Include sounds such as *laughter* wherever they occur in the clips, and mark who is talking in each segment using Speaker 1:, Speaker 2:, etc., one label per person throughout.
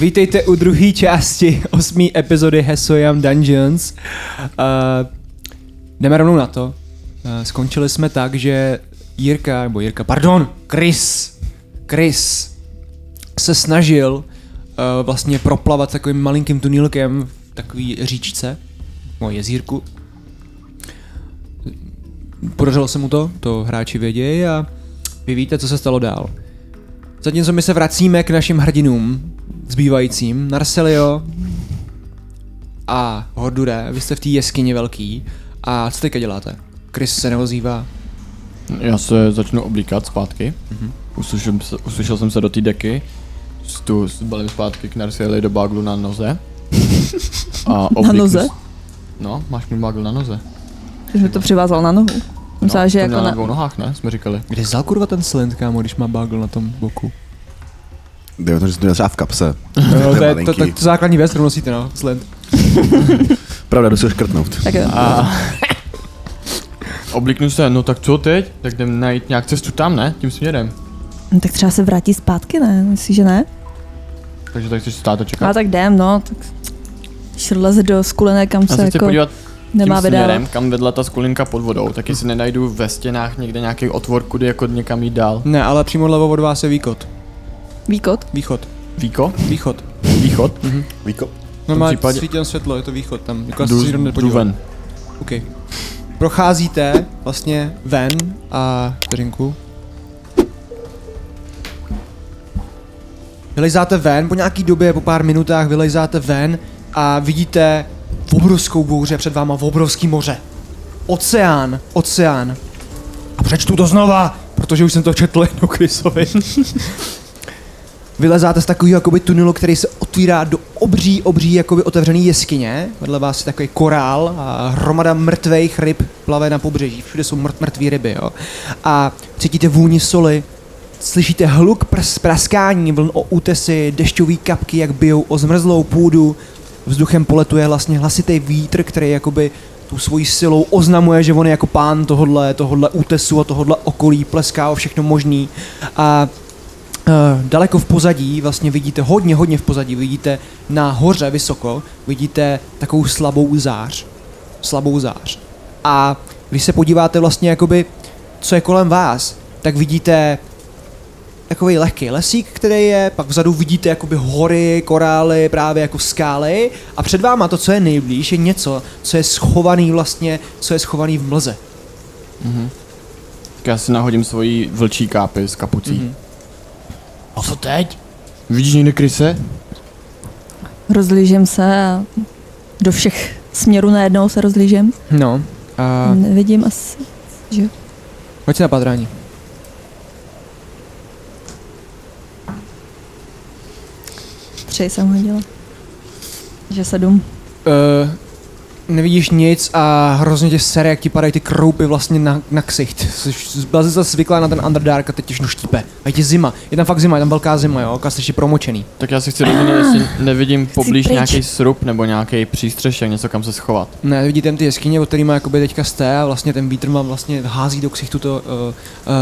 Speaker 1: Vítejte u druhé části osmé epizody Hesoyam Dungeons. Uh, jdeme rovnou na to. Uh, skončili jsme tak, že Jirka, nebo Jirka, pardon, Chris, Chris se snažil uh, vlastně proplavat takovým malinkým tunílkem v takový říčce, nebo jezírku. Podařilo se mu to, to hráči vědějí a vy víte, co se stalo dál. Zatímco my se vracíme k našim hrdinům, zbývajícím, Narselio a Hordure, vy jste v té jeskyni velký a co teďka děláte? Chris se neozývá.
Speaker 2: Já se začnu oblíkat zpátky. Mm-hmm. Uslyšel, se- uslyšel jsem se do té deky. S- Tu balím zpátky k Narsieli do baglu na noze. *laughs* A
Speaker 3: Na
Speaker 2: oblíknu
Speaker 3: noze?
Speaker 2: s- No, máš mi bagl na noze.
Speaker 3: Když mi to přivázal na nohu. Myslela,
Speaker 2: no,
Speaker 3: že
Speaker 2: to
Speaker 3: jako
Speaker 2: měla na
Speaker 3: na...
Speaker 2: dvou nohách, ne? Jsme říkali.
Speaker 1: Kde vzal kurva ten silent, kámo, když má bagel na tom boku?
Speaker 4: Jo, to, že jsem to měl třeba v kapse.
Speaker 1: No, to, je, to,
Speaker 4: malinký.
Speaker 1: to, to, základní věc, kterou nosíte, no, silent.
Speaker 4: Pravda, jdu si ho škrtnout.
Speaker 3: Tak jo.
Speaker 2: A... Oblíknu se, no tak co teď? Tak jdem najít nějak cestu tam, ne? Tím směrem.
Speaker 3: No, tak třeba se vrátí zpátky, ne? Myslíš, že ne?
Speaker 2: Takže tak chceš stát a čekat.
Speaker 3: A tak jdem, no. Tak... Šrleze do skulené, kam
Speaker 2: Já
Speaker 3: se
Speaker 2: se chci
Speaker 3: jako
Speaker 2: podívat
Speaker 3: nemá
Speaker 2: tím
Speaker 3: vydávat.
Speaker 2: směrem, kam vedla ta skulinka pod vodou, tak jestli nenajdu ve stěnách někde nějaký otvor, kudy jako někam jít dál.
Speaker 1: Ne, ale přímo levo od vás je východ.
Speaker 3: Výkot?
Speaker 1: Východ.
Speaker 2: Víko?
Speaker 1: Východ.
Speaker 2: Východ?
Speaker 4: Víko.
Speaker 1: No má
Speaker 2: případě-
Speaker 1: svítí tam světlo, je to východ tam. Jako
Speaker 2: Jdu,
Speaker 1: asi nikdo
Speaker 2: jdu
Speaker 1: nepodíval.
Speaker 2: ven.
Speaker 1: OK. Procházíte vlastně ven a vteřinku. Vylejzáte ven, po nějaký době, po pár minutách vylejzáte ven a vidíte obrovskou bouře před váma, obrovský moře. Oceán, oceán. A přečtu to znova, protože už jsem to četl jednou Chrisovi. Vylezáte z takového jakoby tunelu, který se otvírá do obří, obří jakoby otevřený jeskyně. Vedle vás je takový korál a hromada mrtvých ryb plave na pobřeží. Všude jsou mrt, mrtvý ryby, jo. A cítíte vůni soli, slyšíte hluk prs, praskání vln o útesy, dešťové kapky, jak bijou o zmrzlou půdu. Vzduchem poletuje vlastně hlasitý vítr, který jakoby tou svojí silou oznamuje, že on je jako pán tohodle, tohodle útesu a tohodle okolí, pleská o všechno možný. A Eh, daleko v pozadí, vlastně vidíte, hodně, hodně v pozadí, vidíte na hoře vysoko, vidíte takovou slabou zář. Slabou zář. A když se podíváte vlastně jakoby, co je kolem vás, tak vidíte takový lehký lesík, který je, pak vzadu vidíte jakoby hory, korály, právě jako skály a před váma to, co je nejblíž, je něco, co je schovaný vlastně, co je schovaný v mlze.
Speaker 2: Tak já si nahodím svoji vlčí kápy s kapucí.
Speaker 1: Mhm.
Speaker 2: Mm-hmm. A co teď? Vidíš někde kryse?
Speaker 3: Rozlížím se a do všech směrů najednou se rozlížím.
Speaker 1: No, a
Speaker 3: Nevidím asi.
Speaker 1: hoď na padrání.
Speaker 3: Tři jsem hodila. Že sedm.
Speaker 1: Uh, nevidíš nic a hrozně tě sere, jak ti padají ty kroupy vlastně na, na ksicht. Jsi- Byla jsi zase zvyklá na ten Underdark a teď tě štípe. A je ti zima. Je tam fakt zima, je tam velká zima, jo. A jsi ještě promočený.
Speaker 2: Tak já si chci rozumět, jestli nevidím poblíž
Speaker 3: Ah, pryč.
Speaker 2: nějaký srub nebo nějaký přístřešek, něco kam se schovat.
Speaker 1: Ne, vidíte ty jeskyně, o kterýma jakoby teďka jste a vlastně ten vítr vám vlastně hází do ksichtu to, uh, uh,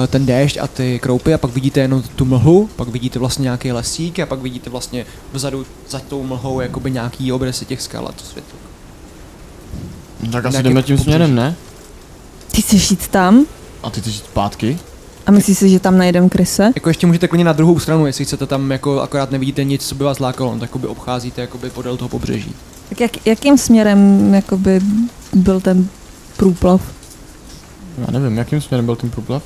Speaker 1: ten déšť a ty kroupy a pak vidíte jenom tu mlhu, pak vidíte vlastně nějaký lesík a pak vidíte vlastně vzadu za tou mlhou jakoby nějaký obrysy těch skal a to světlo.
Speaker 2: No Tak
Speaker 1: Nějaký
Speaker 2: asi jdeme tím
Speaker 1: pobřeží.
Speaker 2: směrem, ne?
Speaker 3: Ty chceš jít tam?
Speaker 2: A ty chceš jít zpátky?
Speaker 3: A myslíš si, že tam najdem kryse?
Speaker 1: Jako ještě můžete klidně na druhou stranu, jestli chcete tam jako akorát nevidíte nic, co by vás lákalo, no, tak by obcházíte jakoby podél toho pobřeží.
Speaker 3: Tak jak, jakým směrem jakoby byl ten průplav?
Speaker 2: Já nevím, jakým směrem byl ten průplav?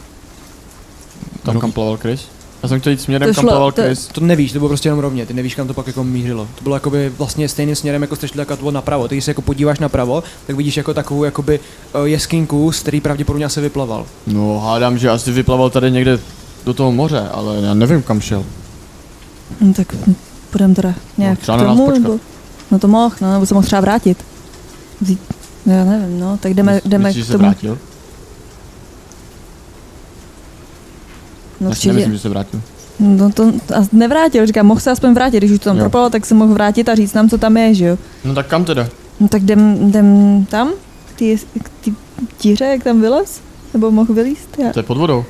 Speaker 2: Tam
Speaker 1: No.
Speaker 2: kam plaval Chris? Já jsem chtěl jít směrem,
Speaker 3: To
Speaker 2: kam
Speaker 3: šlo-
Speaker 2: plaval
Speaker 3: to-
Speaker 2: Chris.
Speaker 1: To nevíš, to bylo prostě jenom rovně, ty nevíš, kam to pak jako mířilo. To bylo jakoby vlastně stejným směrem, jako jste šli jako to napravo. Ty když se jako podíváš napravo, tak vidíš jako takovou jakoby eh, jeskynku, z který pravděpodobně asi vyplaval.
Speaker 2: No hádám, že asi vyplaval tady někde do toho moře, ale já nevím kam šel.
Speaker 3: No, tak půjdeme teda nějak
Speaker 2: No,
Speaker 3: k
Speaker 2: třeba na nás
Speaker 3: tomu,
Speaker 2: počkat.
Speaker 3: nebo, no to mohl, no, nebo se mohl třeba vrátit. Vzít, no, já nevím, no, tak jdeme,
Speaker 2: Myslíš,
Speaker 3: jdeme
Speaker 2: že
Speaker 3: k
Speaker 2: se
Speaker 3: tomu.
Speaker 2: vrátil?
Speaker 3: No,
Speaker 2: Já si nemyslím,
Speaker 3: určitě,
Speaker 2: že se vrátil.
Speaker 3: no to a nevrátil, říkám, mohl se aspoň vrátit, když už to tam
Speaker 2: Jo.
Speaker 3: propalo, tak se mohl vrátit a říct nám, co tam je, že jo.
Speaker 2: No tak kam teda?
Speaker 3: No tak jdem, jdem tam, k té- k té tíře, jak tam vylez? Nebo mohl vylíst? Já.
Speaker 2: To je pod vodou.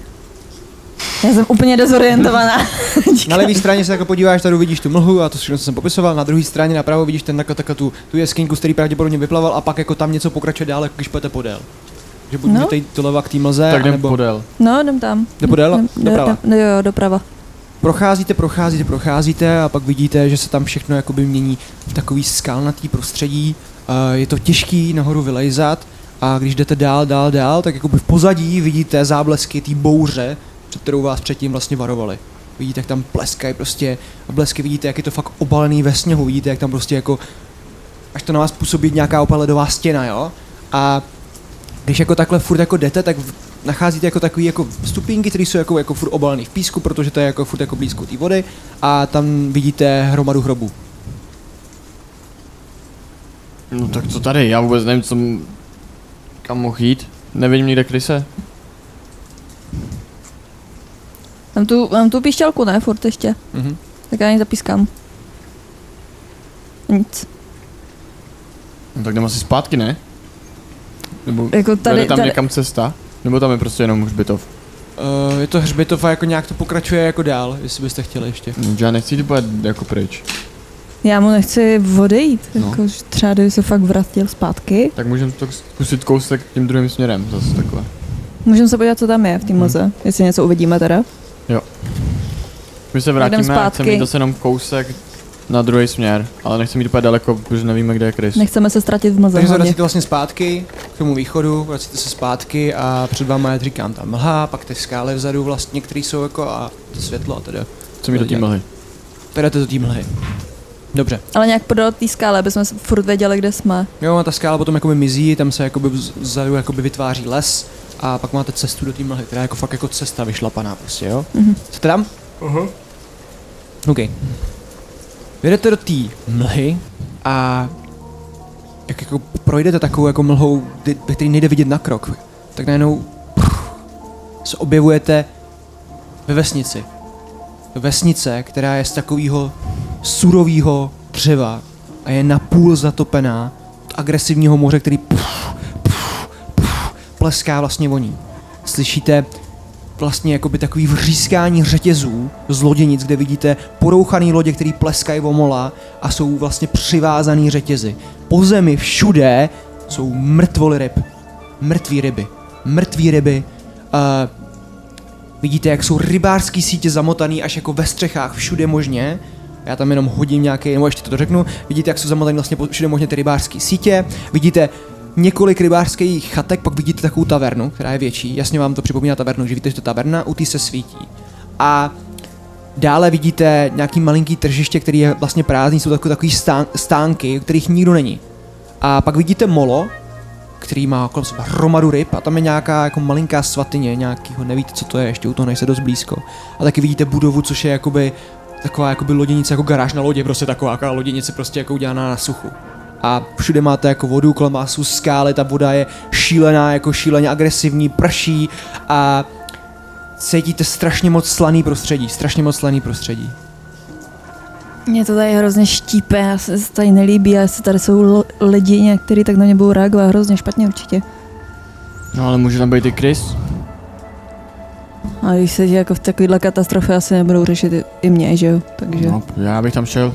Speaker 3: Já jsem
Speaker 2: *laughs*
Speaker 3: úplně dezorientovaná. Díky.
Speaker 1: Na levé straně se takhle podíváš, tady vidíš tu mlhu a to všechno, co jsem popisoval. Na druhé straně napravo vidíš ten takhle, takhle tu, tu jeskynku, z který pravděpodobně vyplaval a pak jako tam něco pokračuje dál, jako když půjdete podél. Že buď
Speaker 3: No.
Speaker 1: no. jít doleva k té mlze,
Speaker 2: tak jdem
Speaker 1: anebo...
Speaker 2: podél.
Speaker 3: No, jdem tam.
Speaker 1: Jde podél?
Speaker 3: Jdem- jdem-
Speaker 1: Doprava.
Speaker 3: jdem- Jo, jo, doprava.
Speaker 1: Procházíte, procházíte, procházíte a pak vidíte, že se tam všechno jakoby mění v takový skalnatý prostředí. Eh, Je to těžký nahoru vylejzat a když jdete dál, dál, dál, tak jakoby v pozadí vidíte záblesky té bouře, před kterou vás předtím vlastně varovali. Vidíte, jak tam pleskají prostě blesky, vidíte, jak je to fakt obalený ve sněhu, vidíte, jak tam prostě jako až to na vás působí nějaká opaledová stěna, jo? A když jako takhle furt jako jdete, tak v- nacházíte jako takový jako stupínky, které jsou jako, jako furt obalený v písku, protože to je jako furt jako blízko té vody a tam vidíte hromadu hrobů.
Speaker 2: No tak co tady, já vůbec nevím, co... m- Kam mohl jít? Nevidím nikde kryse.
Speaker 3: Mám tu, mám tu píšťalku, ne, furt ještě.
Speaker 1: Mhm.
Speaker 3: Tak já ji zapískám. Nic.
Speaker 2: No tak jdem asi zpátky, ne? Nebo
Speaker 3: Jako
Speaker 2: tady,
Speaker 3: tady,
Speaker 2: vede tam
Speaker 3: tady,
Speaker 2: někam cesta? Nebo tam je prostě jenom hřbitov?
Speaker 1: Uh, je to hřbitov a jako nějak to pokračuje jako dál, jestli byste chtěli ještě.
Speaker 2: Že Já nechci jít úplně jako pryč.
Speaker 3: já mu nechci odejít.
Speaker 2: No.
Speaker 3: No. Jako, že třeba kdyby se fakt vrátil zpátky.
Speaker 2: Tak můžeme to zkusit kousek tím druhým směrem zase takhle.
Speaker 3: Můžeme se podívat, co tam je v té
Speaker 2: Hmm.
Speaker 3: mlze, jestli něco uvidíme teda.
Speaker 2: My se vrátíme a chceme
Speaker 3: zpátky.
Speaker 2: jít zase jenom kousek na druhý směr, ale nechceme jít úplně daleko, protože nevíme, kde je Chris.
Speaker 3: Nechceme se ztratit v mlze
Speaker 1: Takže se
Speaker 3: hlavně.
Speaker 1: vracíte vlastně zpátky k tomu východu, vracíte se zpátky a před váma je, říkám, ta mlha, pak ty skály vzadu vlastně, které jsou jako a to světlo a teda.
Speaker 2: Co mi do tím mlhy?
Speaker 1: Teda to tím mlhy. Dobře.
Speaker 3: Ale nějak podal té skále, aby jsme s- furt věděli, kde jsme.
Speaker 1: Jo, a ta skála potom jakoby mizí, tam se jakoby vz- vzadu jakoby vytváří les a pak máte cestu do té mlhy, která je jako fakt jako cesta vyšlapaná prostě, jo?
Speaker 3: Mhm.
Speaker 1: Jste tam? Aha. OK. Vyjdete do té mlhy a jak jako projdete takovou jako mlhou, kdy- ve který nejde vidět na krok, tak najednou pff, se objevujete ve vesnici. Vesnice, která je z takového surového dřeva a je napůl zatopená od agresivního moře, který puf, puf, puf, pleská vlastně voní. Slyšíte vlastně jakoby takový vřískání řetězů z loděnic, kde vidíte porouchaný lodě, který pleskají vomola a jsou vlastně přivázaný řetězy. Po zemi všude jsou mrtvoly ryb. Mrtví ryby. Mrtví ryby. Uh, Vidíte, jak jsou rybářský sítě zamotaný až jako ve střechách, všude možně. Já tam jenom hodím nějaký, nebo ještě to řeknu. Vidíte, jak jsou zamotaný vlastně po- všude možně ty rybářské sítě. Vidíte několik rybářských chatek, pak vidíte takovou tavernu, která je větší. Jasně vám to připomíná tavernu, že víte, že to je taverna, u té se svítí. A Dále vidíte nějaký malinký tržiště, který je vlastně prázdný, jsou takové takový stán, stánky, u kterých nikdo není. A pak vidíte molo, který má kolem sebe hromadu ryb a tam je nějaká jako malinká svatyně, nějakýho, nevíte co to je, ještě u toho nejste dost blízko. A taky vidíte budovu, což je jakoby taková jakoby loděnice, jako garáž na lodě, prostě taková jaká loděnice prostě jako udělaná na suchu. A všude máte jako vodu, kolem vás jsou skály, ta voda je šílená, jako šíleně agresivní, prší a cítíte strašně moc slaný prostředí, strašně moc slaný prostředí.
Speaker 3: Mě to tady hrozně štípe, já se se tady nelíbí a jestli tady jsou lo- lidi někteří, tak na mě budou reagovat hrozně špatně určitě.
Speaker 2: No ale může tam být i Chris?
Speaker 3: A když se jako v takovéhle katastrofě asi nebudou řešit i- i mě, že jo? Takže
Speaker 2: No, já bych tam šel.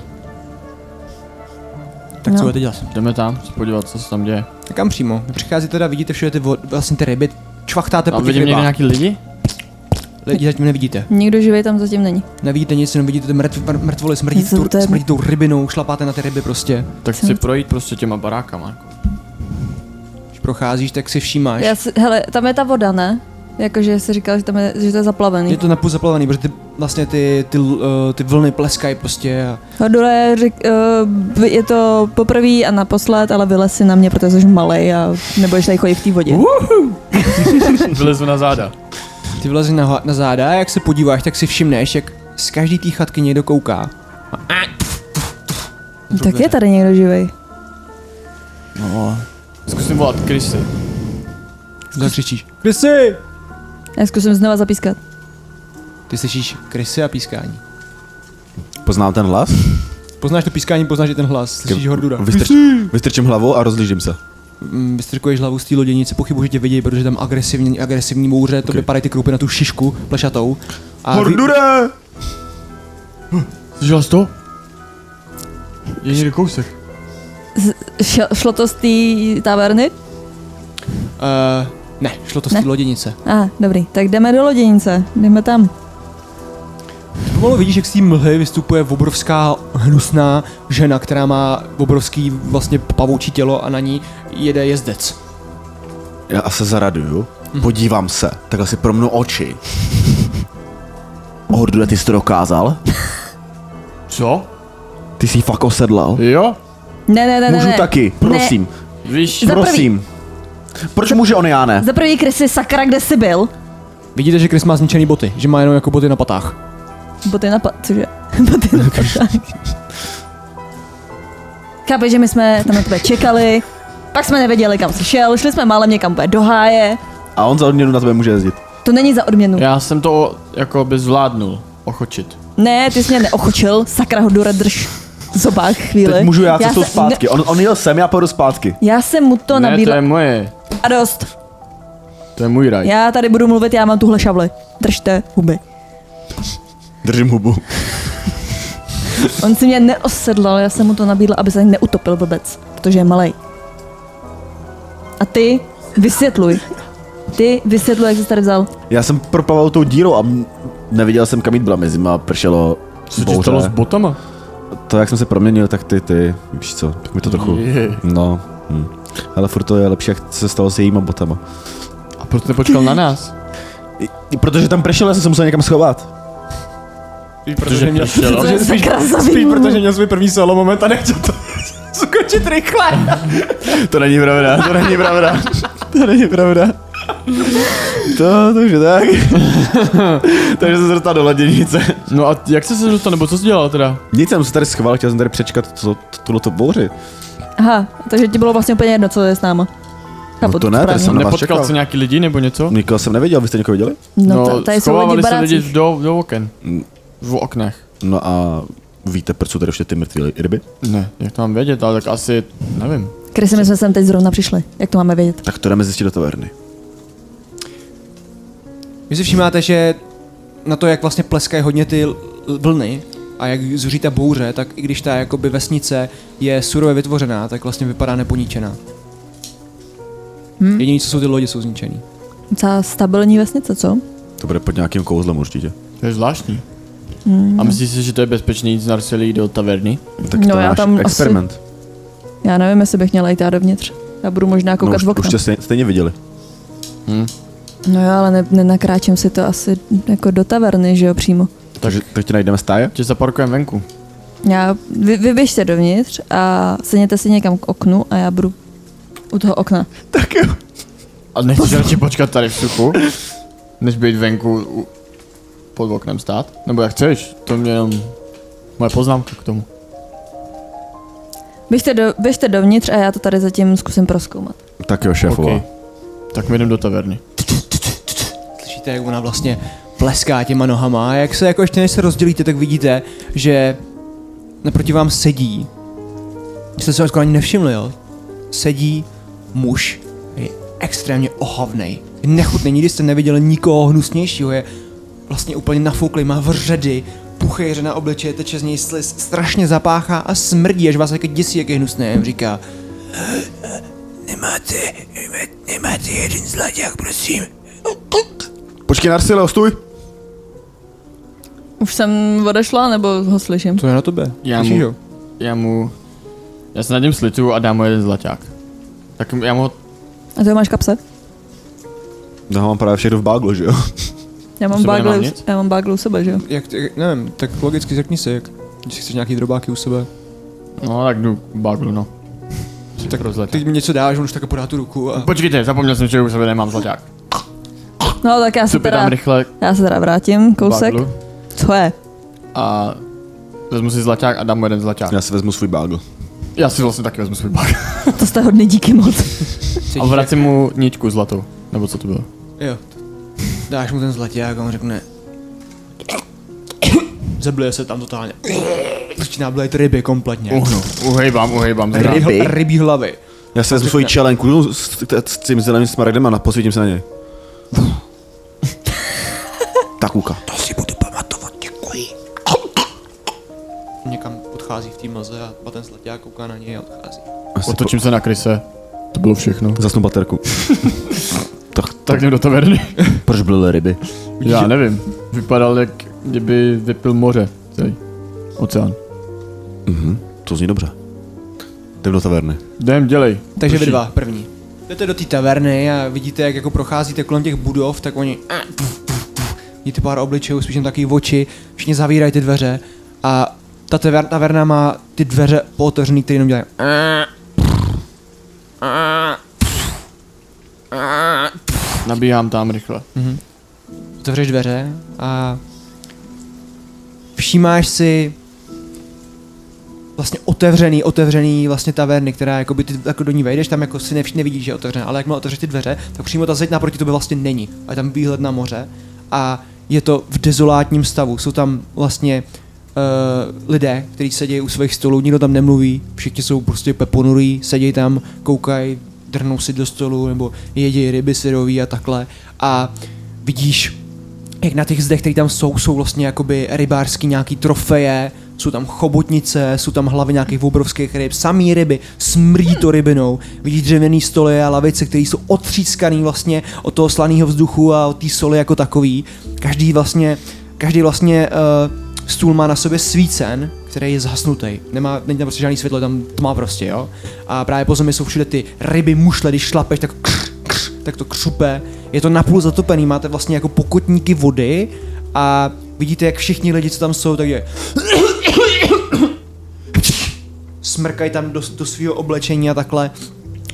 Speaker 1: Tak
Speaker 3: No.
Speaker 1: co budete dělat?
Speaker 2: Jdeme tam, se podívat, co se tam děje.
Speaker 1: Tak kam přímo? Vy přicházíte teda, vidíte všude ty vo- vlastně ty ryby, čvachtáte
Speaker 2: A
Speaker 1: po těch
Speaker 2: No, vidím někde
Speaker 1: rybách.
Speaker 2: nějaký lidi?
Speaker 1: Lidi zatím nevidíte.
Speaker 3: nikdo živý tam zatím není.
Speaker 1: Nevidíte nic, jenom vidíte ty mrtv, mr- mrtvoly, smrdí,
Speaker 3: Něco
Speaker 1: tu,
Speaker 3: to je-
Speaker 1: smrdí tou rybinou, šlapáte na ty ryby prostě.
Speaker 2: Tak
Speaker 3: Co?
Speaker 2: chci projít prostě těma barákama. jako.
Speaker 1: Když procházíš, tak si všímáš.
Speaker 3: Já si, hele, tam je ta voda, ne? Jakože jsi říkal, že, tam je, že to je zaplavený.
Speaker 1: Je to napůl zaplavený, protože ty, vlastně ty, ty, uh, ty vlny pleskají prostě a
Speaker 3: A No, dole řek, uh, je to poprvé a naposled, ale vylez si na mě, protože jsi malej a nebudeš tady chodit v té
Speaker 4: Uh,
Speaker 3: vodě.
Speaker 2: Vylezu na záda.
Speaker 1: ty vlezeš na, hla- na záda a jak se podíváš, tak si všimneš, jak z každý té chatky někdo kouká.
Speaker 3: tak je tady někdo živý.
Speaker 2: No. Zkusím volat Chrisy.
Speaker 1: Zakřičíš. Krysy!
Speaker 3: Já zkusím znova zapískat.
Speaker 1: Ty slyšíš krysy a pískání.
Speaker 4: Poznám ten hlas?
Speaker 1: Poznáš to pískání, poznáš i ten hlas, slyšíš hordura.
Speaker 4: Vystrč, vystrčím hlavu a rozlížím se.
Speaker 1: mm, vystrkuješ hlavu z té loděnice, pochybuji, že tě vidějí, protože tam agresivní, agresivní bouře, okay. to vypadají ty krupy na tu šišku plešatou. A vy-
Speaker 4: Mordure!
Speaker 2: Slyšela jsi to? Je někde kousek.
Speaker 3: Šel, šlo to z té taverny?
Speaker 1: Eh, ne, šlo to z té
Speaker 3: Ne.
Speaker 1: loděnice.
Speaker 3: A, ah, dobrý. Tak jdeme do loděnice. Jdeme tam.
Speaker 1: Pomalu vidíš, jak z té mlhy vystupuje obrovská hnusná žena, která má obrovský vlastně pavoučí tělo a na ní jede jezdec.
Speaker 4: Já se zaraduju, Mhm. podívám se, takhle si promnu oči. Mordure, ty jsi to dokázal?
Speaker 2: Co?
Speaker 4: Ty jsi ji fakt osedlal?
Speaker 2: Jo?
Speaker 3: Ne, ne, ne, ne.
Speaker 4: Můžu
Speaker 3: ne.
Speaker 4: taky, prosím,
Speaker 2: Víš,
Speaker 3: Za prvý.
Speaker 4: prosím. Proč může on, já ne?
Speaker 3: Za první krysy sakra, kde jsi byl?
Speaker 1: Vidíte, že Chris má zničený boty, že má jenom jako boty na patách.
Speaker 3: Boty na pat, cože? *laughs* Boty na
Speaker 4: *laughs*
Speaker 3: paták. Chápeš, že my jsme tam na tebe čekali, pak jsme nevěděli, kam jsi šel, šli jsme málem někam úplně do háje.
Speaker 4: A on za odměnu na tebe může jezdit.
Speaker 3: To není za odměnu.
Speaker 2: já jsem to jako by zvládnul. Ochočit.
Speaker 3: Ne, ty jsi mě neochočil, sakra ho dure drž v zobách chvíli.
Speaker 4: Teď můžu já, já
Speaker 3: se-
Speaker 4: cestou zpátky. On, on jel sem, já půjdu zpátky.
Speaker 3: Ne, já jsem mu to
Speaker 2: ne,
Speaker 3: nabídla.
Speaker 2: to je moje.
Speaker 3: A dost.
Speaker 2: To je můj raj.
Speaker 3: Já tady budu mluvit, já mám tuhle šavli. Držte huby.
Speaker 4: Držím hubu.
Speaker 3: On si mě neosedlal, já jsem mu to nabídla, aby se neutopil blbec, protože je malej. A ty vysvětluj. Ty vysvětluj, jak jsi tady vzal.
Speaker 4: Já jsem proplaval tou dírou a m- neviděl jsem, kam jít byla mezi a pršelo
Speaker 2: Co ti
Speaker 4: bouře.
Speaker 2: stalo s botama?
Speaker 4: To, jak jsem se proměnil, tak ty, ty, víš co, tak mi to trochu...
Speaker 2: Je.
Speaker 4: No, hm. Ale furt to je lepší, jak se stalo s jejíma botama.
Speaker 2: A proč jsi nepočkal na nás?
Speaker 4: I, protože tam pršelo, já jsem se musel někam schovat.
Speaker 2: Protože mě
Speaker 3: *laughs* To
Speaker 1: *laughs*
Speaker 2: šel.
Speaker 3: je sakra
Speaker 1: Spíš,
Speaker 3: zavínu.
Speaker 1: protože měl svůj první solo moment a nechtěl to skočit rychle.
Speaker 4: To není pravda, to *laughs* není pravda. to není pravda. To, to už je tak. *laughs* Takže jsem se dostal do laděnice.
Speaker 2: No a jak jsi se dostal, nebo co jsi dělal teda?
Speaker 4: Nic, já jsem se tady schoval, chtěl jsem tady přečkat to, to, to bouři.
Speaker 3: Aha, takže ti bylo vlastně úplně jedno, co je s náma. Chápu,
Speaker 4: No to ne, tady
Speaker 3: správně.
Speaker 4: jsem na vás
Speaker 2: Nepotkal
Speaker 4: čekal.
Speaker 2: jsi nějaký lidi nebo něco?
Speaker 4: Nikoho jsem neviděl, vy jste někoho viděli?
Speaker 3: No, to, tady jsou lidi
Speaker 2: schovávali
Speaker 3: v
Speaker 2: se
Speaker 3: barácích.
Speaker 2: lidi do, do oken.
Speaker 4: Mm.
Speaker 2: V oknech.
Speaker 4: No a víte, proč jsou tady ještě ty mrtvé li- ryby?
Speaker 2: Ne, jak to mám vědět, ale tak asi, nevím.
Speaker 3: Krysy, my jsme sem teď zrovna přišli. Jak to máme vědět?
Speaker 4: Tak to jdeme zjistit do taverny.
Speaker 1: Vy si všímáte, že na to, jak vlastně pleskají hodně ty l- vlny a jak zuří ta bouře, tak i když ta jakoby vesnice je surově vytvořená, tak vlastně vypadá neponičená.
Speaker 3: Hm.
Speaker 1: Jediné, co jsou ty lodě, jsou zničený.
Speaker 3: Docela stabilní vesnice, co?
Speaker 4: To bude pod nějakým kouzlem určitě.
Speaker 2: To je zvláštní.
Speaker 3: Mm.
Speaker 2: A myslíš si, že to je bezpečný jít z Narsilí do taverny?
Speaker 4: Tak
Speaker 3: No,
Speaker 4: to je
Speaker 3: já
Speaker 4: náš
Speaker 3: tam asi
Speaker 4: experiment. Asi
Speaker 3: Já nevím, jestli bych měla jít já dovnitř. Já budu možná
Speaker 4: no,
Speaker 3: koukat
Speaker 4: už,
Speaker 3: v okna.
Speaker 4: už tě stejně, stejně viděli.
Speaker 3: No jo, ale ne, nenakráčím si to asi jako do taverny, že jo, přímo.
Speaker 4: Takže teď tě najdeme stáje?
Speaker 2: Tě zaparkujeme venku.
Speaker 3: Já, vy, vy běžte dovnitř a sedněte si někam k oknu a já budu u toho okna.
Speaker 4: Tak jo.
Speaker 2: A nechceš radši počkat tady v suchu, než být venku u, pod oknem stát? Nebo jak chceš? To mě jenom moje poznámka k tomu.
Speaker 3: Běžte, do, běžte dovnitř a já to tady zatím zkusím proskoumat.
Speaker 4: Tak jo, šéfová.
Speaker 2: Ok. Tak my jdeme do taverny.
Speaker 1: Slyšíte, jak ona vlastně pleská těma nohama a jak se jako ještě než se rozdělíte, tak vidíte, že naproti vám sedí, jste se ho skoro ani nevšimli, jo, sedí muž, je extrémně ohavnej, je nechutný, nikdy jste neviděli nikoho hnusnějšího, je vlastně úplně nafouklý, má vředy, puchejře na obličeji, teče z něj sliz, strašně zapáchá a smrdí, až vás jako děsí, jak je hnusný, říká. *gasps* Nemáte, nemáte jeden zlaťák, prosím.
Speaker 4: Počkej, Narsile, stůj!
Speaker 3: Už jsem odešla, nebo ho slyším?
Speaker 1: To je na tobě.
Speaker 2: Já
Speaker 1: Slyšíš
Speaker 2: mu,
Speaker 1: ho?
Speaker 2: já mu, já se nad ním slitu a dám mu jeden zlaťák. Tak já mu ho
Speaker 3: A to máš kapse?
Speaker 4: No, mám právě všechno v baglu, že jo?
Speaker 3: Já
Speaker 2: U
Speaker 3: mám,
Speaker 2: sebe
Speaker 3: baglu,
Speaker 2: nemám nic?
Speaker 3: já mám baglu u sebe, že jo?
Speaker 1: Jak, ty- nevím, tak logicky řekni si, jak, když chceš nějaký drobáky u sebe.
Speaker 2: No, tak jdu k baglu, no.
Speaker 1: Tak
Speaker 2: Tak rozlet.
Speaker 1: Teď mi něco dáš, on už tak podá tu ruku a...
Speaker 2: Počkejte, zapomněl jsem, že už sebe nemám zlaťák.
Speaker 3: No tak já se
Speaker 2: Super,
Speaker 3: teda,
Speaker 2: dám rychle
Speaker 3: já se teda vrátím kousek.
Speaker 2: baglu
Speaker 3: Co je?
Speaker 2: a vezmu si zlaťák a dám mu jeden zlaťák.
Speaker 4: Já si vezmu svůj bagl.
Speaker 2: Já si vlastně taky vezmu svůj bag.
Speaker 3: To jste hodný, díky moc.
Speaker 2: A vracím mu ničku zlatou. Nebo co to bylo?
Speaker 1: Jo. Dáš mu ten zlaťák a on řekne... Zablije se tam totálně. Začíná blejt ryby kompletně.
Speaker 2: Uhnu, uhejbám, uhejbám. zrám.
Speaker 1: Ryby? Rybí hlavy.
Speaker 4: Já si vezmu svoji čelenku s, t- s tím zeleným smaragdem a posvítím se na něj. *laughs* tak, Luka.
Speaker 1: To si budu pamatovat, děkuji. Někam odchází v té mlze a ten sleták kouká na něj a odchází.
Speaker 4: Asi
Speaker 2: Otočím se na Kryse. To bylo všechno.
Speaker 4: po, zasnu baterku. tak, tak,
Speaker 2: Tak jdu do taverny.
Speaker 4: proč byly ryby?
Speaker 2: Já nevím. Vypadal jak kdyby vypil moře. Celý. Oceán.
Speaker 4: To zní dobře. Jdem do taverny.
Speaker 2: Jdem, dělej.
Speaker 1: Takže vy
Speaker 2: Prší.
Speaker 1: dva, první. Jdete do té taverny a vidíte, jak jako procházíte kolem těch budov, tak oni... eh, pf, pf, pf. Vidíte pár obličejů, spíš jen takový oči, všichni zavírají ty dveře a ta taver- taverna má ty dveře pootevřený, které jenom dělají... eh, pf, eh.
Speaker 2: Nabíhám tam rychle.
Speaker 1: Otevřeš dveře a všímáš si vlastně otevřený, otevřený vlastně taverny, která jako by ty jako do ní vejdeš, tam jako si nevš, nevidíš, že je otevřená, ale jakmile otevřeš ty dveře, tak přímo ta zeď naproti tobě vlastně není. A je tam výhled na moře a je to v dezolátním stavu. Jsou tam vlastně uh, lidé, kteří sedějí u svých stolů, nikdo tam nemluví, všichni jsou prostě ponurí, sedějí tam, koukají, drhnou si do stolu nebo jedí ryby syrový a takhle. A vidíš jak na těch zdech, které tam jsou, jsou vlastně jakoby rybářský nějaký trofeje, jsou tam chobotnice, jsou tam hlavy nějakých obrovských ryb, samý ryby, smrdí to rybinou, vidíš dřevěný stoly a lavice, které jsou otřískaný vlastně od toho slaného vzduchu a od té soli jako takový. Každý vlastně, každý vlastně uh, stůl má na sobě svícen, který je zhasnutý. Nemá, není tam prostě žádný světlo, je tam tma prostě, jo. A právě po zemi jsou všude ty ryby mušle, když šlapeš, tak kř, kř, tak to křupe. Je to napůl zatopený, máte vlastně jako pokotníky vody a vidíte, jak všichni lidi, co tam jsou, tak je... Smrkají tam do, do svého oblečení a takhle.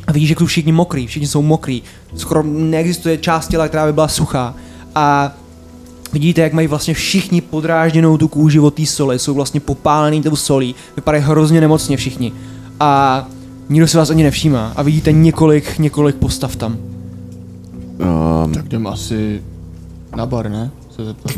Speaker 1: A vidíš, že jsou všichni mokrý, všichni jsou mokrý. Skoro neexistuje část těla, která by byla suchá. A Vidíte, jak mají vlastně všichni podrážděnou tu kůži od té soli, jsou vlastně popálený tou solí, vypadají hrozně nemocně všichni. A nikdo se vás ani nevšímá a vidíte několik, několik postav tam.
Speaker 4: Um,
Speaker 2: Tak jdem asi na bar, ne? Se zeptat.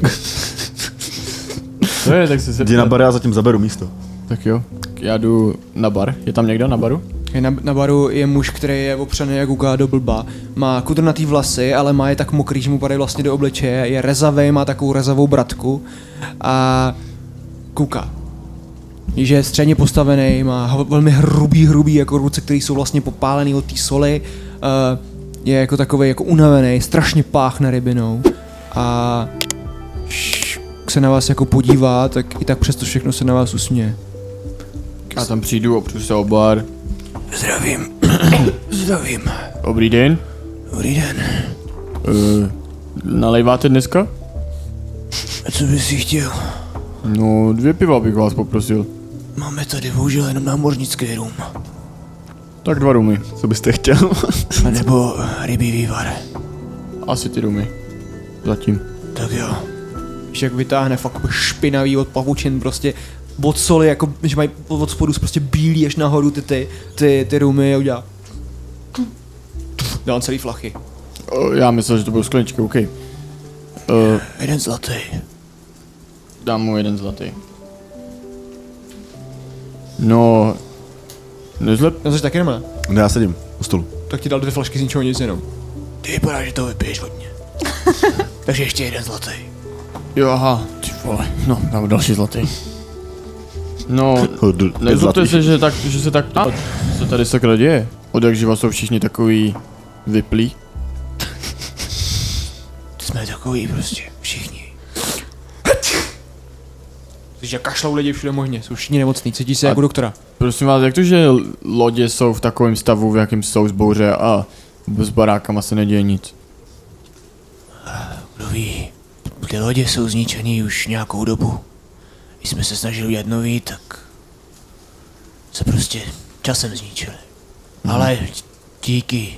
Speaker 2: To je, tak se
Speaker 4: jdi na
Speaker 2: zeptat.
Speaker 4: bar, já zatím zaberu místo.
Speaker 2: Tak jo. Já jdu na bar. Je tam někdo na baru?
Speaker 1: Je Na, na baru je muž, který je opřený jak uká do blba. Má kudrnatý vlasy, ale má je tak mokrý, že mu padají vlastně do obličeje. Je rezavý, má takovou rezavou bratku a kouká. že je středně postavený, má h- velmi hrubý, hrubý jako ruce, které jsou vlastně popálený od té soli, uh, je jako takový jako unavený, strašně páchne rybinou a š- se na vás jako podívá, tak i tak přesto všechno se na vás usměje.
Speaker 2: Já tam přijdu, opřu se o bar.
Speaker 1: Zdravím. *coughs* Zdravím.
Speaker 2: Dobrý den.
Speaker 1: Dobrý den.
Speaker 2: Uh, nalejváte dneska?
Speaker 1: A co bys si chtěl?
Speaker 2: No, dvě piva bych vás poprosil.
Speaker 1: Máme tady bohužel jenom námořnický rum.
Speaker 2: Tak dva rumy.
Speaker 4: Co byste chtěl?
Speaker 1: A nebo rybí vývar.
Speaker 2: *laughs* Asi ty rumy. Zatím.
Speaker 1: Tak jo. Víš, jak vytáhne fakt špinavý od pavučin, prostě od soli, jako, že mají od spodu prostě bílý až nahoru ty, ty, ty, ty rumy a udělá. Dá on celý flachy.
Speaker 2: O, já myslel, že to byl sklenička, OK. Uh,
Speaker 1: Jeden zlatý.
Speaker 2: dám mu jeden zlatý. No, nezlep...
Speaker 1: No což taky nemá.
Speaker 4: Ne, já sedím u stolu.
Speaker 1: Tak ti dal dvě flašky z ničeho nic jenom.
Speaker 5: Ty vypadá, že to vypiješ
Speaker 1: *laughs*
Speaker 5: hodně. Takže ještě jeden zlatý.
Speaker 2: Jo, aha, ty vole, no, dám další zlatý. *laughs* No,
Speaker 4: Ho, d- pět
Speaker 2: nezlobte
Speaker 4: zlatých.
Speaker 2: se, že, tak, že se tak... A, co tady sakra děje? Od jak živa jsou všichni takový vyplí?
Speaker 5: Jsme takový prostě, všichni.
Speaker 1: Což že kašlou lidi všude možně, jsou všichni nemocní, cítíš se
Speaker 2: A-
Speaker 1: jako doktora.
Speaker 2: Prosím vás, jak to, že l- lodě jsou v takovém stavu, v jakém jsou z bouře a s barákama se neděje nic?
Speaker 5: Kdo ví, ty lodě jsou zničený už nějakou dobu. Když jsme se snažili udělat nový, tak se prostě časem zničili. Ale díky,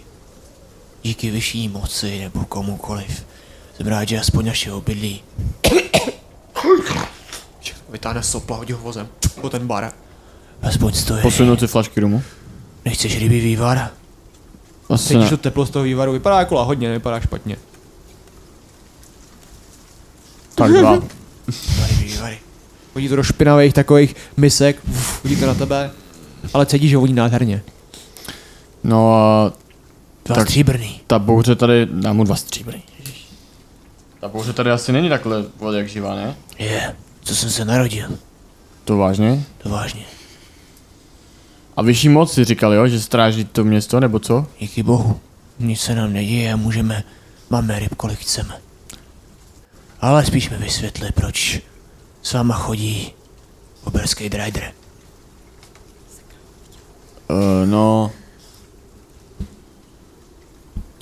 Speaker 5: díky vyšší moci nebo komukoliv, jsem rád, že aspoň naše obydlí
Speaker 1: Vytáhne sopla, hodí ho vozem. Po ten bar.
Speaker 5: aspoň stojí.
Speaker 2: Posunu ty flašky rumu?
Speaker 5: Nechceš rybí vývar?
Speaker 2: Asi
Speaker 1: Cítíš
Speaker 2: ne.
Speaker 1: to teplo z toho vývaru, vypadá jako lahodně, nevypadá špatně.
Speaker 2: Tak dva.
Speaker 5: Dva rybí vývary.
Speaker 1: Hodí to do špinavých takových misek, uf, hodí to na tebe, ale cítíš, že voní nádherně.
Speaker 2: No a
Speaker 5: Dva
Speaker 2: Tak-
Speaker 5: tak. stříbrný.
Speaker 2: ta bouře tady, dám mu dva stříbry. Ta bouře tady asi není takhle, vole, jak živá, ne?
Speaker 5: Je, yeah. co jsem se narodil,
Speaker 2: To vážně?
Speaker 5: to vážně.
Speaker 2: A vyšší moc si říkal, jo, že stráží to město, nebo co?
Speaker 5: Díky bohu, nic se nám neděje a můžeme, máme ryb kolik chceme. Ale spíš mi vysvětli, proč s váma chodí oberský drider.
Speaker 2: Uh, no,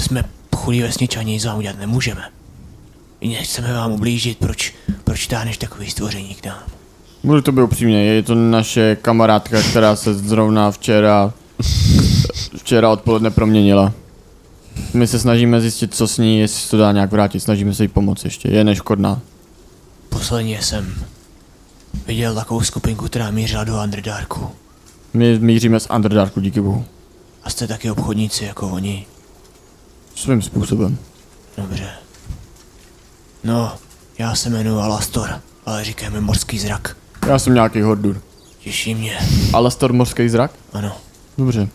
Speaker 5: Jsme chudí vesničani, nic vám udělat nemůžeme. I nechceme vám ublížit, proč, proč táhneš takový stvoření k nám.
Speaker 2: budu to být upřímně, je to naše kamarádka, která se zrovna včera, včera odpoledne proměnila. My se snažíme zjistit, co s ní, jestli se to dá nějak vrátit, snažíme se jí pomoct ještě, je neškodná.
Speaker 5: Posledně jsem viděl takovou skupinku, která mířila do Underdarku.
Speaker 2: My míříme z Underdarku, díky bohu.
Speaker 5: A jste taky obchodníci jako oni.
Speaker 2: Svým způsobem.
Speaker 5: Dobře. No, já se jmenuji Alastor, ale říkají mi morský zrak.
Speaker 2: Já jsem nějaký hordur.
Speaker 5: Těší mě,
Speaker 2: Alastor Morský zrak?
Speaker 5: ano.
Speaker 2: Dobře.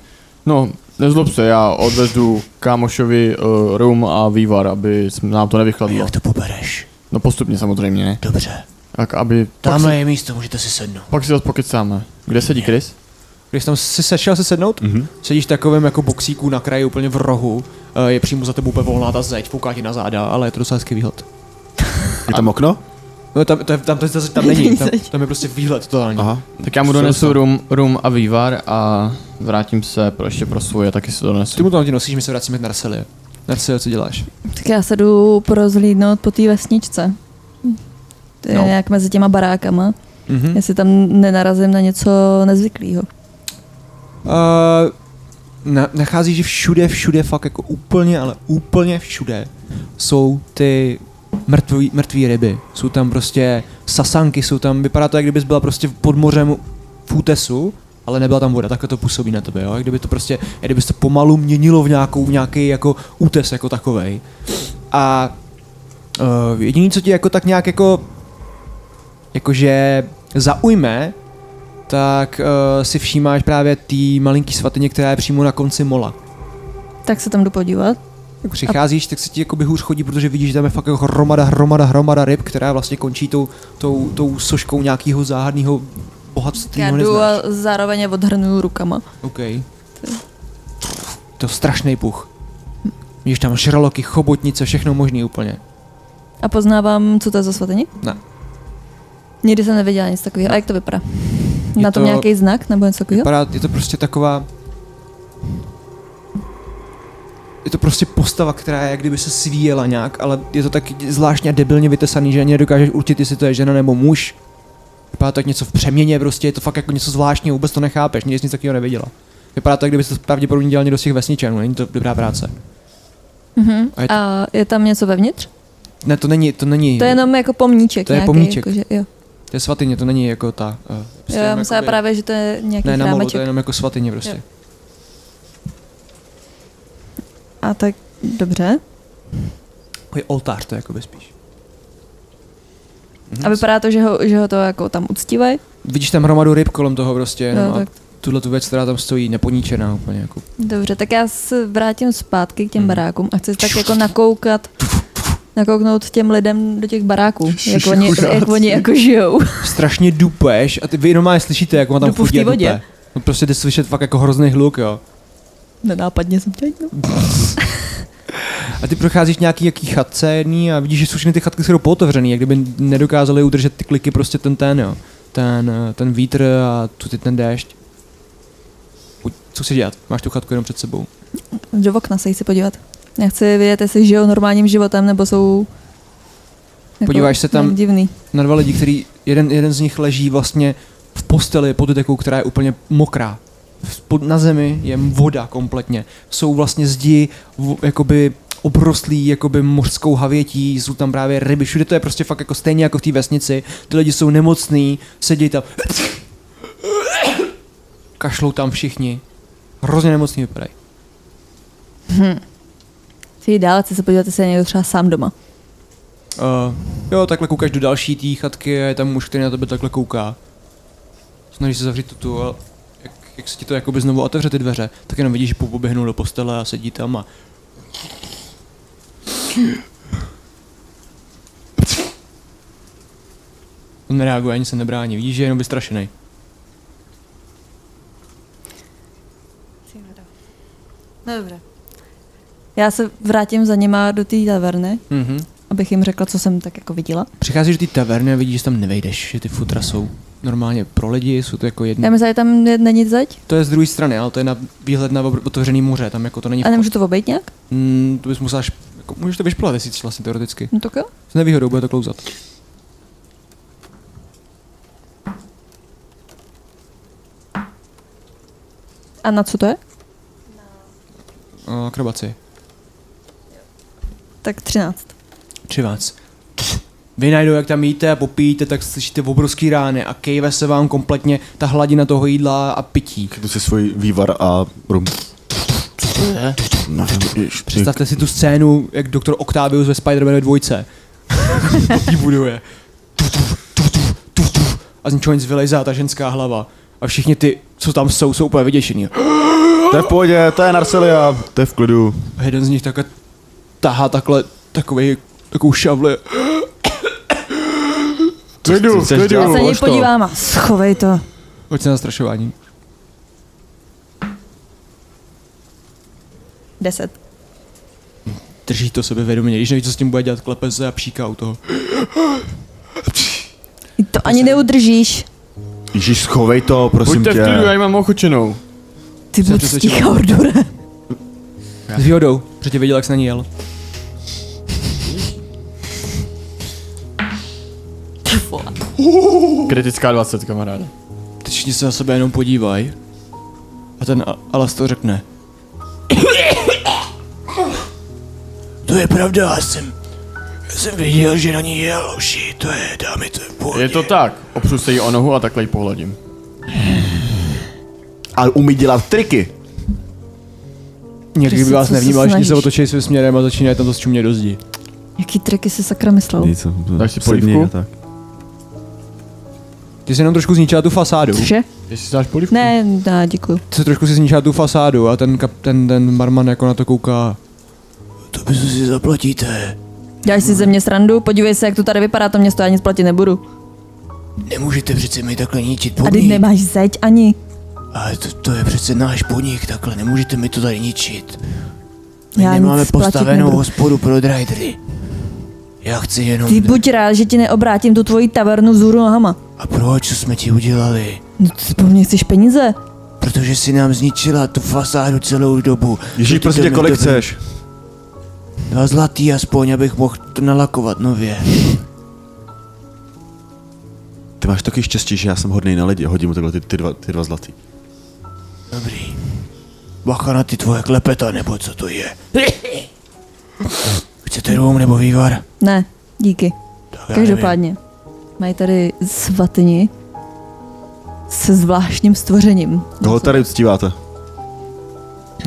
Speaker 2: No, nezlob se, já odvezu kámošovi uh, rum a vývar, aby jsme- nám to
Speaker 5: A
Speaker 2: nevychladlo.
Speaker 5: jak to pobereš?
Speaker 2: No postupně samozřejmě, ne?
Speaker 5: Dobře.
Speaker 2: Tak aby... Pak
Speaker 5: Tamhle
Speaker 2: si,
Speaker 5: je místo, můžete si sednout.
Speaker 2: pak si zase pokecáme. Kde sedí Chris?
Speaker 1: Když tam si sešel se sednout, mm-hmm. sedíš v takovém jako boxíku na kraji úplně v rohu, eh, je přímo za tebou úplně volná ta zeď, fouká ti na záda, ale je to docela hezký výhled.
Speaker 4: Je tam okno?
Speaker 1: No tam, tam, tam, tam, tam, tam není, tam, tam je prostě výhled totální.
Speaker 4: Aha.
Speaker 2: Tak já mu donesu rum, rum a vývar a vrátím se pro, ještě pro svoje, taky si to
Speaker 1: Ty
Speaker 2: donesu.
Speaker 1: mu to na tě nosíš, my se vracíme k Narselie. Narselie, co děláš?
Speaker 3: Tak já se jdu porozhlídnout po té vesničce. To je
Speaker 1: No.
Speaker 3: no. nějak mezi těma barákama.
Speaker 1: Mhm.
Speaker 3: Jestli tam nenarazím na něco nezvyklého.
Speaker 1: Uh, na, nacházíš, že všude, všude, fakt jako úplně, ale úplně všude jsou ty mrtví, mrtví ryby. Jsou tam prostě sasanky, jsou tam, vypadá to, jak kdybys byla prostě pod mořem v útesu, ale nebyla tam voda, takhle to působí na tebe, jo? Jak kdyby to prostě, jak kdyby se to pomalu měnilo v nějakou, v nějaký jako útes jako takovej. A uh, jediný, co ti jako tak nějak jako, jakože zaujme, tak uh, si všímáš právě té malinký svatyně, která je přímo na konci mola.
Speaker 3: Tak se tam jdu podívat.
Speaker 1: Jak přicházíš, tak se ti jakoby hůř chodí, protože vidíš, že tam je fakt jako hromada, hromada, hromada ryb, která vlastně končí tou, tou, tou soškou nějakého záhadného bohatství.
Speaker 3: Já
Speaker 1: ho
Speaker 3: jdu
Speaker 1: no, neznáš.
Speaker 3: a zároveň je odhrnuju rukama.
Speaker 1: OK. To je strašný puch. Víš tam šraloky, chobotnice, všechno možný úplně.
Speaker 3: A poznávám, co to je za svatyni?
Speaker 1: Ne.
Speaker 3: Nikdy jsem neviděla nic takového. A jak to vypadá?
Speaker 1: Je
Speaker 3: Na tom
Speaker 1: to-
Speaker 3: nějaký znak nebo něco takového?
Speaker 1: Vypadá, je to prostě taková... Je to prostě postava, která je, jak kdyby se svíjela nějak, ale je to tak zvláštně debilně vytesaný, že ani nedokážeš určit, jestli to je žena nebo muž. Vypadá to jak něco v přeměně, prostě je to fakt jako něco zvláštního, vůbec to nechápeš, nikdy jsi nic takového neviděla. Vypadá to, jak kdyby se to pravděpodobně dělal někdo z těch vesničanů, není to dobrá práce.
Speaker 3: Mhm.
Speaker 1: A je to-
Speaker 3: A je tam něco vevnitř?
Speaker 1: Ne, to není, to není,
Speaker 3: To je jenom jako pomníček
Speaker 1: To je
Speaker 3: nějaký,
Speaker 1: pomníček.
Speaker 3: Jakože, jo.
Speaker 1: to je svatyně, to není jako ta... Uh,
Speaker 3: Jo, já myslela právě, že to je nějaký
Speaker 1: Ne, na molu, to
Speaker 3: chrámeček.
Speaker 1: je jenom jako svatyně prostě.
Speaker 3: Jo. A tak dobře.
Speaker 1: Je oltář to je jakoby spíš.
Speaker 3: A vypadá to, že ho, že ho to jako tam uctívají.
Speaker 1: Vidíš tam hromadu ryb kolem toho prostě, jenom
Speaker 3: No,
Speaker 1: a
Speaker 3: tak
Speaker 1: tuhle tu věc, která tam stojí, neponíčená úplně. Jako.
Speaker 3: dobře, tak já se vrátím zpátky k těm barákům a chci tak jako nakoukat, nakouknout těm lidem do těch baráků, jak oni, jak oni jako žijou.
Speaker 1: Strašně dupeš a ty vy jenom slyšíte, jak on tam
Speaker 3: Dupu v
Speaker 1: chodí a
Speaker 3: té vodě.
Speaker 1: dupe. No prostě jde slyšet fakt jako hrozný hluk, jo.
Speaker 3: Nenápadně jsem tě no.
Speaker 1: A ty procházíš nějaký jaký chatce jedný a vidíš, že jsou všechny ty chatky skoro pootevřený, jak kdyby nedokázali udržet ty kliky prostě ten ten, jo. Ten, eh, ten vítr a tu ty ten déšť. Pojď, Co si dělat? Máš tu chatku jenom před sebou.
Speaker 3: Do okna se jít si podívat. Já chci vědět, jestli žijou normálním životem, nebo jsou jako
Speaker 1: Podíváš se tam-
Speaker 3: nějak divný.
Speaker 1: Na dva lidi, který jeden, jeden z nich leží vlastně v posteli pod dekou, která je úplně mokrá. V- Pod, na zemi je voda kompletně. Jsou vlastně zdi v- jakoby obrostlí jakoby mořskou havětí, jsou tam právě ryby, všude to je prostě fakt jako stejně jako v té vesnici. Ty lidi jsou nemocní, sedí tam. Kašlou tam všichni. Hrozně nemocní vypadají.
Speaker 3: Chci jít dál, chci se podívat, jestli je někdo třeba sám doma.
Speaker 1: Uh, jo, takhle koukáš do další té chatky a je tam muž, který na tebe takhle kouká. Snaží se zavřít tu, ale jak jak se ti to jakoby znovu otevře ty dveře, tak jenom vidíš, že Pupu běhnul do postele a sedí tam a On nereaguje, ani se nebrání, vidíš, že je jenom vystrašený.
Speaker 3: No dobré. Já se vrátím za nima do té taverny,
Speaker 1: Mm-hmm.
Speaker 3: abych jim řekla, co jsem tak jako viděla.
Speaker 1: Přicházíš do té taverny a vidíš, že tam nevejdeš, že ty futra jsou normálně pro lidi, jsou to jako jedno.
Speaker 3: Já myslím, že tam je- není zeď?
Speaker 1: To je z druhé strany, ale to je na výhled na obr- otevřený moře, tam jako to není.
Speaker 3: A
Speaker 1: vchod.
Speaker 3: nemůžu to obejít nějak?
Speaker 1: Mm, to bys musel až, jako, můžeš to vyšplovat, jestli chceš vlastně teoreticky.
Speaker 3: No tak jo.
Speaker 1: S nevýhodou bude to klouzat.
Speaker 3: A na co to je?
Speaker 1: O, akrobaci.
Speaker 3: Tak 13.
Speaker 1: Či vás. Vy najdou, jak tam jíte a popíjíte, tak slyšíte obrovský rány a kejve se vám kompletně ta hladina toho jídla a pití.
Speaker 4: Chytnu si svůj vývar a rum. No,
Speaker 1: Představte si tu scénu, jak doktor Octavius ve Spider-Man *laughs* 2. Ji buduje. Tu, tu, tu, tu, tu, tu. A z ničeho nic vylejzá ta ženská hlava. A všichni ty, co tam jsou, jsou úplně vyděšený. *gasps*
Speaker 4: To je v pohodě, to je Narcelia, to je v klidu.
Speaker 1: A jeden z nich takhle tahá takhle takový, takovou šavli.
Speaker 4: Klidu,
Speaker 2: chceš
Speaker 4: klidu.
Speaker 3: Já se na něj
Speaker 4: lož to.
Speaker 3: podívám a schovej to.
Speaker 1: Hoď se na strašování.
Speaker 3: 10.
Speaker 1: Drží to sebevědomě, když neví, co s tím bude dělat, klepe se a pšíká u toho.
Speaker 3: To ani neudržíš.
Speaker 4: Ježíš, schovej to, prosím
Speaker 2: Buďte v
Speaker 4: tě.
Speaker 2: klidu, já ji mám ochučenou.
Speaker 3: Ty buď
Speaker 1: přesvědčila.
Speaker 3: sticha, Ordure.
Speaker 1: S výhodou, protože věděl, jak se na ní jel.
Speaker 2: Kritická 20, kamaráde.
Speaker 1: Teď všichni se na sebe jenom podívají. A ten A- Alastor řekne.
Speaker 5: To je pravda, já jsem... Já jsem věděl, že na ní je loši, to je, dámy, to je v pohodě.
Speaker 2: Je to tak, opřu se jí o nohu a takhle ji pohladím.
Speaker 4: A umí dělat triky.
Speaker 1: Někdy by
Speaker 3: Přesně,
Speaker 1: vás
Speaker 3: co se
Speaker 1: nevnímal, všichni se
Speaker 3: snažíš.
Speaker 1: otočí svým směrem a začínají tam to čumě do zdi.
Speaker 3: Jaký triky si sakra myslel?
Speaker 4: Nic,
Speaker 2: Dáš si polívku?
Speaker 4: Tak.
Speaker 1: Ty jsi jenom trošku zničila tu fasádu.
Speaker 3: Vše?
Speaker 2: Jestli si dáš polivku?
Speaker 3: Ne, ne, děkuju.
Speaker 1: Ty jsi trošku si zničila tu fasádu a ten, kap, ten, ten barman jako na to kouká.
Speaker 5: To by si zaplatíte.
Speaker 3: Děláš si ze mě srandu, podívej se, jak to tady vypadá, to město já nic platit nebudu.
Speaker 5: Nemůžete přece mi takhle ničit
Speaker 3: A ty
Speaker 5: podnik.
Speaker 3: nemáš zeď ani.
Speaker 5: Ale to, to je přece náš podnik, takhle nemůžete mi to tady ničit. My
Speaker 3: Já
Speaker 5: nemáme
Speaker 3: nic platit
Speaker 5: postavenou
Speaker 3: nebudu.
Speaker 5: hospodu pro drajdery. Já chci jenom...
Speaker 3: Ty buď rád, že ti neobrátím tu tvoji tavernu vzhůru nohama.
Speaker 5: A proč, co jsme ti udělali?
Speaker 3: No to si po mně chceš peníze.
Speaker 5: Protože si nám zničila tu fasádu celou dobu.
Speaker 4: Ježíš,
Speaker 5: Proto
Speaker 4: prosím tě,
Speaker 5: jdeme
Speaker 4: kolik
Speaker 5: do-
Speaker 4: chceš?
Speaker 5: Dva zlatý aspoň, abych mohl to nalakovat nově.
Speaker 4: Ty máš taky štěstí, že já jsem hodnej na lidi. Hodím mu takhle ty, ty, dva, ty dva zlatý.
Speaker 5: Dobrý. Bacha na ty tvoje klepeta, nebo co to je? Chcete rum nebo vývar?
Speaker 3: Ne, díky.
Speaker 5: Tak já
Speaker 3: Každopádně. Mají tady svatyni se zvláštním stvořením.
Speaker 4: Koho tady uctíváte?
Speaker 5: nevím.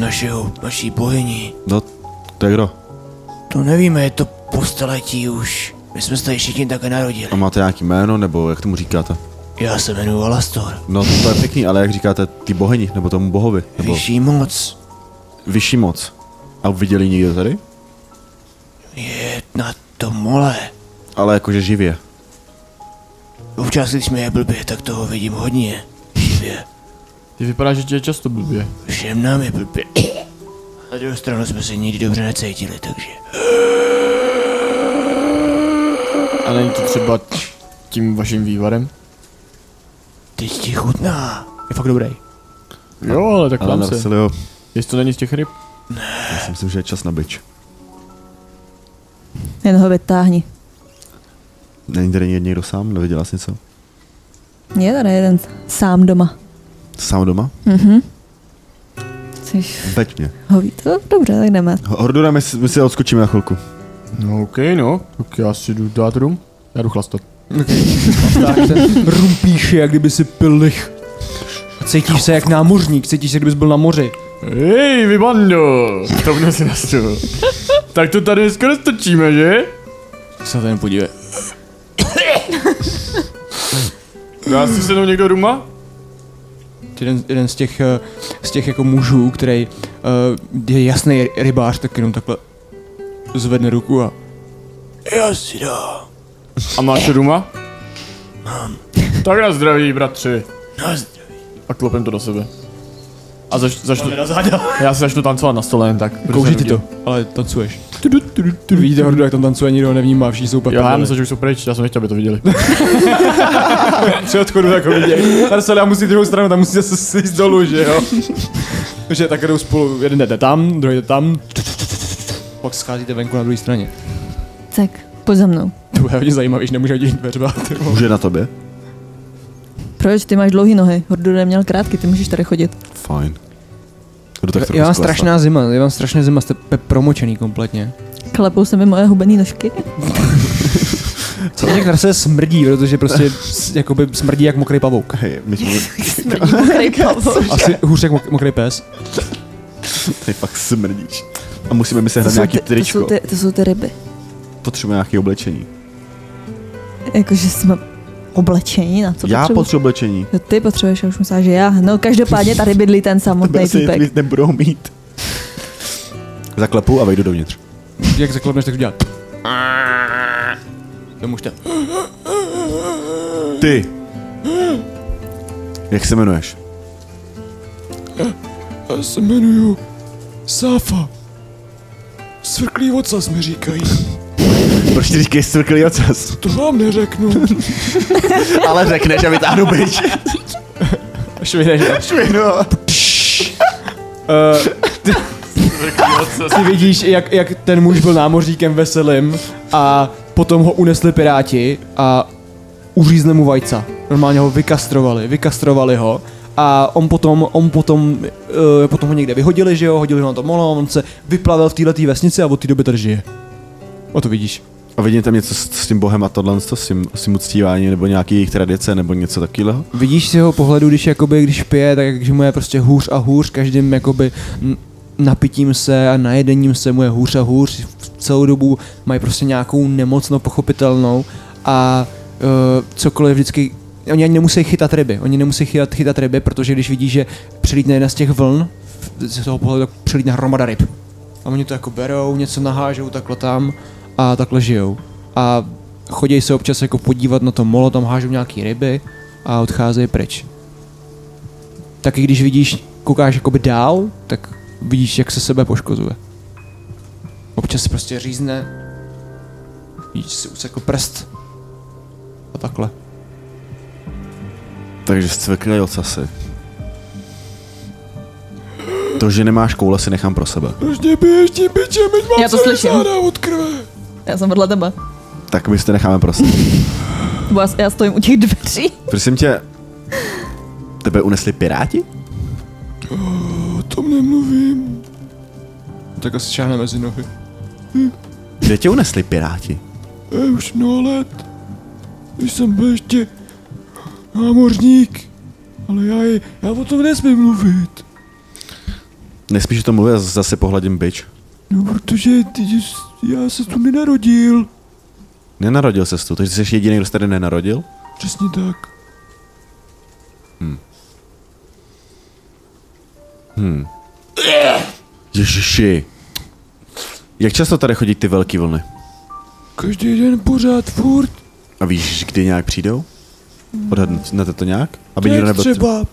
Speaker 5: Našeho, naší bohyni.
Speaker 4: No, to je kdo?
Speaker 5: To nevíme, je to po staletí už. My jsme se tady všichni také narodili.
Speaker 4: A máte nějaký jméno, nebo jak tomu říkáte?
Speaker 5: Já se jmenuji Alastor.
Speaker 4: No, to je pěkný, ale jak říkáte ty bohyni, nebo tomu bohovi, nebo
Speaker 5: Vyšší moc
Speaker 4: vyšší moc. A viděli někdo tady?
Speaker 5: je na tom mole.
Speaker 4: Ale jakože živě.
Speaker 5: Občas, když mi je blbě, tak toho vidím hodně. Živě.
Speaker 2: Ty vypadá, že tě je často blbě.
Speaker 5: Všem nám je blbě. *coughs* Na druhou stranu jsme se nikdy dobře necítili, takže...
Speaker 2: A není to třeba tím vaším vývarem?
Speaker 5: Teď ti chutná.
Speaker 1: Je fakt dobrý.
Speaker 2: Jo, ale tak
Speaker 4: Ale
Speaker 2: nám se.
Speaker 4: Narcelio,
Speaker 2: Jestli to není z těch ryb?
Speaker 4: já si myslím, že je čas na byč.
Speaker 3: Jen ho vytáhni.
Speaker 4: Není tady někdo sám? Neviděla jsi něco?
Speaker 3: Je tady jeden sám doma.
Speaker 4: Sám doma?
Speaker 3: Mhm. Chceš
Speaker 4: Veď mě.
Speaker 3: ho víc? No, Dobře, tak jdeme.
Speaker 4: Hordura, my, si- my si odskočíme na chvilku.
Speaker 2: No okej, no. Tak já si jdu dát rum. Já jdu chlastat.
Speaker 1: tak ten rum píše, jak kdyby si pil lich. A cítíš se jak námořník, cítíš se, kdybys byl na moři.
Speaker 2: Hej, vy bando! To mnou si nastu. tak to tady dneska nestočíme, že?
Speaker 1: Se na to jen podívej.
Speaker 2: Dá si se mnou někdo ruma?
Speaker 1: jeden, jeden z těch, eh, z těch jako mužů, který eh, je jasný rybář, tak jenom takhle zvedne ruku a
Speaker 5: Já si dám.
Speaker 2: A máš ruma? Mám. Tak na zdraví, bratři.
Speaker 5: Na zdraví.
Speaker 2: A klopím to do sebe. A zač, začnu,
Speaker 5: Na záda.
Speaker 1: *laughs*
Speaker 2: já se začnu tancovat na stole jen tak. protože
Speaker 1: kouří ti
Speaker 2: jsem
Speaker 1: to,
Speaker 2: viděl.
Speaker 1: ale tancuješ. Tudu, tudu, tudu. Vidíte hordu, jak tam tancuje, nikdo ho nevnímá, všichni jsou
Speaker 2: Jo, já
Speaker 1: papíry.
Speaker 2: myslím, že už jsou pryč, já jsem nechtěl, aby
Speaker 1: *laughs*
Speaker 2: to viděli.
Speaker 1: při odchodu jako vidějí. Marcela musí druhou stranu, tam musí zase slíst dolů, že jo? Takže tak jdou spolu, jeden jde tam, druhý jde tam. Pak scházíte venku na druhé straně.
Speaker 3: Tak, pojď za mnou.
Speaker 1: To je hodně zajímavý, že nemůže hodit dveřma. ty vole.
Speaker 4: Už je na tobě?
Speaker 3: Proč ty máš dlouhý nohy? Hordure měl krátky, ty můžeš tady chodit.
Speaker 4: Fajn. Jdu tak trochu
Speaker 1: Já mám
Speaker 4: zklesat.
Speaker 1: strašná zima, já mám strašná zima, jste pe- promočený kompletně.
Speaker 3: Klepou se mi moje hubený nožky.
Speaker 1: Co? Jak se smrdí, protože prostě s- jakoby smrdí jak mokrý pavouk.
Speaker 4: Hej, my jsme...
Speaker 3: *laughs* Smrdí mokrý pavouk.
Speaker 1: Asi hůř jak mok- mokrý pes.
Speaker 4: Ty fakt smrdíš. A musíme mi
Speaker 3: To
Speaker 4: sehnat
Speaker 3: jsou
Speaker 4: nějaký
Speaker 3: ty- to
Speaker 4: tričko.
Speaker 3: jsou ty- To jsou ty ryby.
Speaker 4: Potřebujeme nějaké oblečení.
Speaker 3: Jakože jsme oblečení na co
Speaker 4: Já
Speaker 3: potřebuji.
Speaker 4: potřebuji oblečení.
Speaker 3: Jo, Ty potřebuješ, já už myslím, že já. No,
Speaker 4: *laughs*
Speaker 3: každopádně tady bydlí ten samotný
Speaker 4: asi
Speaker 3: týpek.
Speaker 4: víc nebudou mít. Zaklepu a vejdu dovnitř.
Speaker 1: Jak zaklepneš, tak udělat. To můžete.
Speaker 4: Ty! Jak se jmenuješ?
Speaker 1: Já se jmenuju Safa. Svrklý ocas mi říkají.
Speaker 4: Proč ty říkáš svrklý ocas?
Speaker 1: To vám neřeknu.
Speaker 4: Ale řekneš a vytáhnu byč.
Speaker 1: Švihneš.
Speaker 4: Švihnu.
Speaker 1: Uh, ty, Eh, ty vidíš, jak, jak ten muž byl námořníkem veselým a potom ho unesli piráti a uřízli mu vajca. Normálně ho vykastrovali, vykastrovali ho a on potom, on potom, uh, potom ho někde vyhodili, že jo, hodili ho na to molo, on se vyplavil v této vesnici a od té doby tady žije. O to vidíš.
Speaker 4: A vidíte tam něco s, s tím bohem a tohle, s tím, s tím uctívání, nebo nějaký jejich tradice, nebo něco takového?
Speaker 1: Vidíš z jeho pohledu, když jakoby, když pije, tak když mu je prostě hůř a hůř, každým jakoby n- napitím se a najedením se mu je hůř a hůř, v- celou dobu mají prostě nějakou nemoc, no pochopitelnou a uh, cokoliv vždycky, oni ani nemusí chytat ryby, oni nemusí chytat, chytat ryby, protože když vidí, že přilítne jedna z těch vln, v- z toho pohledu tak přilítne hromada ryb. A oni to jako berou, něco nahážou takhle tam a takhle žijou. A chodí se občas jako podívat na to molo, tam hážou nějaký ryby a odcházejí pryč. Taky když vidíš, koukáš jakoby dál, tak vidíš, jak se sebe poškozuje. Občas se prostě řízne, vidíš si usekl prst a takhle.
Speaker 4: Takže svrklý ocasy. To, že nemáš koule, si nechám pro sebe.
Speaker 3: Já to slyším. Já jsem vedle tebe.
Speaker 4: Tak my si to necháme pro sebe.
Speaker 3: Bo já, já stojím u těch dveří.
Speaker 4: Prosím tě, tebe unesli piráti?
Speaker 1: Tak asi šáhne mezi nohy.
Speaker 4: Kde tě unesli piráti?
Speaker 1: Už mnoho let, když jsem byl ještě námořník, ale já, je, já o tom nesmím mluvit,
Speaker 4: Nespíš o tom mluvit, já zase pohladím bič.
Speaker 1: no protože ty, já se tu nenarodil.
Speaker 4: Nenarodil ses tu, takže jsi jediný, kdo se tady nenarodil?
Speaker 1: Přesně tak.
Speaker 4: Ježiši. Jak často tady chodí ty velké vlny?
Speaker 1: Každý den pořád furt,
Speaker 4: A víš, kdy nějak přijdou? Odhadnete to nějak? Aby
Speaker 1: to
Speaker 4: nikdo
Speaker 1: je
Speaker 4: nebyl...
Speaker 1: třeba.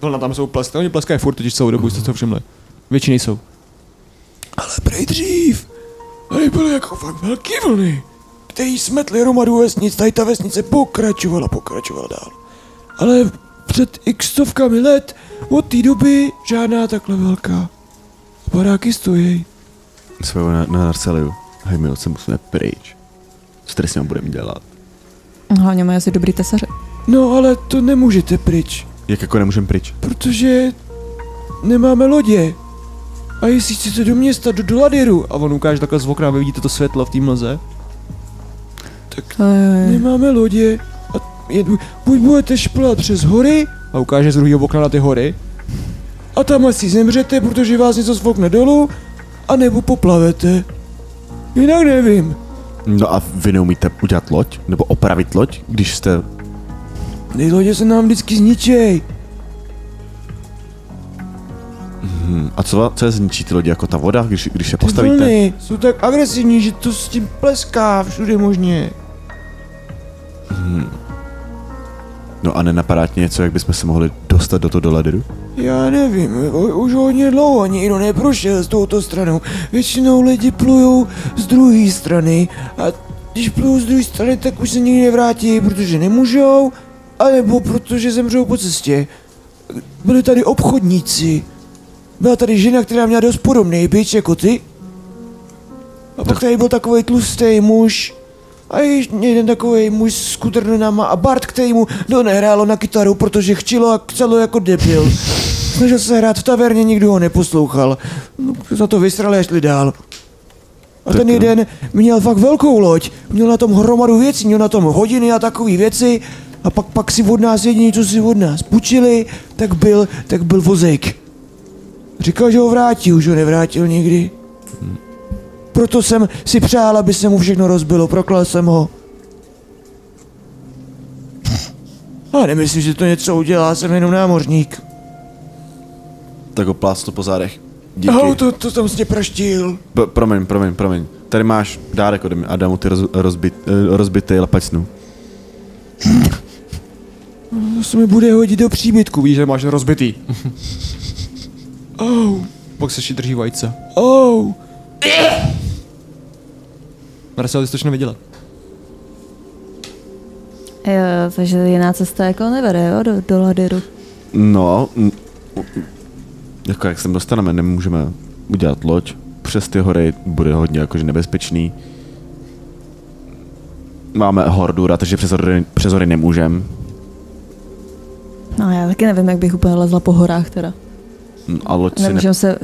Speaker 1: Vlna tam jsou plesky, oni pleskají furt totiž celou dobu, jste to všimli. Většiny jsou. Ale prej dřív, tady byly jako fakt velký vlny, který smetli hromadu vesnic, tady ta vesnice pokračovala, pokračovala dál. Ale před x stovkami let, od té doby žádná takhle velká. Baráky stojí.
Speaker 4: Svého na, na Narceliu. Hej, my se musíme pryč. Co tady s ním budeme dělat?
Speaker 3: Hlavně mají asi dobrý tesaře.
Speaker 1: No ale to nemůžete pryč.
Speaker 4: Jak jako nemůžeme pryč?
Speaker 1: Protože nemáme lodě. A jestli chcete do města, do Doladyru, a on ukáže takhle z okna, vy vidíte to světlo v té mlze, nemáme lodě. A jedu, buď budete šplat přes hory, a ukáže z druhého okna na ty hory, a tam asi zemřete, protože vás něco zvokne dolů, anebo poplavete. Jinak nevím.
Speaker 4: No a vy neumíte udělat loď? Nebo opravit loď, když jste
Speaker 1: Ty lodě se nám vždycky zničej.
Speaker 4: Hm, A co, va- co je zničí ty lodi, jako ta voda, když, když je
Speaker 1: Ty
Speaker 4: postavíte?
Speaker 1: vlny jsou tak agresivní, že to s tím pleská všude možně.
Speaker 4: No a nenapadá ti něco, jak bychom se mohli dostat do toho do lediru?
Speaker 1: Já nevím, u- už hodně dlouho nikdo neprošel s touto stranou. Většinou lidi plujou z druhé strany a když plujou z druhé strany, tak už se nikdy nevrátí, protože nemůžou, anebo protože zemřou po cestě. Byli tady obchodníci. Byla tady žena, která měla dost podobný byč jako ty. A pak tady byl takový tlustý muž. A ještě jeden takový muž s kuternama a Bart, který mu no nehrálo na kytaru, protože chčilo a kcelo jako debil. Snažil se hrát v taverně, nikdo ho neposlouchal. No, za to vysrali a šli dál. A
Speaker 4: Tak
Speaker 1: ten
Speaker 4: jo.
Speaker 1: jeden měl fakt velkou loď, měl na tom hromadu věcí, měl na tom hodiny a takové věci. A pak, pak si od nás jediný, co si od nás půjčili, tak byl, tak byl vozejk. Říkal, že ho vrátí, už ho nevrátil nikdy. Proto jsem si přál, aby se mu všechno rozbilo, proklal jsem ho. A nemyslím, že to něco udělá, jsem jenom námořník.
Speaker 4: Tak ho plácnu po zádech. Díky.
Speaker 1: Au, to, to jsem tě praštil.
Speaker 4: P- promiň, promiň, promiň. Tady máš dárek ode mě a dám mu ty roz- rozbit, eh, rozbitý lapač snů.
Speaker 1: To se mi bude hodit do příbytku, víš, že máš rozbitý. Au. Pak se ještě drží vajce. Au. Marcel, ty jsi to ještě neviděla.
Speaker 3: Jo, takže jiná cesta jako nevede, jo, do, do ladiru.
Speaker 4: No, n- jako jak sem dostaneme, nemůžeme udělat loď. Přes ty hory bude hodně jakože nebezpečný. Máme hordura, takže přes hory, přes hory nemůžem.
Speaker 3: No já taky nevím, jak bych úplně lezla po horách teda.
Speaker 4: N- A loď si ne...
Speaker 3: Nemůžeme se...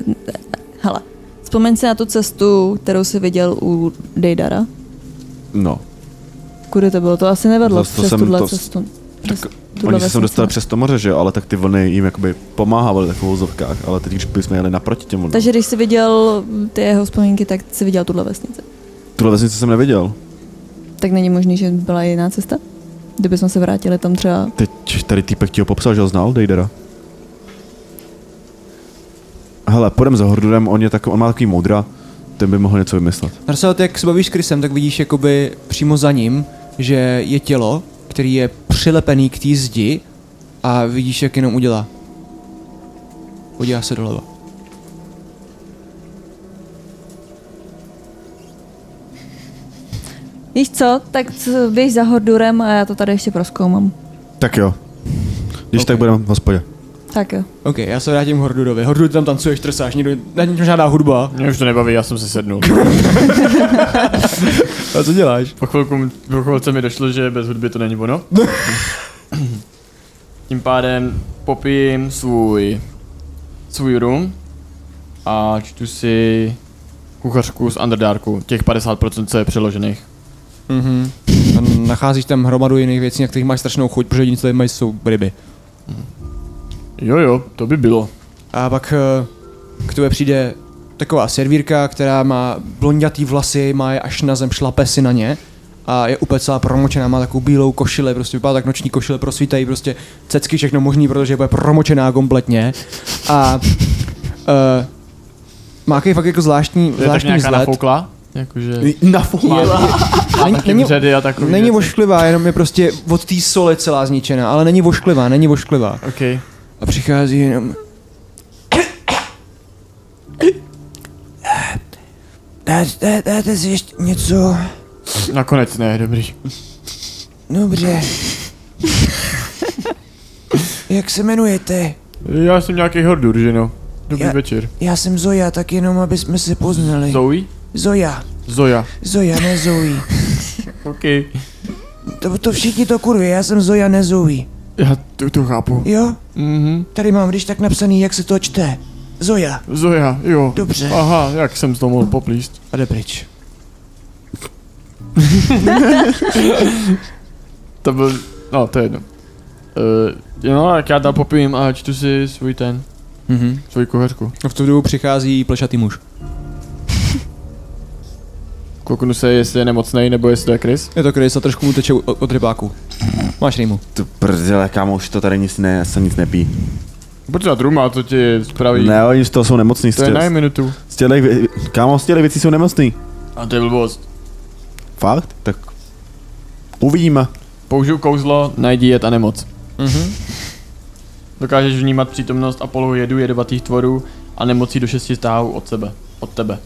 Speaker 3: Hele, vzpomeň si na tu cestu, kterou jsi viděl u Dejdara.
Speaker 4: No,
Speaker 3: Kudy to bylo? To asi nevedlo
Speaker 4: Zas to
Speaker 3: přes
Speaker 4: jsem
Speaker 3: tuhle
Speaker 4: to-
Speaker 3: cestu. Přes
Speaker 4: tak
Speaker 3: tuhle
Speaker 4: oni se sem
Speaker 3: vesnici.
Speaker 4: dostali přes to moře, že jo, ale tak ty vlny jim jakoby pomáhaly tak v úzovkách, ale teď, když bychom jeli naproti těm vlnům.
Speaker 3: Takže když jsi viděl ty jeho vzpomínky, tak jsi viděl tuhle vesnici.
Speaker 4: Tuhle vesnici jsem neviděl.
Speaker 3: Tak není možný, že byla jiná cesta? Kdybychom se vrátili tam třeba...
Speaker 4: Teď tady týpek ti ho popsal, že ho znal, Dejdera. Hele, půjdem za Hordurem, on, je tak, on má takový moudra, ten by mohl něco vymyslet.
Speaker 1: Marcel, ty jak se bavíš s Chrisem, tak vidíš jakoby přímo za ním, že je tělo, který je přilepený k té zdi a vidíš, jak jenom udělá. Podívá se doleva.
Speaker 3: Víš co, tak c- běž za Hordurem a já to tady ještě proskoumám.
Speaker 4: Tak jo. Když
Speaker 1: Ok.
Speaker 4: okay. tak budeme v hospodě.
Speaker 3: Tak jo.
Speaker 1: OK, já se vrátím k Hordudovi. Hordud tam tancuješ, trsáš, někdo, na něm žádá hudba.
Speaker 2: Mě už to nebaví, já jsem se sednul.
Speaker 1: A co děláš?
Speaker 2: Po, chvilku, po chvilce mi došlo, že bez hudby to není ono. Tím pádem popijím svůj, svůj rum a čtu si kuchařku z Underdarku, těch 50% co je přeložených.
Speaker 1: Mhm. A nacházíš tam hromadu jiných věcí, na kterých máš strašnou chuť, protože jediné, co tady mají, jsou ryby.
Speaker 2: Jo jo, to by bylo.
Speaker 1: A pak eh, k tobě přijde taková servírka, která má blondětý vlasy, má je až na zem, šlape si na ně a je úplně celá promočená, má takovou bílou košile, prostě vypadá tak noční košile, prosvítají prostě cecky všechno možný, protože je úplně promočená kompletně a uh, má jaký fakt jako zvláštní,
Speaker 2: Je tak
Speaker 1: zvláštní
Speaker 2: nějaká
Speaker 1: vzhled.
Speaker 2: nafoukla? Jakože...
Speaker 1: Nafoukla.
Speaker 2: Má taky
Speaker 1: není-
Speaker 2: vředy a takový.
Speaker 1: Není
Speaker 2: věci.
Speaker 1: vošklivá, jenom je prostě od té soli celá zničená, ale není vošklivá, není vošklivá.
Speaker 2: OK.
Speaker 1: A přichází jenom... Dáte, dá, dáte si ještě něco?
Speaker 2: Nakonec ne, dobrý.
Speaker 1: Dobře. Jak se jmenujete?
Speaker 2: Já jsem nějaký hordur, že no. Dobrý
Speaker 1: Já-
Speaker 2: večer.
Speaker 1: Já jsem Zoja, tak jenom aby jsme se poznali.
Speaker 2: Zoe?
Speaker 1: Zoja.
Speaker 2: Zoja.
Speaker 1: Zoja, ne Zoe.
Speaker 2: OK.
Speaker 1: To, to všichni to kurvě, já jsem Zoja, ne Zoe.
Speaker 2: Já to, to chápu.
Speaker 1: Jo?
Speaker 2: Mhm.
Speaker 1: Tady mám když tak napsaný, jak se to čte. Zoja.
Speaker 2: Zoja, jo.
Speaker 1: Dobře.
Speaker 2: Aha, jak jsem to mohl poplíst.
Speaker 1: A jde pryč.
Speaker 2: To byl, no to je jedno. Uh, no, tak já dál popijím a čtu si svůj ten,
Speaker 1: Mhm.
Speaker 2: svůj kuchařku.
Speaker 1: A v tu dobu přichází plešatý muž.
Speaker 2: Kouknu se, jestli je nemocnej, nebo jestli to je Chris.
Speaker 1: Je to Chris a trošku mu teče u- od rybáku. Máš rýmu.
Speaker 4: Ty prdele, kámo, už to tady nic ne, já se nic nepí.
Speaker 2: Proč ta truma, to ti spraví?
Speaker 4: Ne, oni z toho jsou nemocní. Z
Speaker 2: To je
Speaker 4: tě-
Speaker 2: na minutu.
Speaker 4: z tělej, vě- kámo, z tělej věcí jsou nemocný.
Speaker 2: A to je blbost.
Speaker 4: Fakt? Tak uvidíme.
Speaker 2: Použiju kouzlo, najdi jed a nemoc.
Speaker 1: Mhm.
Speaker 2: Dokážeš vnímat přítomnost a polohu jedu, jedovatých tvorů a nemocí do šesti tahů od sebe. Od tebe.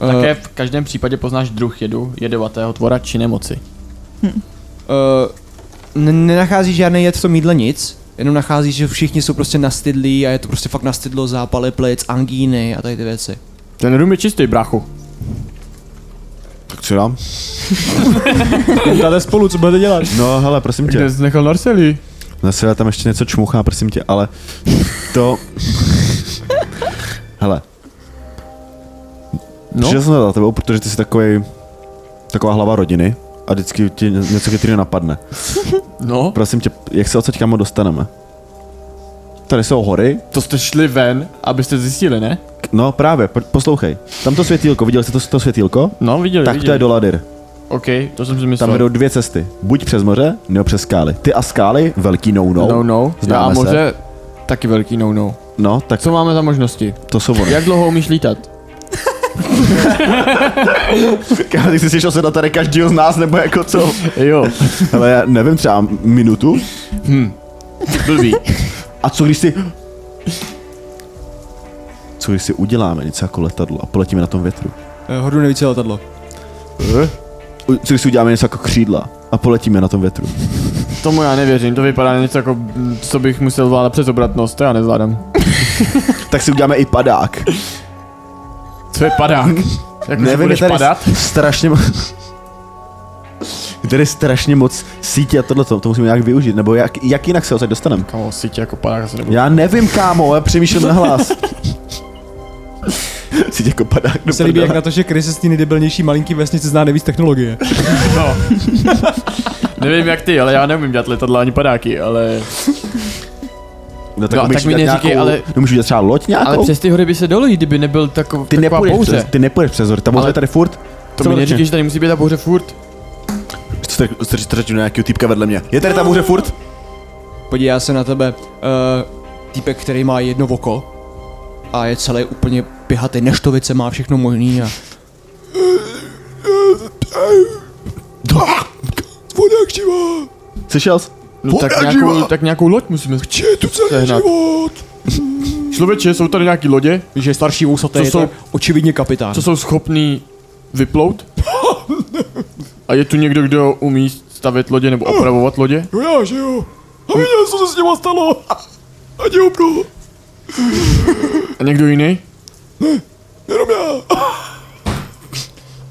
Speaker 1: Eh.
Speaker 2: Také v každém případě poznáš druh jedu, jedovatého tvora či nemoci.
Speaker 1: Uh, nenacházíš žádný jed v tom jídle nic, jenom nacházíš, že všichni jsou prostě nastydlí a je to prostě fakt nastydlo zápaly plic, angíny a tady ty věci.
Speaker 2: Ten rum je čistý, brachu.
Speaker 4: Tak co *laughs* dám?
Speaker 1: Jdete spolu, co budete dělat?
Speaker 4: No hele, prosím tě.
Speaker 2: Kde jsi nechal Narceli?
Speaker 4: Nasila tam ještě něco čmuchá, prosím tě, ale to... Hele, no?
Speaker 2: No,
Speaker 4: přišel jsem za tebou, protože ty jsi takový, taková hlava rodiny a vždycky ti ně- něco chytrého napadne.
Speaker 2: no,
Speaker 4: Prosím tě, jak se odsaď kamo dostaneme? Tady jsou hory,
Speaker 2: to jste šli ven, abyste zjistili, ne?
Speaker 4: no právě, pr- poslouchej, tam to světýlko, viděl jsi to, to světýlko?
Speaker 2: No, viděli,
Speaker 4: Tak
Speaker 2: viděli.
Speaker 4: to je do Ladyr.
Speaker 2: OK, to jsem si
Speaker 4: Tam
Speaker 2: myslel.
Speaker 4: vedou dvě cesty. Buď přes moře, nebo přes skály. Ty a skály, velký no-no.
Speaker 2: No, no. Já
Speaker 4: Známe
Speaker 2: a
Speaker 4: se.
Speaker 2: moře, taky velký no, no.
Speaker 4: No, tak
Speaker 2: Co máme za možnosti?
Speaker 4: to jsou oni.
Speaker 2: Jak dlouho umíš lítat?
Speaker 4: *laughs* Kámo, ty jsi slyšel se na tady každýho z nás, nebo jako co?
Speaker 2: Jo,
Speaker 4: *laughs* Ale já nevím, třeba minutu?
Speaker 2: Hm. blbý.
Speaker 4: A co když si... Co když si uděláme něco jako letadlo a poletíme na tom větru?
Speaker 1: Eh, Hodu nejvíce letadlo.
Speaker 2: Eh?
Speaker 4: U- Co když si uděláme něco jako křídla a poletíme na tom větru?
Speaker 2: Tomu já nevěřím, to vypadá něco jako, mm, co bych musel zvládat přes obratnost, to já nezvládám.
Speaker 4: Tak si uděláme i padák.
Speaker 2: Co je padák? Jak už budeš
Speaker 4: je tady
Speaker 2: padat?
Speaker 4: s- strašně moc... Je tady strašně moc sítě a tohleto, to musíme nějak využít, nebo jak, jak jinak se ho dostaneme?
Speaker 2: Kamo, sítě jako padák asi nebudu.
Speaker 4: Já nevím, kámo, já přemýšlím na hlas. *laughs* Sítě jako padák do
Speaker 1: Mně se líbí,
Speaker 4: prdele.
Speaker 1: jak na to, že Chris je z té nejdebilnější malinký vesnice zná nejvíc technologie.
Speaker 2: No. Nevím jak ty, ale já neumím dělat letadla ani padáky, ale...
Speaker 4: No
Speaker 2: No
Speaker 4: tak, no,
Speaker 2: a
Speaker 4: umíš
Speaker 2: tak mi
Speaker 4: udělat
Speaker 2: neříkej,
Speaker 4: nějakou,
Speaker 2: ale-
Speaker 4: No, můžu udělat třeba loď nějakou?
Speaker 2: Ale přes ty hory by se dalo jít, kdyby nebyl tako,
Speaker 4: ty
Speaker 2: taková
Speaker 4: nepůjdeš, přes,
Speaker 2: bouře.
Speaker 4: ty nepůjdeš přes hory, ta bouře
Speaker 2: Ale-
Speaker 4: je tady furt.
Speaker 2: To mi neříkej, že tady musí být ta bouře furt.
Speaker 4: Strčím na nějakého týpka vedle mě. Je tady ta bouře furt?
Speaker 1: Podívá se na tebe uh, týpek, který má jedno oko a je celý úplně pihatý, neštovice má všechno možný a...
Speaker 6: Voda živá,
Speaker 4: Slyšel jsi?
Speaker 2: No tak
Speaker 6: Voda
Speaker 2: nějakou,
Speaker 6: živá.
Speaker 2: tak nějakou loď musíme
Speaker 6: kde je tu celý
Speaker 2: sehnat.
Speaker 6: život?
Speaker 2: Člověče, jsou tady nějaký lodě,
Speaker 1: Že je starší
Speaker 2: Co
Speaker 1: vousatý, je to
Speaker 2: jsou-
Speaker 1: očividně kapitán.
Speaker 2: co jsou schopný vyplout? A je tu někdo, kdo umí stavět lodě nebo opravovat lodě?
Speaker 6: No já, že jo. A viděl, co se s nima stalo. Ani obno,
Speaker 2: A někdo jiný?
Speaker 6: jenom já.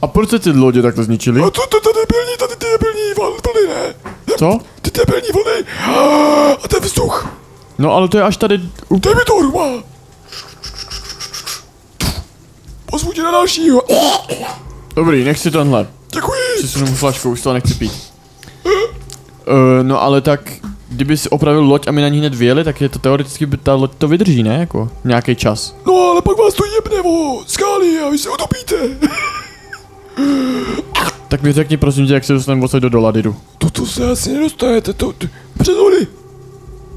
Speaker 2: A proč se ty lodě takto zničili?
Speaker 6: A to, to, to debilní, tady ty debilní val- vlny, ne?
Speaker 2: Co?
Speaker 6: Ty debilní vlny. A ten vzduch,
Speaker 2: No ale to je až tady... u-
Speaker 6: to je mi to hrubá. Pozvu tě na dalšího.
Speaker 2: Dobrý, nech si tenhle.
Speaker 6: Děkuji.
Speaker 2: Přesunu mu flašku, už to nechci pít. Uh, no ale tak, kdyby si opravil loď a my na ní hned vyjeli, tak je to teoreticky, by ta loď to vydrží, ne? Jako nějaký čas.
Speaker 6: No ale pak vás to jebne o skály a vy se utopíte.
Speaker 2: Tak mi řekni prosím tě, jak se dostaneme odsaď do Doladidu.
Speaker 6: To, to se asi nedostanete, to... to přes hory.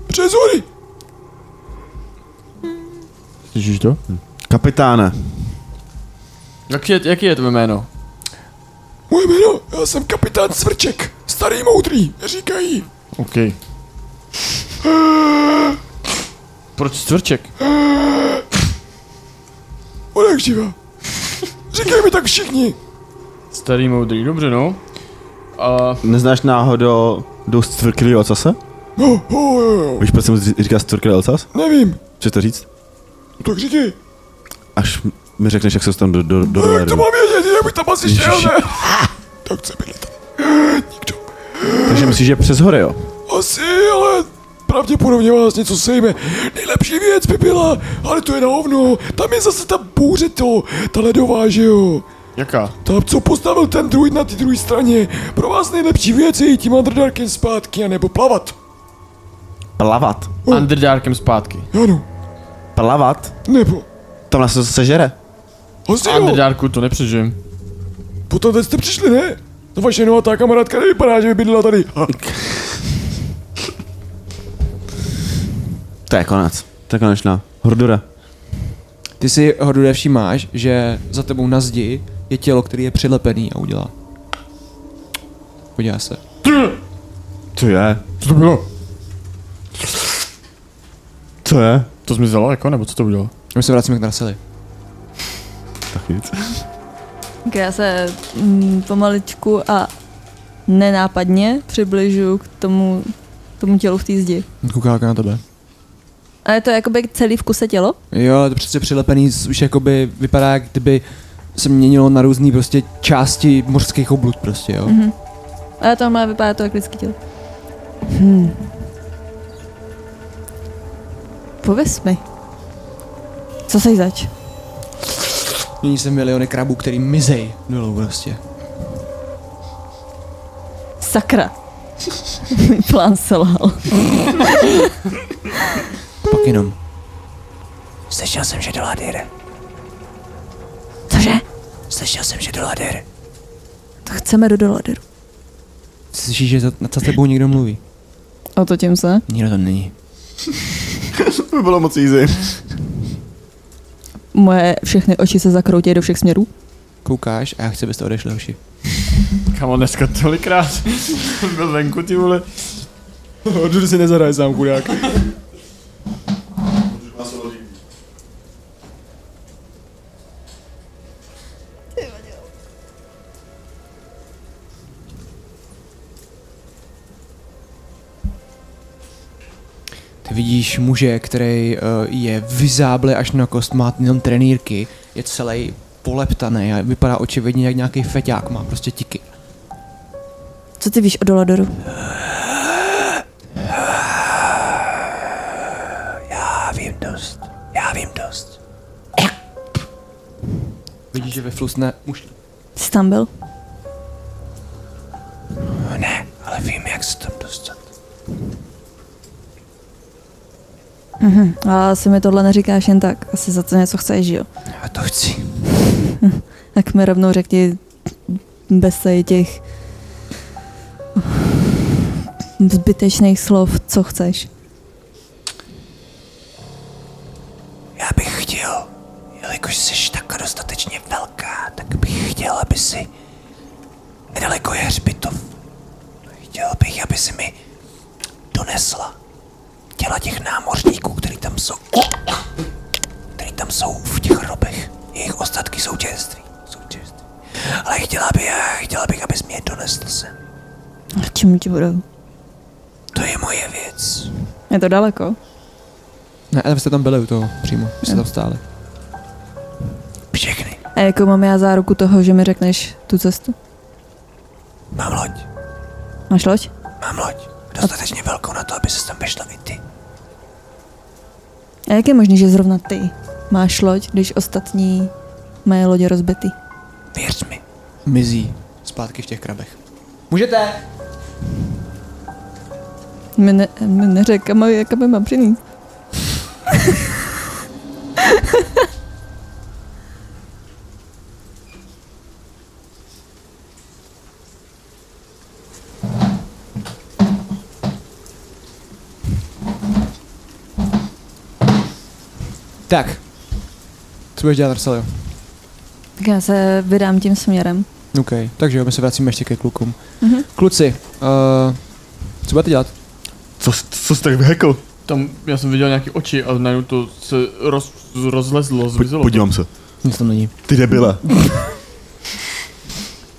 Speaker 6: Přes hory.
Speaker 2: Slyšíš to?
Speaker 4: Kapitáne,
Speaker 2: Jak je, jaký je tvé jméno?
Speaker 6: Moje jméno, já jsem kapitán Svrček, starý moudrý, říkají.
Speaker 2: OK. *gasps* Proč stvrček?
Speaker 6: Ona jak živá. Říkají mi tak všichni.
Speaker 2: Starý moudrý, dobře no. A
Speaker 4: neznáš náhodou jdou z Cvrkily Ocase?
Speaker 6: No, ho, jo, jo,
Speaker 4: Víš, proč jsem říkal z Cvrkily Ocas?
Speaker 6: nevím,
Speaker 4: Chceš to říct?
Speaker 6: tak říkej.
Speaker 4: Až mi řekneš, jak se dostanu do, do, do,
Speaker 6: No,
Speaker 4: do,
Speaker 6: jak to mám vědět, jak by tam asi
Speaker 4: Ježiši.
Speaker 6: šel, ne? Tak chce být tam. Nikdo.
Speaker 4: Takže myslíš, že přes hory, jo?
Speaker 6: Asi, ale pravděpodobně vás něco sejme. Nejlepší věc by byla, ale to je na hovno. Tam je zase ta bouře to, ta ledová, že jo.
Speaker 2: jaká?
Speaker 6: Tam, co postavil ten druid na té druhé straně. Pro vás nejlepší věc je jít tím Underdarkem zpátky, anebo plavat.
Speaker 4: Plavat.
Speaker 2: Oh. Underdarkem zpátky.
Speaker 6: Ano,
Speaker 4: Plavat?
Speaker 6: nebo.
Speaker 4: Tam nás to sežere.
Speaker 6: Asi jo.
Speaker 2: Underdarku to nepřežijem.
Speaker 6: Potom teď jste přišli, ne? Ta vaše nová ta kamarádka nevypadá, že by bydlela tady. Ha.
Speaker 4: To je konec. To je konečná. Hordura.
Speaker 1: Ty si Hordude všímáš, že za tebou na zdi je tělo, který je přilepený a udělá. Podívá se.
Speaker 4: To je.
Speaker 6: Co to bylo?
Speaker 4: To je.
Speaker 2: To zmizelo jako, nebo co to udělalo?
Speaker 1: My se vracíme k Narseli.
Speaker 4: Tak nic.
Speaker 3: Tak já se mm, pomaličku a nenápadně přibližu k tomu, tomu tělu v té zdi.
Speaker 1: Kouká jako na tebe.
Speaker 3: A je to jakoby celý v kuse tělo?
Speaker 1: Jo, ale to přece přilepený z- už jakoby vypadá, jak kdyby se měnilo na různé prostě části mořských oblud prostě, jo.
Speaker 3: Mhm. Ale to má vypadá to jak lidský tělo. Hmm. Pověz mi. Co jsi zač?
Speaker 1: Mění se miliony krabů, který mizej dolů prostě.
Speaker 3: Sakra. *laughs* Můj plán selhal.
Speaker 1: Pak jenom.
Speaker 5: Slyšel jsem, že do Ladyr.
Speaker 3: Cože?
Speaker 5: Slyšel jsem, že do Ladyr.
Speaker 3: To chceme do doladeru.
Speaker 1: Slyšíš, že za, nad za tebou někdo mluví.
Speaker 3: O to tím se?
Speaker 5: Nikdo tam není.
Speaker 4: To by bylo moc easy.
Speaker 3: Moje všechny oči se zakroutí do všech směrů.
Speaker 1: Koukáš a já chci, abyste odešli hoši.
Speaker 2: Kamo, dneska tolikrát *laughs* byl venku, ty vole.
Speaker 6: Hodru si nezahraje sám, chudák.
Speaker 1: Ty vidíš muže, který eh, je vyzáble až na kost, má jenom trenýrky, je celý poleptaný a vypadá očividně jak nějaký feťák, má prostě tiky.
Speaker 3: Co ty víš o doladoru?
Speaker 5: Já vím dost. Já vím dost.
Speaker 1: Vidíš, že vyflusne muž.
Speaker 3: Jsi tam byl?
Speaker 5: No Ne, ale vím, jak se tam dostat.
Speaker 3: A asi mi tohle neříkáš jen tak. Asi za to něco chceš, že jo?
Speaker 5: A to chci.
Speaker 3: Tak mi rovnou řekni bez tady těch zbytečných slov, co chceš.
Speaker 5: Já bych chtěl, jelikož jsi tak dostatečně velká, tak bych chtěl, aby si nedaleko je hřbitov. Chtěl bych, aby si mi donesla těla těch námořníků, který tam jsou. Který tam jsou v těch hrobech. Jejich ostatky jsou tělství. Jsou tělství. Ale chtěla bych, chtěla bych, abys mi je donesl sem.
Speaker 3: A čemu ti budou?
Speaker 5: To je moje věc.
Speaker 3: Je to daleko?
Speaker 1: Ne, ale vy jste tam byli u toho přímo, vy jste tam stáli.
Speaker 5: Všechny.
Speaker 3: A jakou mám já záruku toho, že mi řekneš tu cestu?
Speaker 5: Mám loď.
Speaker 3: Máš loď?
Speaker 5: Mám loď. Dostatečně velkou na to, aby se tam vešla i ty.
Speaker 3: A jak je možné, že zrovna ty máš loď, když ostatní mají lodě rozbity?
Speaker 5: Věř mi.
Speaker 1: Mizí zpátky v těch krabech. Můžete!
Speaker 3: My, ne, my neřekám, jaká by mám přinést.
Speaker 1: Tak. Co budeš dělat, Arcelio?
Speaker 3: Tak já se vydám tím směrem.
Speaker 1: OK, takže jo, my se vracíme ještě ke klukům.
Speaker 3: Mhm.
Speaker 1: Kluci, uh, co budete dělat?
Speaker 4: Co, co jsi tak vyhekl?
Speaker 2: Tam, já jsem viděl nějaký oči a najednou to se roz, rozlezlo, zmizelo.
Speaker 4: Podívám se.
Speaker 1: Nic tam není.
Speaker 4: Ty debile.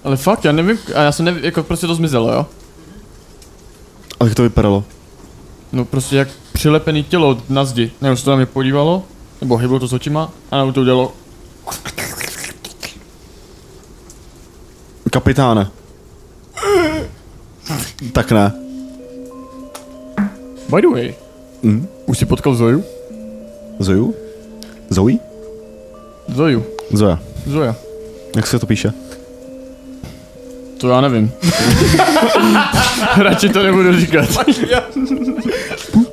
Speaker 2: Ale fakt, já nevím, a já jsem nevím, jako prostě to zmizelo, jo?
Speaker 4: A jak to vypadalo?
Speaker 2: No prostě jak přilepený tělo na zdi. Nebo se to na mě podívalo, nebo hyblo to s očima, a nebo to udělalo,
Speaker 4: Kapitáne. Tak ne.
Speaker 2: by the way.
Speaker 4: Mm.
Speaker 2: Už si potkal Zoju?
Speaker 4: Zoju? Zoe?
Speaker 2: Zoju,
Speaker 4: Zoja.
Speaker 2: Zoja.
Speaker 4: Jak se to píše?
Speaker 2: To já nevím. *laughs* Radši to nebudu říkat.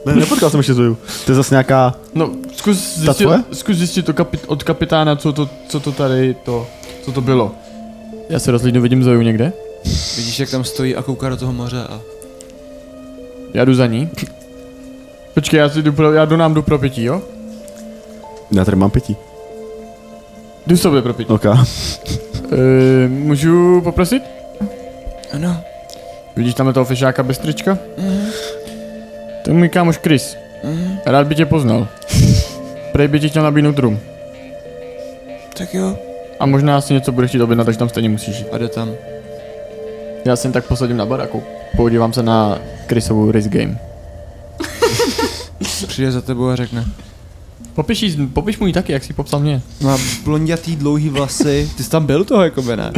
Speaker 4: Ne, nepotkal jsem ještě Zoju. To je zase nějaká...
Speaker 2: No, zkus
Speaker 4: Ta
Speaker 2: zjistit,
Speaker 4: tvoje?
Speaker 2: zkus zjistit to kapit, od kapitána, co to, co to tady to, co to bylo. Já se rozlídnu, vidím Zoju někde?
Speaker 1: Vidíš, jak tam stojí a kouká do toho moře a...
Speaker 2: Já jdu za ní. Počkej, já si jdu pro, já jdu nám jdu pro pití, jo?
Speaker 4: Já tady mám pití.
Speaker 2: Jdu s tobě pro pití.
Speaker 4: Ok.
Speaker 2: E, můžu poprosit?
Speaker 1: Ano. Mhm.
Speaker 2: Vidíš tam toho fešáka bez trička? To je můj kámoš Chris. Rád by tě poznal. Prej by ti chtěl nabídnout rum.
Speaker 1: Tak jo.
Speaker 2: A možná si něco budeš chtít objednat, takže tam stejně musíš jít.
Speaker 1: A jde tam.
Speaker 2: Já se jen tak posadím na baraku. Podívám se na Chrisovu race game.
Speaker 1: Přijde za tebou a řekne.
Speaker 2: Popiš, jí, popiš mu ji taky, jak jsi popsal mě.
Speaker 1: Má blondětý No dlouhý vlasy. *laughs* Ty jsi tam byl toho, jakoby, ne?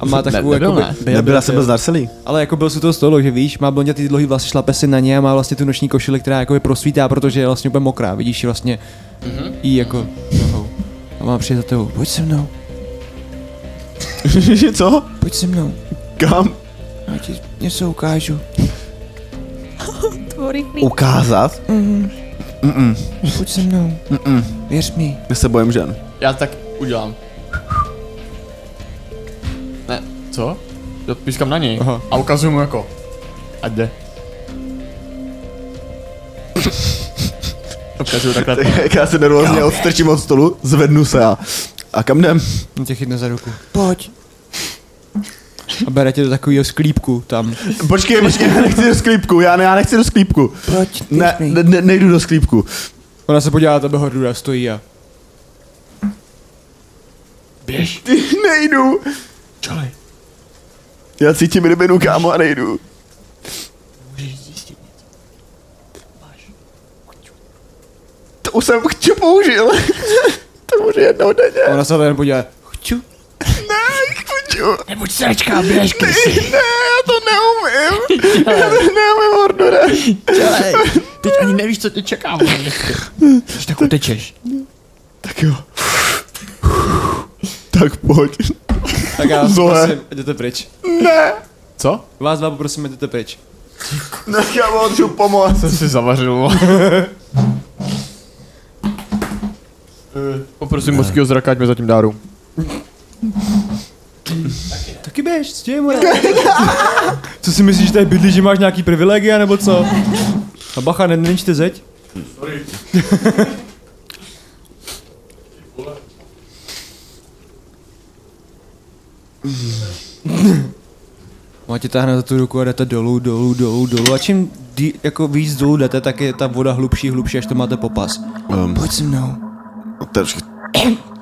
Speaker 1: A má takovou,
Speaker 2: Ne, nebyl,
Speaker 1: jakoby,
Speaker 2: ne.
Speaker 1: byl,
Speaker 4: Nebyla
Speaker 1: byl,
Speaker 4: jsem
Speaker 1: byl.
Speaker 4: bez Narselí.
Speaker 1: Ale jako byl si to z toho, že víš, má blondětý dlouhý vlasy, šlape si na ně a má vlastně tu noční košili, která jakoby prosvítá, protože je vlastně úplně mokrá. Vidíš ji vlastně mm-hmm. jí jako nohou. A má přijde za tebou. Pojď se mnou,
Speaker 4: *laughs* Co?
Speaker 1: pojď se mnou.
Speaker 4: Kam?
Speaker 1: Já ti něco ukážu.
Speaker 3: Tvory chlíp.
Speaker 4: Ukázat?
Speaker 1: Pojď se mnou. Mm-mm. Věř mi.
Speaker 4: Já se bojím žen.
Speaker 2: Já tak udělám. Ne, co? Já pískám na něj
Speaker 1: Aha.
Speaker 2: a ukazuju mu jako. A jde. *laughs* ukazuju takhle. *laughs*
Speaker 4: Tak já se nervózně odstrčím od stolu, zvednu se a... A kam jdem?
Speaker 1: On tě chytne za ruku. Pojď. A bere tě do takového sklípku tam.
Speaker 4: Počkej, počkej, já nechci do sklípku, já, ne, já nechci do sklípku.
Speaker 1: Pojď,
Speaker 4: Ne, ne, ne, nejdu do sklípku.
Speaker 1: Ona se podívá na tebe hordu a stojí a...
Speaker 4: Ty nejdu.
Speaker 5: Čelej.
Speaker 4: Já cítím rybinu, kámo, a nejdu.
Speaker 5: Můžeš zjistit něco.
Speaker 4: To už jsem chci použil. *laughs* to může jednou denně.
Speaker 1: Ona se na ten podívá.
Speaker 5: Chču.
Speaker 4: Ne, chci.
Speaker 5: Nebuď sračka, běž,
Speaker 4: Ne,
Speaker 5: krysi.
Speaker 4: ne, já to
Speaker 5: *laughs*
Speaker 4: neumím. Já to neumím, Hordore.
Speaker 5: Čelej. Teď ani nevíš, co tě čeká, vole. Když tak utečeš.
Speaker 4: Tak jo. Tak pojď.
Speaker 1: Tak já vás
Speaker 4: Zoe.
Speaker 1: poprosím, jděte pryč.
Speaker 4: Ne.
Speaker 2: Co?
Speaker 1: Vás dva poprosím, jděte pryč.
Speaker 4: Nech já můžu pomoct.
Speaker 2: Jsem si *laughs* zavařil. Eh, Poprosím mořského zraka, ať mi zatím dá rum.
Speaker 1: Taky běž, s tím, ona. Co si myslíš, že tady bydlí, že máš nějaký privilegia, nebo co? A bacha, ne- nenčte zeď. *laughs* Má tě táhne za tu ruku a jdete dolů, dolů, dolů, dolů. A čím dí, jako víc dolů jdete, tak je ta voda hlubší, hlubší, až to máte popas.
Speaker 4: Um,
Speaker 1: Pojď se mnou,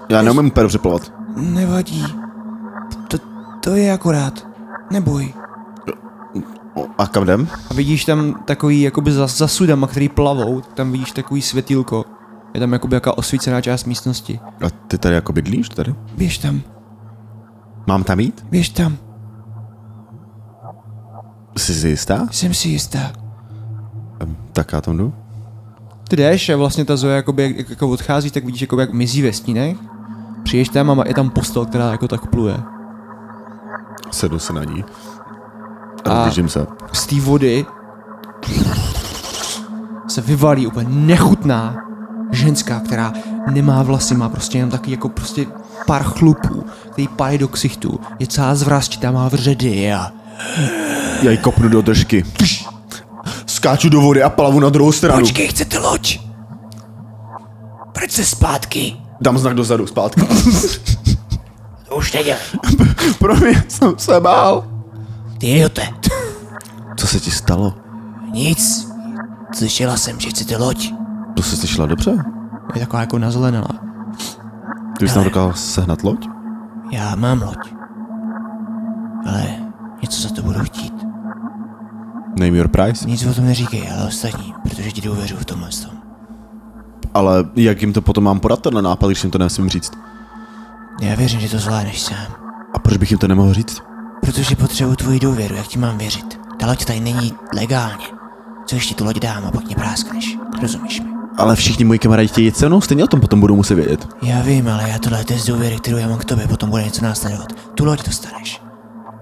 Speaker 4: já neumím peru přeplavat.
Speaker 1: nevadí. To, to je akorát. Neboj.
Speaker 4: O, A kam jdem?
Speaker 1: A vidíš tam takový, jakoby za, za sudama, který plavou, tam vidíš takový světýlko. Je tam jakoby jaká osvícená část místnosti.
Speaker 4: A ty tady jako bydlíš tady?
Speaker 1: Běž tam,
Speaker 4: Mám tam jít?
Speaker 1: běž tam,
Speaker 4: Jsi si jistá?
Speaker 1: jsem si jistá.
Speaker 4: Ehm, Tak já tam jdu.
Speaker 1: Ty jdeš a vlastně ta Zoe jakoby, jak, jak jako odcházíš, tak vidíš jakoby, jak mizí ve stínech. Přijdeš tam a má- je tam postel, která jako tak pluje.
Speaker 4: Sedu se na ní. A
Speaker 1: A-
Speaker 4: rozběžím se.
Speaker 1: Z té vody se vyvalí úplně nechutná ženská, která nemá vlasy, má prostě jenom taky jako prostě pár chlupů, který pálí do ksichtu, je celá zvrastitá, má vředy a
Speaker 4: Já ji kopnu do držky. Pš! Skáču do vody a plavu na druhou stranu.
Speaker 5: Počkej, chcete loď? Proč se zpátky?
Speaker 4: Dám znak dozadu, zpátky.
Speaker 5: To už nedělej.
Speaker 4: *laughs* Pro mě jsem se bál.
Speaker 5: Ty idiote.
Speaker 4: Co se ti stalo?
Speaker 5: Nic. Slyšela jsem, že chcete loď.
Speaker 4: To jsi slyšela dobře?
Speaker 1: je taková jako nazelenala.
Speaker 4: Ty jsi tam dokázal sehnat loď?
Speaker 5: Já mám loď. Ale něco za to budu chtít.
Speaker 4: Name your price.
Speaker 5: Nic o tom neříkej, ale ostatní, protože ti důvěřuji v tomhle tom.
Speaker 4: Ale jak jim to potom mám podat, tenhle nápad, když jim to nesmím říct?
Speaker 5: Já věřím, že to zvládneš sám.
Speaker 4: A proč bych jim to nemohl říct?
Speaker 5: Protože potřebuji tvoji důvěru, jak ti mám věřit. Ta loď tady není legálně. Co ještě tu loď dám a pak mě práskneš. Rozumíš mi?
Speaker 4: Ale všichni moji kamarádi chtějí jít se mnou, stejně o tom potom budou muset vědět.
Speaker 5: Já vím, ale já tohle je test důvěry, kterou já mám k tobě, potom bude něco následovat. Tu loď dostaneš.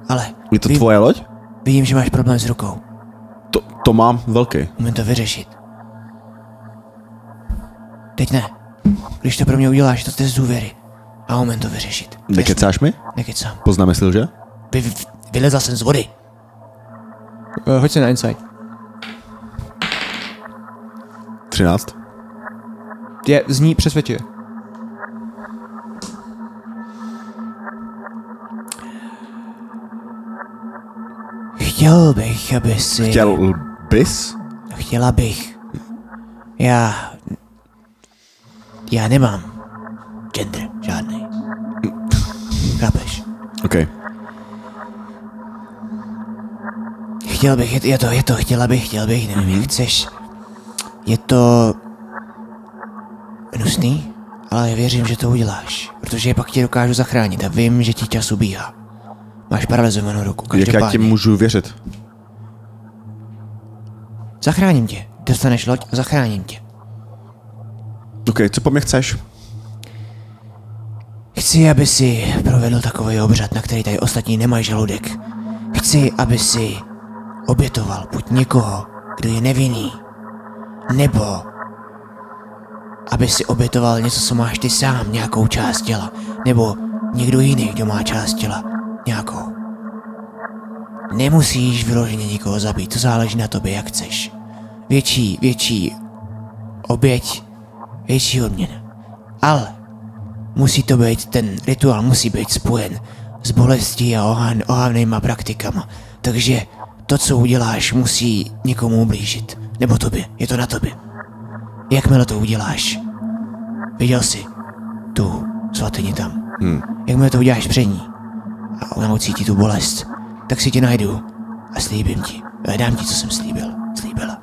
Speaker 5: Ale
Speaker 4: Je to
Speaker 5: vím,
Speaker 4: tvoje loď?
Speaker 5: vidím, že máš problém s rukou.
Speaker 4: To, to mám velký.
Speaker 5: Umím to vyřešit. Teď ne. Když to pro mě uděláš, to test důvěry. a umím to vyřešit.
Speaker 4: Nekecáš mi?
Speaker 5: Nekecám.
Speaker 4: Poznáme si že?
Speaker 5: Vy, vy, vylezla jsem z vody.
Speaker 1: Uh, hoď se na insight.
Speaker 4: 13.
Speaker 1: Je, zní přesvědčivě.
Speaker 5: Chtěl bych, aby si...
Speaker 4: Chtěl bys?
Speaker 5: Chtěla bych. Já... Já nemám gender žádný. Chápeš?
Speaker 4: OK.
Speaker 5: Chtěl bych, je, je to, je to, chtěla bych, chtěl bych, nevím,
Speaker 4: Mhm.
Speaker 5: jak chceš. Je to... Nusný, ale věřím, že to uděláš. Protože pak tě dokážu zachránit a vím, že ti čas ubíhá. Máš paralizovanou ruku,
Speaker 4: Jak
Speaker 5: každopádně.
Speaker 4: já ti můžu věřit?
Speaker 5: Zachráním tě. Dostaneš loď a zachráním tě.
Speaker 4: OK, co po mně chceš?
Speaker 5: Chci, aby si provedl takový obřad, na který tady ostatní nemají žaludek. Chci, aby si obětoval buď někoho, kdo je nevinný, nebo aby si obětoval něco, co máš ty sám, nějakou část těla, nebo někdo jiný, kdo má část těla, nějakou. Nemusíš vyloženě nikoho zabít, to záleží na tobě, jak chceš. Větší, větší oběť, větší odměna. Ale Musí to být, ten rituál musí být spojen s bolestí a ohan, ohavnýma praktikama. Takže to, co uděláš, musí někomu ublížit. Nebo tobě, je to na tobě. Jakmile to uděláš, viděl jsi tu svatyni tam. Hmm. Jakmile to uděláš před ní a ona ucítí tu bolest, tak si tě najdu a slíbím ti. Eh, Dám ti, co jsem slíbil. Slíbila.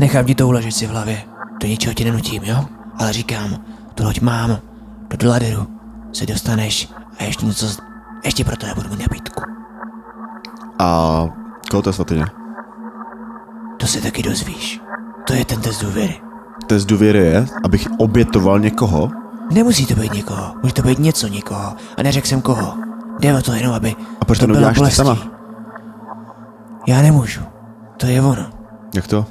Speaker 5: Nechám ti to uležet si v hlavě. Do ničeho tě nenutím, jo? Ale říkám, tu loď mám. Do laderu se dostaneš a ještě něco... z- Ještě proto já budu mít nabídku.
Speaker 4: A koho to je svatyně?
Speaker 5: To se taky dozvíš. To je ten test důvěry.
Speaker 4: Test důvěry je, abych obětoval někoho.
Speaker 5: Nemusí to být někoho, může to být něco někoho. A neřekl jsem koho. Jde o to jenom, aby
Speaker 4: A proč to
Speaker 5: bylo
Speaker 4: neuděláš ty
Speaker 5: bolestí.
Speaker 4: sama?
Speaker 5: Já nemůžu. To je ono.
Speaker 4: Jak to?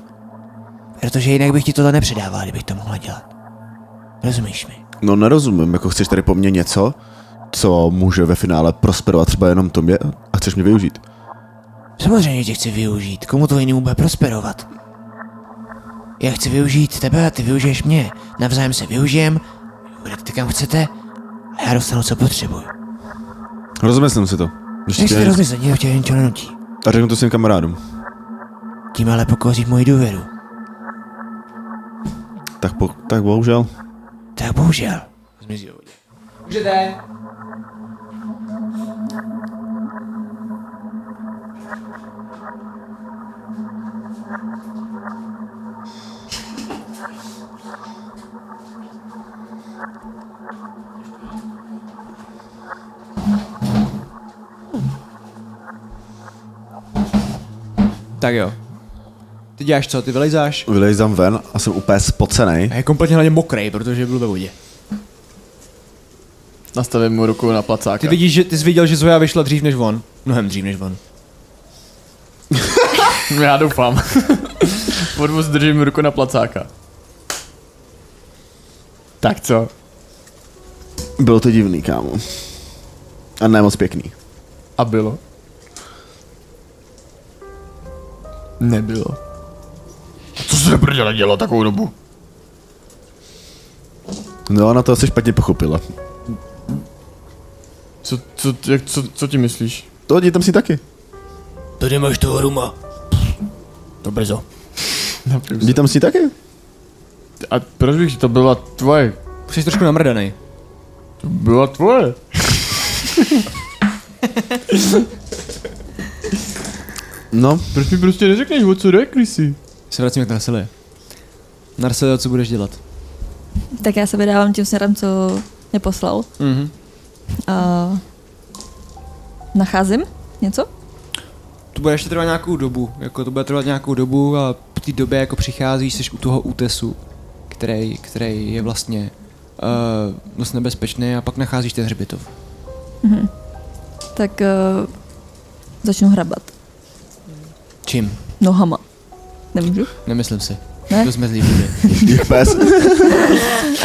Speaker 5: Protože jinak bych ti tohle nepředával, kdybych to mohla dělat. Rozumíš mi?
Speaker 4: No nerozumím, jako chceš tady po mně něco, co může ve finále prosperovat třeba jenom tobě a chceš mě využít.
Speaker 5: Samozřejmě tě chci využít, komu to jinému bude prosperovat? Já chci využít tebe a ty využiješ mě. Navzájem se využijem, budete kam chcete a já dostanu, co potřebuji.
Speaker 4: Rozmyslím si to.
Speaker 5: Nech si
Speaker 4: tě-
Speaker 5: rozmyslet, nikdo tě ničeho nenutí.
Speaker 4: a řeknu to svým kamarádům.
Speaker 5: Tím ale pokoří moji důvěru.
Speaker 4: Tak, po, tak bohužel.
Speaker 5: Tak bohužel.
Speaker 1: Můžete. Tak jo. Ty děláš co? Ty vylezáš?
Speaker 4: Vylejzám ven a jsem úplně spocený.
Speaker 1: A je kompletně hlavně mokrý, protože byl ve vodě.
Speaker 2: Nastavím mu ruku na placáka.
Speaker 1: Ty vidíš, že ty jsi viděl, že Zoja vyšla dřív než on. Mnohem dřív než on.
Speaker 2: No Já *laughs* doufám. Podvoz držím ruku na placáka. Tak co?
Speaker 4: Bylo to divný, kámo. A ne moc pěkný.
Speaker 2: A bylo? Nebylo. A co se prdele dělal takovou dobu?
Speaker 4: No, na to asi špatně pochopila.
Speaker 2: Co, co, jak, co, co ti myslíš?
Speaker 4: To dětám si taky.
Speaker 5: Tady máš toho ruma. To brzo.
Speaker 4: Dětám si taky.
Speaker 2: A proč bych to byla tvoje?
Speaker 1: Jsi trošku namrdaný.
Speaker 2: To byla tvoje.
Speaker 4: *laughs* No,
Speaker 2: Proč mi prostě neřekneš, o co jde, Krisi?
Speaker 1: Se vracíme k Narsilie. Narsilie, co budeš dělat?
Speaker 3: Tak já se vydávám tím směrem, co mě poslal.
Speaker 1: Mhm.
Speaker 3: A nacházím něco?
Speaker 1: To bude ještě trvat nějakou dobu, jako to bude trvat nějakou dobu a v té době jako přicházíš, jsi u toho útesu, který, který je vlastně uh, dost nebezpečný a pak nacházíš ten hřbitov.
Speaker 3: Tak uh, začnu hrabat
Speaker 1: Čím?
Speaker 3: nohama. Nemůžu?
Speaker 1: Nemyslím si.
Speaker 3: Ne?
Speaker 1: To jsme zlíbili.
Speaker 4: Jak pes.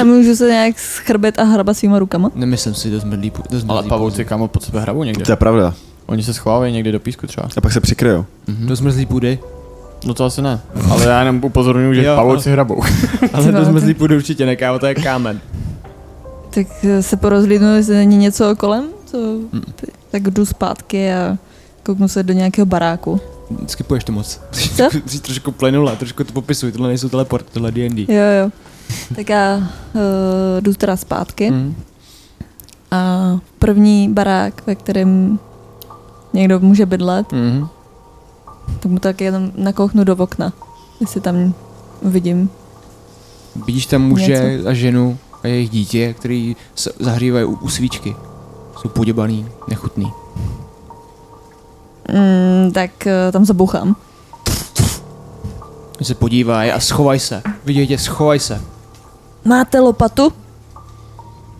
Speaker 3: A můžu se nějak schrbet a hrabat svýma rukama?
Speaker 1: Nemyslím si, to jsme líp. To jsme
Speaker 2: Ale
Speaker 1: zlí
Speaker 2: pavouci kámo pod sebe hrabou někde.
Speaker 4: To je pravda.
Speaker 2: Oni se schovávají někde do písku třeba.
Speaker 4: A pak se přikryjou.
Speaker 1: půdy. To jsme zlí půdy.
Speaker 2: No to asi ne. Ale já jenom upozorňuju, že
Speaker 1: Jo,
Speaker 2: pavouci
Speaker 1: *laughs*
Speaker 2: hrabou.
Speaker 1: *laughs* Ale to
Speaker 3: vole,
Speaker 1: jsme
Speaker 3: ty-
Speaker 1: zlí půdy určitě ne, kámo, to je kámen.
Speaker 3: Tak eh, se porozhlídnu, jestli není něco kolem, co...
Speaker 1: Hmm.
Speaker 3: tak jdu zpátky a kouknu se do nějakého baráku.
Speaker 1: Skipuješ to moc. *laughs*
Speaker 3: Co?
Speaker 1: Jsi trošku plenula, trošku to popisuj, tohle nejsou teleport, tohle je D&D.
Speaker 3: Jo, jo. Tak já uh, jdu teda zpátky
Speaker 1: Mhm.
Speaker 3: a první barák, ve kterém někdo může bydlet,
Speaker 1: Mhm.
Speaker 3: tak mu tak jenom nakouchnu do okna, jestli tam vidím.
Speaker 1: Vidíš tam muže
Speaker 3: Něco.
Speaker 1: a ženu a jejich dítě, který se zahřívají u, u svíčky. Jsou poděbaný, nechutný.
Speaker 3: Mm, tak uh, tam zabouchám.
Speaker 1: Oni se podívají a schovaj se. Vidějí tě, schovaj se.
Speaker 3: Máte lopatu?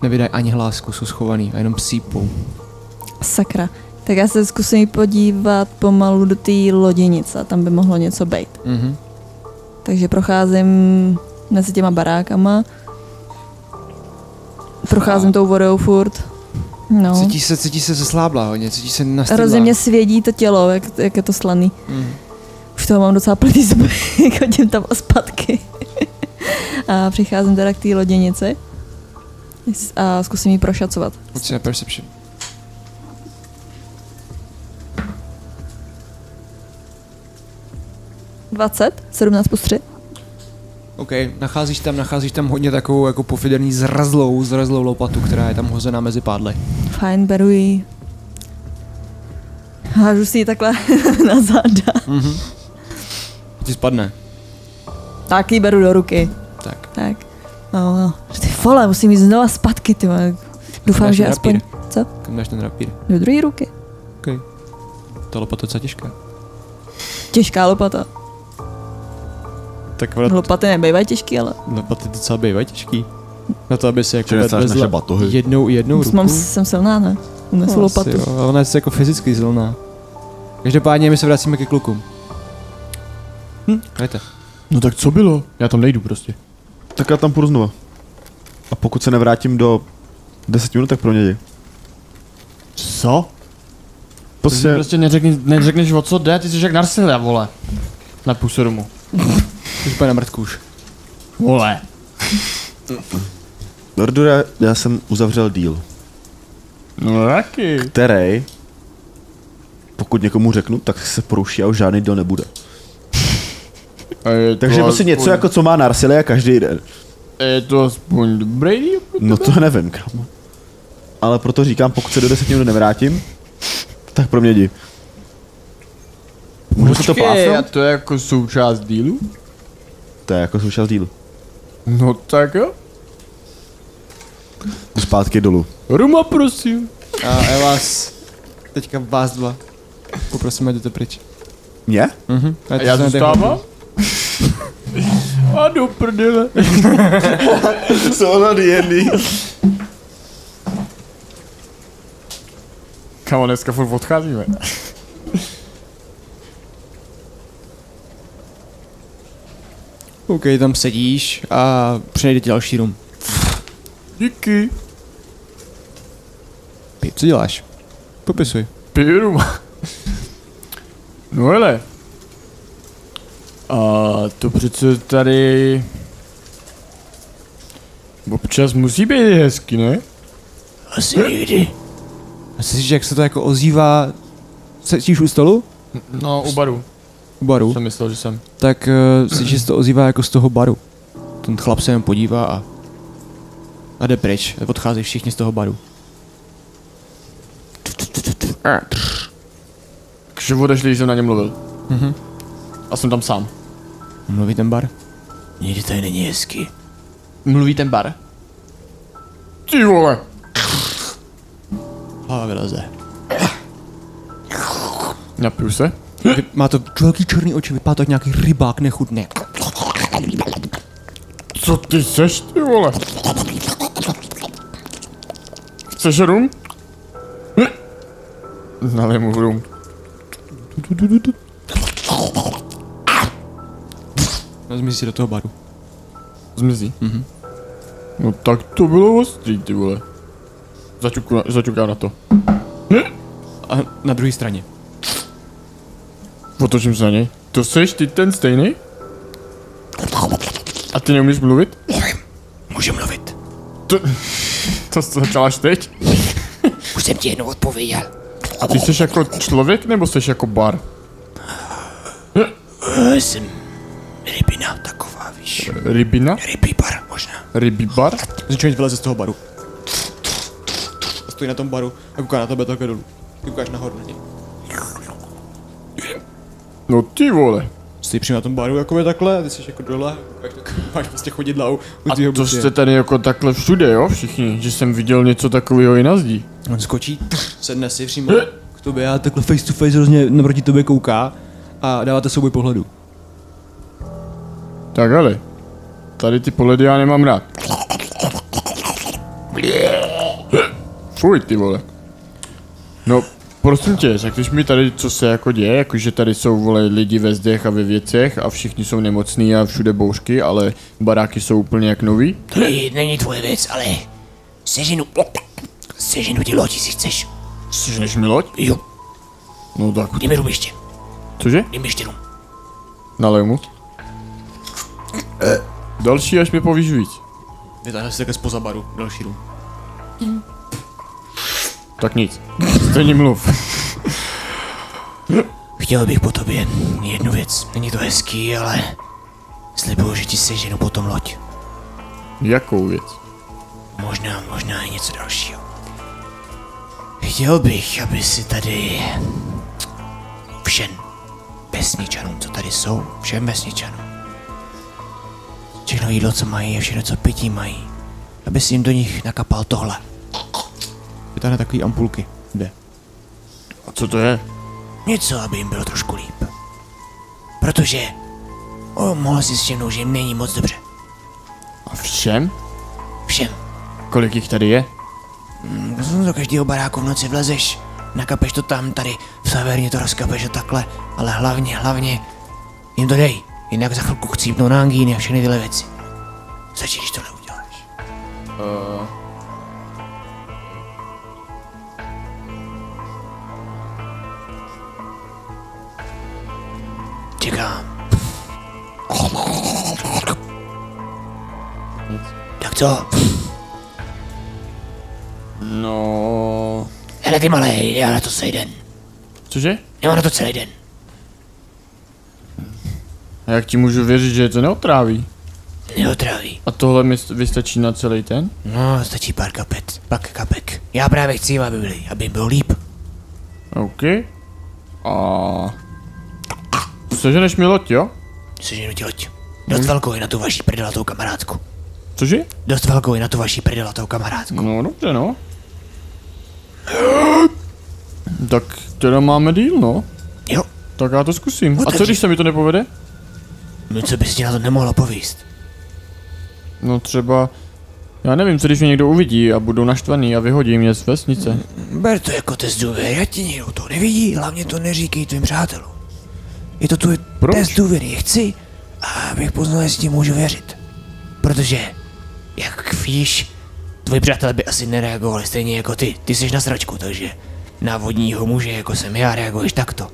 Speaker 1: Nevydají ani hlásku, jsou schovaný a jenom psípou.
Speaker 3: Sakra. Tak já se zkusím podívat pomalu do té lodinice, a tam by mohlo něco být.
Speaker 1: Mhm.
Speaker 3: Takže procházím mezi těma barákama. Procházím tou vodou furt. No.
Speaker 1: Cítí se, cítí se zeslábla hodně, cítí se nastydla.
Speaker 3: Hrozně mě svědí to tělo, jak, jak je to slaný.
Speaker 1: Mhm.
Speaker 3: Už toho mám docela plný zuby, *laughs* jak hodím tam a zpátky. *laughs* a přicházím teda k té loděnici S- a zkusím ji prošacovat.
Speaker 1: Hoď si na perception.
Speaker 3: Dvacet, 17 plus 3.
Speaker 1: OK, nacházíš tam, nacházíš tam hodně takovou jako pofiderní zrazlou, zrazlou lopatu, která je tam hozená mezi pádly.
Speaker 3: Fajn, beru ji. Hážu si ji takhle *laughs* na záda.
Speaker 1: Mhm. Ti spadne.
Speaker 3: Tak ji beru do ruky.
Speaker 1: Tak.
Speaker 3: Tak. No, no. Ty vole, musím jít znova zpátky, ty vole. Doufám,
Speaker 1: Dáš
Speaker 3: že
Speaker 1: ten
Speaker 3: aspoň
Speaker 1: Kam dáš ten rapír?
Speaker 3: do druhé ruky.
Speaker 1: Ta lopata je docela těžká.
Speaker 3: Těžká lopata.
Speaker 1: Tak vrat,
Speaker 3: Lopaty nebývají těžký, ale
Speaker 1: lopaty docela bývají těžký. Na to, aby si jako
Speaker 4: Že nestáš naše
Speaker 1: vedvezla
Speaker 4: batohy.
Speaker 1: jednou, jednou ruku.
Speaker 3: mám, jsem silná, ne? Unesu
Speaker 1: No,
Speaker 3: lopatu.
Speaker 1: asi jo, ale Ona je jako fyzicky silná. Každopádně my se vracíme ke klukům. Hm, hrajte.
Speaker 2: No tak co bylo? Já tam nejdu prostě.
Speaker 4: Tak já tam půjdu znova. A pokud se nevrátím do 10 minut, tak pro mě jdi.
Speaker 2: Co? Ty
Speaker 4: Prostě,
Speaker 2: prostě neřekni, neřekneš o co jde, ty jsi jak Narsilia, vole. Na půsorumu.
Speaker 1: Už bude na mrtku už.
Speaker 2: Vole.
Speaker 4: Nordura, já jsem uzavřel díl,
Speaker 2: No taky.
Speaker 4: který, pokud někomu řeknu, tak se poruší a už žádný díl nebude.
Speaker 2: A je
Speaker 4: Takže
Speaker 2: to
Speaker 4: prostě něco
Speaker 2: aspoň-
Speaker 4: jako co má Narsilia každý den.
Speaker 2: Je to aspoň dobrý díl?
Speaker 4: No to nevím, kámo. Ale proto říkám, pokud se do 10 minut nevrátím, tak pro mě jdi. Můžu se to
Speaker 2: Počkej, a
Speaker 4: pásnout?
Speaker 2: to je jako součást dílu?
Speaker 4: To je jako součást dílu.
Speaker 2: No tak jo.
Speaker 4: Jdu Zpátky dolů.
Speaker 2: Ruma prosím.
Speaker 1: A já vás, teďka vás dva. Poprosím, ať jdete pryč.
Speaker 4: Mě?
Speaker 1: Mhm.
Speaker 2: A já zůstávám? A do *laughs* prdele.
Speaker 4: Jsou na jedný.
Speaker 2: Kamo, dneska furt odcházíme.
Speaker 1: OK, tam sedíš a přinejde ti další rum.
Speaker 2: Díky.
Speaker 1: Pip, co děláš? Popisuj.
Speaker 2: Piju ruma. No hele. A to přece tady... Občas musí být hezky, ne?
Speaker 5: Asi nikdy.
Speaker 1: A slyšíš, jak se to jako ozývá? Sedíš u stolu?
Speaker 2: No, u baru.
Speaker 1: U baru?
Speaker 2: Jsem myslel, že jsem.
Speaker 1: Tak uh, slyšíš, že se to ozývá jako z toho baru. Ten chlap se jen podívá a... A jde pryč. Odchází všichni z toho baru.
Speaker 2: Takže odešli, když jsem na něm mluvil. Mhm. A jsem tam sám.
Speaker 1: Mluví ten bar?
Speaker 5: Nikdy tady není hezky.
Speaker 2: Mluví ten bar? Ty vole.
Speaker 1: Hlava vyleze.
Speaker 2: Napiju se.
Speaker 1: Vy- Má to velký černý oči, vypadá to jak nějaký rybák nechutný.
Speaker 2: Co ty seš, ty vole? Chceš rum? Nalej mu rum.
Speaker 1: Vezmi si do toho baru.
Speaker 2: Zmizí.
Speaker 1: Mhm.
Speaker 2: No tak to bylo ostrý, ty vole. Začuku, na- začukám na to.
Speaker 1: A na druhé straně.
Speaker 2: Otočím se na něj. To seš ty ten stejný? A ty neumíš mluvit?
Speaker 5: Můžu mluvit.
Speaker 2: To jsi začala až teď?
Speaker 5: Už jsem ti jednou odpověděl.
Speaker 2: Ty jsi jako člověk nebo jsi jako bar?
Speaker 5: Eh, Jsem rybina taková, víš.
Speaker 2: Rybina?
Speaker 5: Rybí bar možná.
Speaker 2: Rybí bar?
Speaker 1: Začne vyleze z toho baru. A stojí na tom baru a kouká na tebe také dolů. Ty koukáš nahoru na něj.
Speaker 2: No ty vole.
Speaker 1: Stojí přímo na tom baru jako by takhle, a ty jsi jako dole, koukáš tak, máš prostě chodidla u, u prostě
Speaker 2: A
Speaker 1: tvýho
Speaker 2: to
Speaker 1: bucie.
Speaker 2: jste tady jako takhle všude, jo, všichni? Že jsem viděl něco takového i na zdi.
Speaker 1: On skočí, trf, sedne si přímo k tobě a takhle face to face hrozně naproti tobě kouká a dáváte souboj pohledu.
Speaker 2: Tak ale, tady ty pohledy já nemám rád. Fuj ty vole. No, prosím tě, řekneš mi tady, co se jako děje, jakože tady jsou vole lidi ve zdech a ve věcech a všichni jsou nemocní a všude bouřky, ale baráky jsou úplně jak nový.
Speaker 5: To je- není tvoje věc, ale seženu. Seženu ti lodi, si chceš.
Speaker 2: Sežneš mi loď?
Speaker 5: Jo,
Speaker 2: No tak,
Speaker 5: dej mi rum ještě.
Speaker 2: cože?
Speaker 5: Dej mi ještě rum.
Speaker 2: Nalej mu. Eh, Další, až mi povíš víc.
Speaker 1: Vytáhne si také spoza baru, další dům.
Speaker 2: Tak nic. Stejně mluv.
Speaker 5: Chtěl bych po tobě jednu věc. Není to hezký, ale slibuju, že ti seženu potom loď.
Speaker 2: Jakou věc?
Speaker 5: Možná, možná i něco dalšího. Chtěl bych, aby si tady všem vesničanům, co tady jsou, všem vesničanům, všechno jídlo, co mají a všechno, co pití mají, aby si jim do nich nakapal tohle.
Speaker 1: Vytáhne takový ampulky. Jde.
Speaker 2: A co to je?
Speaker 5: Něco, aby jim bylo trošku líp. Protože o, mohl si všimnout, že jim není moc dobře.
Speaker 2: A všem?
Speaker 5: Všem.
Speaker 2: Kolik jich tady je?
Speaker 5: Hm, Do každého baráku v noci vlezeš, nakapeš to tam, tady v severně to rozkapeš a takhle, ale hlavně, hlavně jim to dej, jinak za chvilku chcípnou na angíny a všechny tyhle věci. Stačí, když Eh. tohle uděláš. Uh... Čekám. Tak co?
Speaker 2: No...
Speaker 5: Hele ty malej, já na to sejden.
Speaker 2: Cože?
Speaker 5: Já mám na to celý den.
Speaker 2: A jak ti můžu věřit, že je to neotráví?
Speaker 5: Neotráví.
Speaker 2: A tohle mi st- vystačí na celý ten?
Speaker 5: No, stačí pár kapet, pak kapek. Já právě chci, aby byli, aby jim bylo líp.
Speaker 2: OK. A... Seženeš mi loď, jo?
Speaker 5: Seženu ti loď. Dost velkou je na tu vaši prdelatou kamarádku.
Speaker 2: Cože?
Speaker 5: Dost velkou je na tu vaši prdelatou kamarádku.
Speaker 2: No dobře, no. Tak teda máme díl, no.
Speaker 5: Jo,
Speaker 2: Tak já to zkusím.
Speaker 5: No
Speaker 2: A
Speaker 5: tak-
Speaker 2: co když se mi to nepovede?
Speaker 5: no co bys ti na to nemohla povíst?
Speaker 2: No třeba... Já nevím, co když mě někdo uvidí a budou naštvaný a vyhodí mě z vesnice.
Speaker 5: Ber to jako test důvěry, já ti nikdo to nevidí, hlavně to neříkej tvým přátelům. Je to tvůj
Speaker 2: Proč?
Speaker 5: test důvěry, chci, abych poznal, jestli ti můžu věřit. Protože, jak víš, tvoji přátelé by asi nereagovali stejně jako ty. Ty jsi na sračku, takže na vodního muže, jako jsem já, reaguješ takto.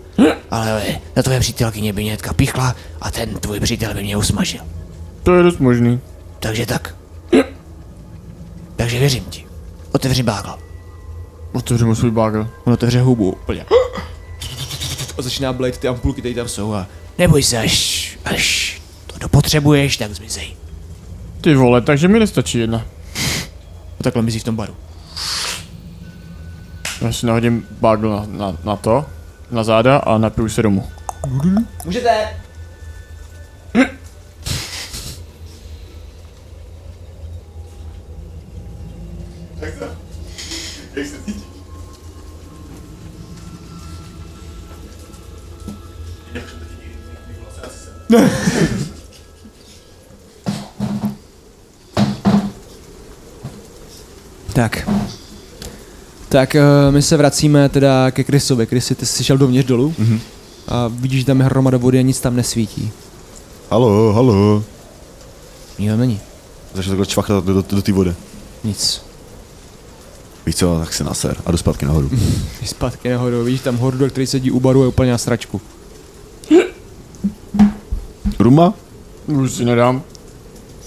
Speaker 5: Ale na tvoje přítelkyně by mě hnedka píchla a ten tvůj přítel by mě usmažil.
Speaker 2: To je dost možný.
Speaker 5: Takže tak. Takže věřím ti. Otevři bágl.
Speaker 2: Otevřu mu svůj bagel.
Speaker 1: On otevře hubu úplně. A začíná blejt ty ampulky, které tam jsou a
Speaker 5: Neboj se, až, až to dopotřebuješ, tak zmizej.
Speaker 2: Ty vole, takže mi nestačí jedna.
Speaker 1: a takhle mizí v tom baru.
Speaker 2: Já si nahodím bagel na, na, na to, na záda a napiju se domů.
Speaker 1: Můžete! Tak. Tak eh, my se vracíme teda ke Mhm. Krysovi. Krysy, ty jsi šel dovnitř dolů mm-hmm. a vidíš, že tam je hromada vody a nic tam nesvítí.
Speaker 4: Halo, halo.
Speaker 5: Nikdo není.
Speaker 4: Začal takhle čvachtat do, do, do té vody.
Speaker 5: Nic.
Speaker 4: Víš co, tak si naser a jdu zpátky nahoru.
Speaker 1: Zpátky nahoru, vidíš tam hordu, který sedí u baru a je úplně na sračku.
Speaker 4: Ruma?
Speaker 2: Už si nedám.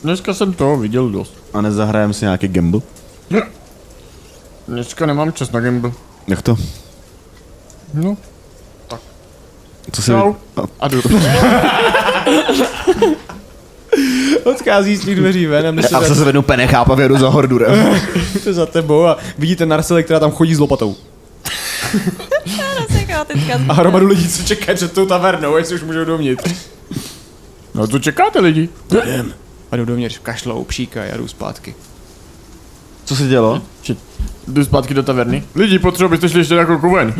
Speaker 2: Dneska jsem toho viděl dost.
Speaker 4: A nezahrajeme si nějaký gamble?
Speaker 2: Dneska nemám čas na gamble.
Speaker 4: Jak to?
Speaker 2: No,
Speaker 4: Co si...
Speaker 2: Čau.
Speaker 4: A,
Speaker 2: a jdu.
Speaker 1: Odchází z těch dveří ven a my se
Speaker 4: a se zvednu penechápavě jdu za hordurem.
Speaker 2: *laughs*
Speaker 1: *laughs* za, za tebou a vidíte Narsele, která tam chodí s lopatou. A hromadu lidí, co čeká před tou tavernou, jestli už můžou dovnitř.
Speaker 2: No to čekáte lidi.
Speaker 1: A jdu dovnitř, kašlou, pšíkají a jdu zpátky.
Speaker 4: Co se dělo?
Speaker 2: Čit. Jdu zpátky do taverny. Lidi, potřebuji, byste šli ještě na chvilku ven.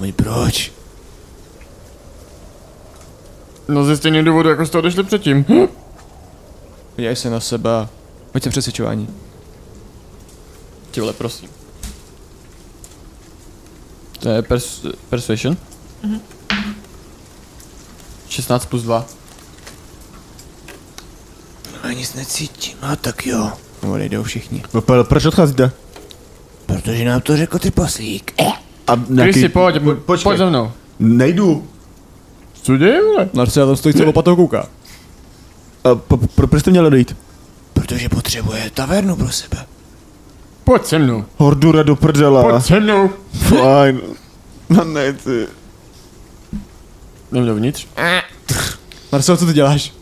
Speaker 5: Oni proč?
Speaker 2: No ze stejného důvodu, jako jste odešli předtím.
Speaker 1: Podívej se na sebe a hoď se přesvědčování.
Speaker 2: Ti vole, prosím. To je pers- persuasion. 16 Mhm. plus 2.
Speaker 5: No, Já nic necítím. A tak jo.
Speaker 1: No, odejdou všichni.
Speaker 4: No, pro- proč odcházíte?
Speaker 5: Protože nám to řekl trpaslík. Eh.
Speaker 4: A
Speaker 2: Krysy, pojď, po,
Speaker 4: počkej.
Speaker 2: pojď za mnou.
Speaker 4: Nejdu.
Speaker 2: Co děje, vole?
Speaker 1: Narsele tam stojí s lopatou kouká.
Speaker 4: A, po, pro, proč jste měli dojít?
Speaker 5: Protože potřebuje tavernu pro sebe.
Speaker 2: Pojď se mnou.
Speaker 4: Hordura do prdela.
Speaker 2: Pojď se mnou.
Speaker 4: Fajn. No ne, ty.
Speaker 2: Jdem dovnitř.
Speaker 1: Narsele, co ty děláš?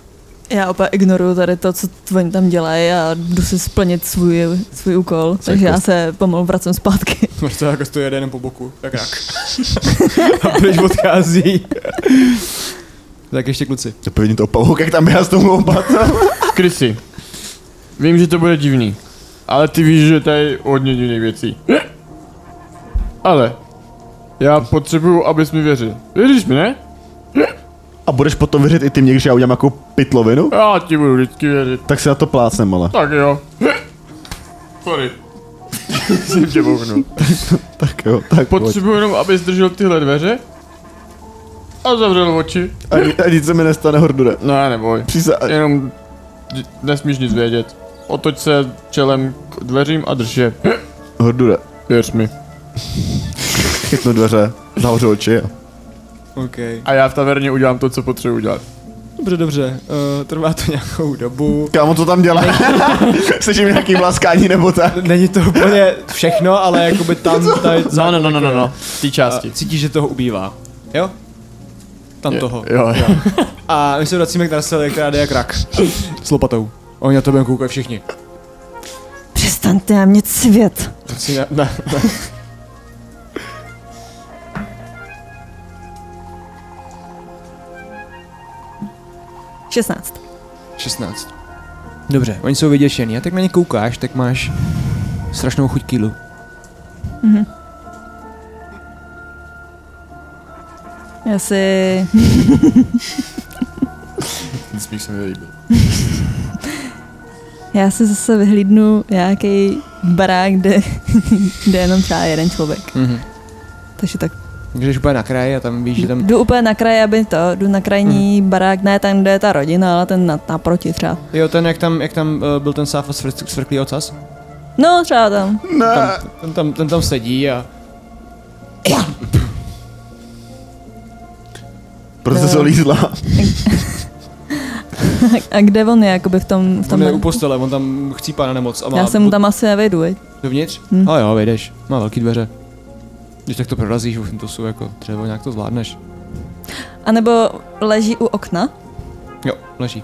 Speaker 3: Já opět ignoruju tady to, co t- oni tam dělají a jdu si splnit svůj, svůj úkol. Takže já se pomalu vracím zpátky.
Speaker 1: Narsele jako stojí jeden po boku, tak rak. a pryč odchází. *laughs* tak ještě kluci.
Speaker 4: To pevně to pavouk, jak tam já s tou lopatou.
Speaker 2: Krysy. Vím, že to bude divný. Ale ty víš, že tady je hodně divných věcí. Ale. Já potřebuju, abys mi věřil. Věříš mi, ne?
Speaker 4: A budeš potom věřit i ty mě, když já udělám jako pitlovinu?
Speaker 2: Já ti budu vždycky věřit.
Speaker 4: Tak se na to plácnem, ale.
Speaker 2: Tak jo. Sorry. Jsem tě bohnul.
Speaker 4: Tak jo, tak pojď.
Speaker 2: Potřebuji jenom, abys držel tyhle dveře. A zavřel oči.
Speaker 4: Ani, a nic se mi nestane, hordure.
Speaker 2: Ne, neboj.
Speaker 4: Přísa...
Speaker 2: Jenom d- nesmíš nic vědět. Otoč se čelem k dveřím a drž je.
Speaker 4: Hordure.
Speaker 2: Věř mi.
Speaker 4: Chytnu dveře, zavřu oči a...
Speaker 1: OK.
Speaker 2: A já v taverně udělám to, co potřebuji udělat.
Speaker 1: Dobře, dobře. Uh, trvá to nějakou dobu.
Speaker 4: Kámo, co tam dělá? *laughs* Slyším nějaký vlaskání nebo tak?
Speaker 1: Není to úplně všechno, ale jakoby tam, tady,
Speaker 2: No, no, no, no, no, no. V té části.
Speaker 1: cítíš, že toho ubývá. Jo? Tam toho.
Speaker 2: Jo, jo.
Speaker 1: A my se vracíme k Narsele, která jde jak rak. S lopatou. Oni na tebe koukají všichni.
Speaker 3: *laughs* Přestaňte na mě cvět.
Speaker 1: Tak si na, na, na.
Speaker 3: šestnáct
Speaker 1: 16. Dobře, oni jsou vyděšení. A tak na ně koukáš, tak máš strašnou chuť kýlu.
Speaker 3: Já si...
Speaker 2: Nic bych se mi líbil.
Speaker 3: Já si zase vyhlídnu nějaký barák, kde, *laughs* kde je jenom třeba jeden člověk.
Speaker 1: Mhm.
Speaker 3: Takže tak
Speaker 1: Takže jsi úplně na kraji a tam víš, že tam... Mhm.
Speaker 3: jdu úplně na kraj, aby to, jdu na krajní barák, ne tam, kde je ta rodina, ale ten na, naproti třeba.
Speaker 1: Jo, ten, jak tam, jak tam uh, byl ten sáfa svr- svrklý ocas,
Speaker 3: No, třeba tam. *laughs*
Speaker 1: ten tam, ten tam sedí a...
Speaker 4: Proč jste se olízla?
Speaker 3: A kde on je, jakoby v tom... V
Speaker 1: On
Speaker 3: tom
Speaker 1: je u postele, on tam chcípá na nemoc a má...
Speaker 3: já se mu tam asi nevejdu, viď?
Speaker 1: Dovnitř?
Speaker 3: Hm.
Speaker 1: A jo, vejdeš. Má velký dveře. Když tak to prorazíš, už to jsou jako dřevo, nějak to zvládneš.
Speaker 3: A nebo leží u okna,
Speaker 1: Jo, leží.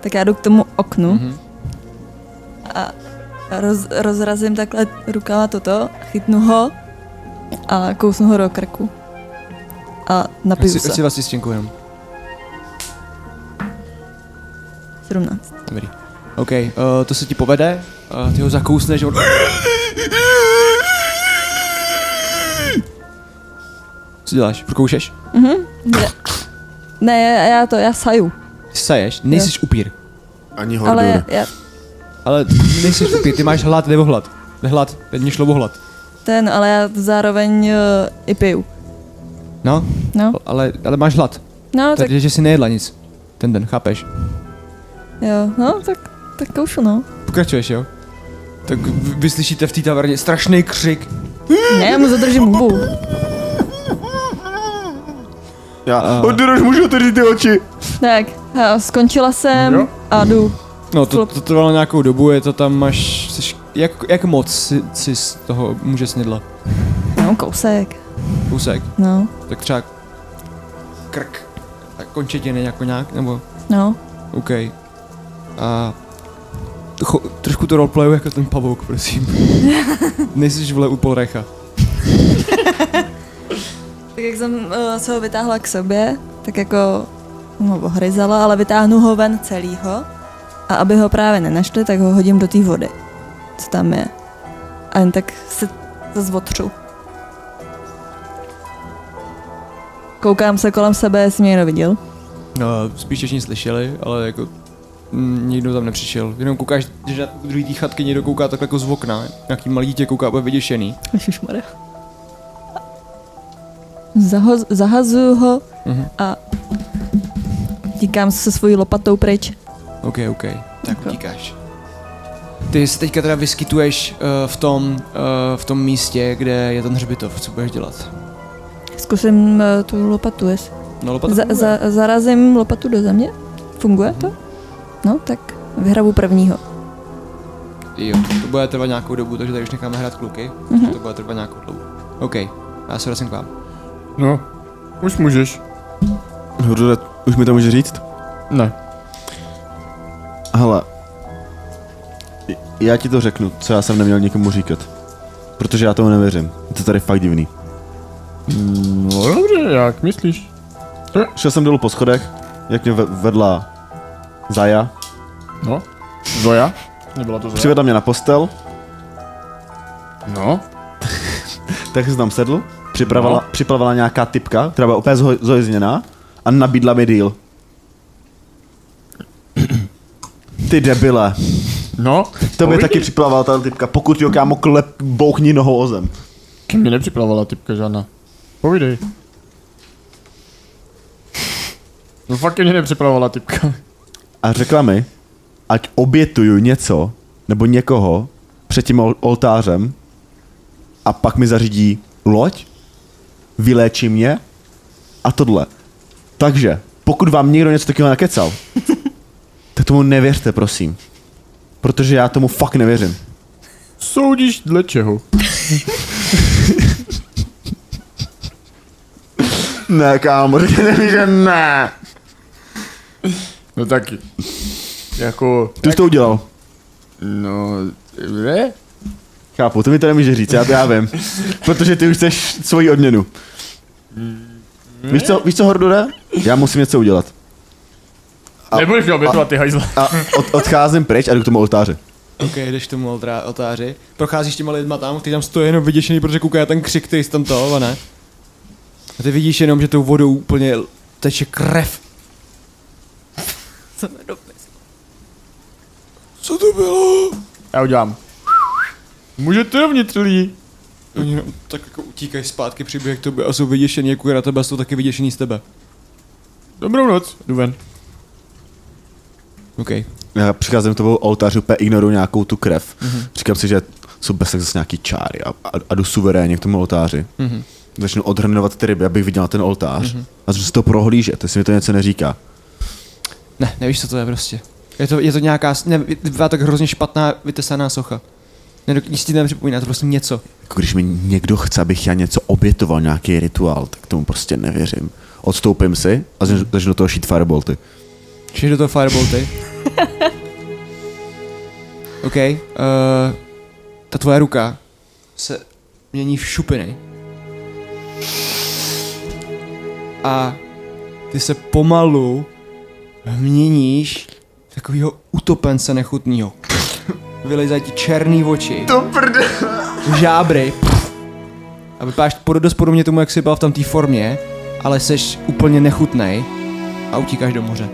Speaker 3: tak já jdu k tomu oknu
Speaker 1: Mhm.
Speaker 3: a roz, rozrazím takhle rukama toto, chytnu ho a kousnu ho do krku. A napiju
Speaker 1: Chci, chci
Speaker 3: se.
Speaker 1: vlastně stěnku jenom.
Speaker 3: 17.
Speaker 1: Dobrý. OK, uh, to se ti povede, uh, ty ho zakousneš, on... Co děláš? Prokoušeš?
Speaker 3: Ne, já- já to, já saju,
Speaker 1: Saješ? Nejsiš upír.
Speaker 4: Ani
Speaker 3: ale já,
Speaker 1: Ale nejsiš upír, ty máš hlad nebo hlad. Nehlad, teď mě šlo o hlad.
Speaker 3: ten, ale já zároveň uh, i piju.
Speaker 1: No,
Speaker 3: No,
Speaker 1: ale, ale máš hlad.
Speaker 3: no tak
Speaker 1: Takže, že jsi nejedla nic. ten den, chápeš?
Speaker 3: Jo, no, tak, tak koušu, no.
Speaker 1: Pokračuješ, jo? Tak vy- vyslyšíte v té taverně strašný křik.
Speaker 3: Ne, já mu zadržím hubu.
Speaker 2: Já, uh,
Speaker 4: Odduroš, můžu otevřít ty oči?
Speaker 3: Tak, a skončila jsem
Speaker 1: Jo.
Speaker 3: a jdu.
Speaker 1: No, to, to trvalo nějakou dobu, je to tam až... Jsi, jak, jak moc si, si z toho může snědla?
Speaker 3: No, kousek,
Speaker 1: Kousek.
Speaker 3: no,
Speaker 1: Tak třeba krk. Tak končetiny jako nějak, nebo...
Speaker 3: no.
Speaker 1: OK. A... Cho, trošku to roleplayu jako ten pavouk, prosím. Nejsiš vle u Polrecha.
Speaker 3: Tak jak jsem uh, se ho vytáhla k sobě, tak jako no, ho hryzala, ale vytáhnu ho ven celýho a aby ho právě nenašli, tak ho hodím do té vody, co tam je. A jen tak se zase otřu. Koukám se kolem sebe, jestli mě někdo viděl.
Speaker 1: No, spíš všichni slyšeli, ale jako mm, nikdo tam nepřišel. Jenom koukáš, že na druhý tý chatky někdo kouká takhle jako z okna. Nějaký malý dítě kouká, bude vyděšený.
Speaker 3: Ježišmarja. Zaho- zahazuju ho
Speaker 1: Mhm.
Speaker 3: a tíkám se svojí lopatou pryč.
Speaker 1: OK, OK. Tak
Speaker 3: Ok.
Speaker 1: utíkáš. Ty se teďka teda vyskytuješ eh, v tom, eh, v tom místě, kde je ten hřbitov. Co budeš dělat?
Speaker 3: Zkusím eh, tu lopatu, jestli
Speaker 1: No, lopata
Speaker 3: Za,
Speaker 1: funguje.
Speaker 3: za, zarazím lopatu do země? Funguje
Speaker 1: Mhm.
Speaker 3: to? No, tak vyhrabu prvního.
Speaker 1: Jo, to bude trvat nějakou dobu, takže tady už necháme hrát kluky.
Speaker 3: Mhm.
Speaker 1: To bude trvat nějakou dobu. OK, já se vracím k vám.
Speaker 2: no, už můžeš.
Speaker 4: Hrdure, už mi to může říct?
Speaker 2: Ne.
Speaker 4: Hele, já ti to řeknu, co já jsem neměl nikomu říkat. Protože já tomu nevěřím. Je to tady fakt divný.
Speaker 2: No dobře, jak myslíš?
Speaker 4: Šel jsem dolů po schodech, jak mě ve- vedla Zaja.
Speaker 2: No, Zoja? Nebyla to Zoja?
Speaker 4: Přivedla mě na postel,
Speaker 2: No,
Speaker 4: tak jsem tam sedl. Připravila, no. připravila nějaká typka, která byla úplně zho- zhojzněná a nabídla mi díl. Ty debile.
Speaker 2: no.
Speaker 4: To by
Speaker 2: Povídej.
Speaker 4: taky připlavala ta typka. Pokud jo, kámo, klep, bouchni nohou o zem.
Speaker 2: K mě nepřiplavala typka žádná. Povídej. No fakt mě nepřiplavala typka.
Speaker 4: a řekla mi, ať obětuju něco nebo někoho před tím ol- oltářem a pak mi zařídí loď, vyléčí mě a tohle. Takže, pokud vám někdo něco takového *laughs* nakecal, tak tomu nevěřte, prosím. Protože já tomu fakt nevěřím.
Speaker 2: Soudíš dle čeho?
Speaker 4: Ne, kámo, *laughs* nevíš, že ne.
Speaker 2: No taky. Jako...
Speaker 4: Ty jsi to udělal.
Speaker 2: No... Ne?
Speaker 4: Chápu, to mi to nemůže říct, já to já vím. Protože ty už chceš svoji odměnu. Víš co, víš co, Hordure? Já musím něco udělat. A-
Speaker 2: Nebudeš mě obětovat ty hajzle.
Speaker 4: A od, odcházím pryč a jdu k tomu oltáři.
Speaker 1: OK, jdeš k tomu oltra- oltáři, procházíš těma lidma tam, ty tam stojí jenom vyděšený, protože kouká ten křik, který jsi tam toho, a ne? A ty vidíš jenom, že tou vodou úplně l- teče krev.
Speaker 6: Co to bylo?
Speaker 2: Já udělám. Můžete dovnitř lidi.
Speaker 1: Oni jenom tak jako utíkají zpátky, přiběh k tobě a jsou vyděšený, jako na tebe, a jsou taky vyděšený z tebe.
Speaker 2: Dobrou noc. Jdu ven.
Speaker 1: OK.
Speaker 4: Já přicházím k tomu oltáři, úplně ignoruju nějakou tu krev. Mm-hmm. Říkám si, že jsou bez tak zase nějaký čáry a, a, a jdu suverénně k tomu oltáři.
Speaker 1: Mhm.
Speaker 4: Začnu odhrnovat ty ryby, abych viděl ten oltář. Mm-hmm. A začnu si to prohlížet, jestli mi to něco neříká.
Speaker 1: Ne, nevíš, co to je prostě. Je to, je to nějaká, s- ne, vypadá tak hrozně špatná, vytesaná socha. Nedok- Nic ti nepřipomíná, to je prostě něco.
Speaker 4: Jako když mi někdo chce, abych já něco obětoval, nějaký rituál, tak tomu prostě nevěřím. Odstoupím si a zač- začnu do toho šít firebolty.
Speaker 1: Šeš do toho firebolty. OK. Uh, ta tvoje ruka se mění v šupiny. A ty se pomalu měníš v takovýho utopence nechutného. Vylezají ti černý oči. To prde. Žábry. A vypadáš pod- dost podobně tomu, jak jsi byl v tam té formě, ale seš úplně nechutnej a utíkáš do moře.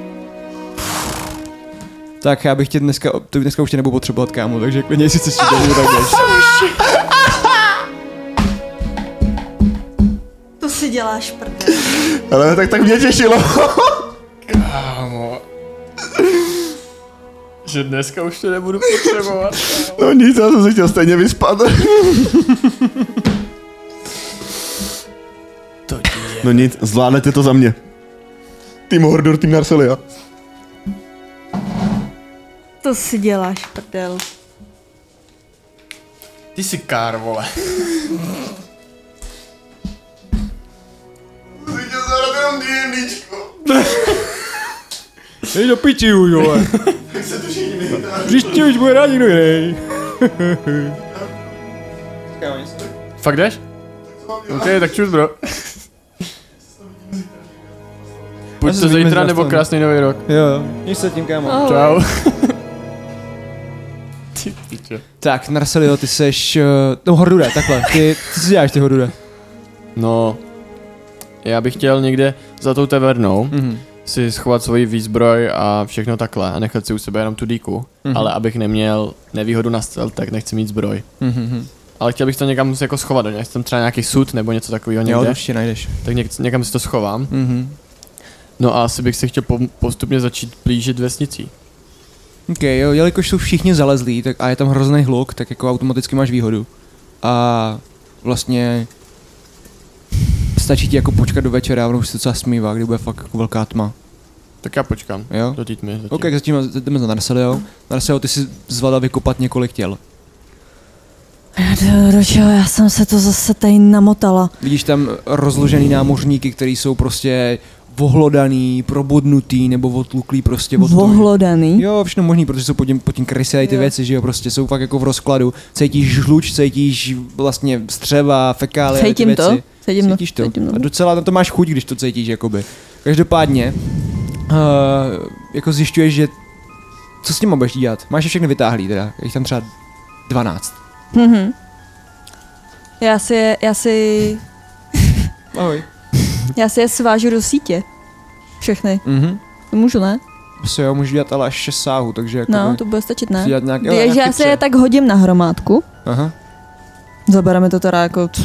Speaker 1: Tak já bych tě dneska, to dneska už tě nebudu potřebovat, kámo, takže klidně, jestli chceš jít domů, tak
Speaker 6: *laughs*
Speaker 1: jdeš.
Speaker 3: To si děláš prdel.
Speaker 4: Ale tak, tak mě těšilo.
Speaker 2: Kámo. *laughs* Že dneska už to nebudu potřebovat.
Speaker 4: *laughs* No nic, já jsem se chtěl stejně vyspat.
Speaker 5: To dítě.
Speaker 4: No nic, zvládnete to za mě. Tým Hordor, tým Narselia.
Speaker 3: To si děláš, prdel.
Speaker 2: Ty jsi kár, vole.
Speaker 6: Dej do piči už, vole. Příště už bude rád
Speaker 1: *laughs*
Speaker 6: někdo jiný.
Speaker 2: Fakt jdeš? OK, tak čus, bro. Buď
Speaker 1: se
Speaker 2: to
Speaker 1: zvídíme
Speaker 2: zítra
Speaker 1: s
Speaker 2: nebo
Speaker 1: Rastem.
Speaker 2: krásný nový rok.
Speaker 1: Jo, nic se tím, kámo.
Speaker 3: Ahoj.
Speaker 2: Čau. Ty piče.
Speaker 1: Tak, Narselio, ty seš... eh, No, Hordude, takhle. Ty, ty si děláš ty Hordude.
Speaker 2: No, já bych chtěl někde za tou tavernou
Speaker 1: Mhm.
Speaker 2: si schovat svoji výzbroj a všechno takhle a nechat si u sebe jenom tu díku.
Speaker 1: Mhm.
Speaker 2: Ale abych neměl nevýhodu na stealth, tak nechci mít zbroj.
Speaker 1: Mhm.
Speaker 2: Ale chtěl bych to někam jako schovat, do jsem třeba nějaký sud nebo něco takového
Speaker 1: Jo, to
Speaker 2: někde,
Speaker 1: určitě najdeš.
Speaker 2: tak něk- někam si to schovám.
Speaker 1: Mhm.
Speaker 2: No a asi bych se chtěl pom- postupně začít blížit vesnicí.
Speaker 1: OK, jo, jelikož jsou všichni zalezlí tak, a je tam hrozný hluk, tak jako automaticky máš výhodu. A vlastně stačí ti jako počkat do večera, ono už se docela smívá, kdy bude fakt jako velká tma,
Speaker 2: Tak já počkám.
Speaker 1: jo?
Speaker 2: Do té tmy. zatím.
Speaker 1: OK, tak zatím jdeme za Narselio. Narselio, ty si zvládla vykopat několik těl.
Speaker 3: Do, do čeho, já jsem se to zase tady namotala.
Speaker 1: Vidíš tam rozložený námořníky, který jsou prostě vohlodaný, probodnutý nebo otluklý prostě od toho, že-
Speaker 3: Vohlodaný.
Speaker 1: Jo, všechno možný, protože jsou pod tím, pod tím krysy a ty
Speaker 3: Hm? Jo.
Speaker 1: věci, že jo, prostě jsou fakt jako v rozkladu. Cítíš žluč, cítíš vlastně střeva, fekálie, a ty
Speaker 3: Cítím
Speaker 1: věci.
Speaker 3: to? Cítím to?
Speaker 1: Cítíš to?
Speaker 3: Cítím
Speaker 1: A
Speaker 3: to?
Speaker 1: docela na to máš chuť, když to cítíš, jakoby. Každopádně, uh, jako zjišťuješ, že co s nimi budeš dělat? Máš je všechny vytáhlý teda, je jich tam třeba 12.
Speaker 3: Mhm. Já si, je- já si,
Speaker 1: Ahoj.
Speaker 3: já si je svážu do sítě. Všechny.
Speaker 1: Mhm.
Speaker 3: To můžu, ne?
Speaker 1: Se jo, můžu dělat ale až 6 sáhů, takže jako
Speaker 3: No, to bude stačit, ne?
Speaker 1: dělat nějak, jo,
Speaker 3: Takže
Speaker 1: nějak
Speaker 3: já
Speaker 1: ty
Speaker 3: se je
Speaker 1: tři.
Speaker 3: tak hodím na hromádku.
Speaker 1: Aha.
Speaker 3: Zabereme to teda jako... c-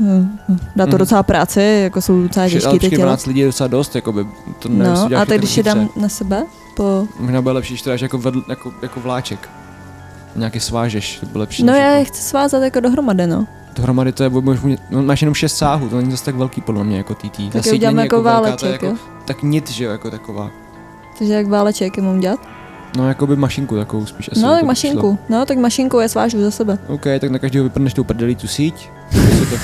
Speaker 3: hm, hm, Dá to
Speaker 1: Mhm.
Speaker 3: docela práci, jako jsou docela
Speaker 1: Že-
Speaker 3: těžký
Speaker 1: ale
Speaker 3: ty
Speaker 1: počkej,
Speaker 3: těla.
Speaker 1: 12 lidí je docela dost, jakoby. To nevím, jestli
Speaker 3: No,
Speaker 1: děláš
Speaker 3: a tak
Speaker 1: jako
Speaker 3: když je
Speaker 1: třice.
Speaker 3: dám na sebe, po...
Speaker 1: Možná bude lepší, když to dáš jako, vedl, jako, jako vláček. Nějaký svážeš, to bude lepší.
Speaker 3: No
Speaker 1: než
Speaker 3: já je
Speaker 1: jako,
Speaker 3: chci svázat jako dohromady, no.
Speaker 1: Dohromady to je, bo- možná- no, máš jenom šest sáhů, to není zase tak velký podle mě jako TT. Ta
Speaker 3: Tak
Speaker 1: síť
Speaker 3: je udělám
Speaker 1: není
Speaker 3: jako
Speaker 1: velká, to je
Speaker 3: váleček, jo.
Speaker 1: jako, Tak nit, že jo, jako taková.
Speaker 3: Takže jak váleček je mám dělat?
Speaker 1: No, jako by mašinku takovou spíš. asi
Speaker 3: no,
Speaker 1: by
Speaker 3: tak
Speaker 1: to No.
Speaker 3: mašinku. No, tak mašinku je svážu za sebe.
Speaker 1: Přišlo. OK, tak na každého vyprdneš tou prdelí tu
Speaker 3: *laughs*
Speaker 1: síť. Jestli to-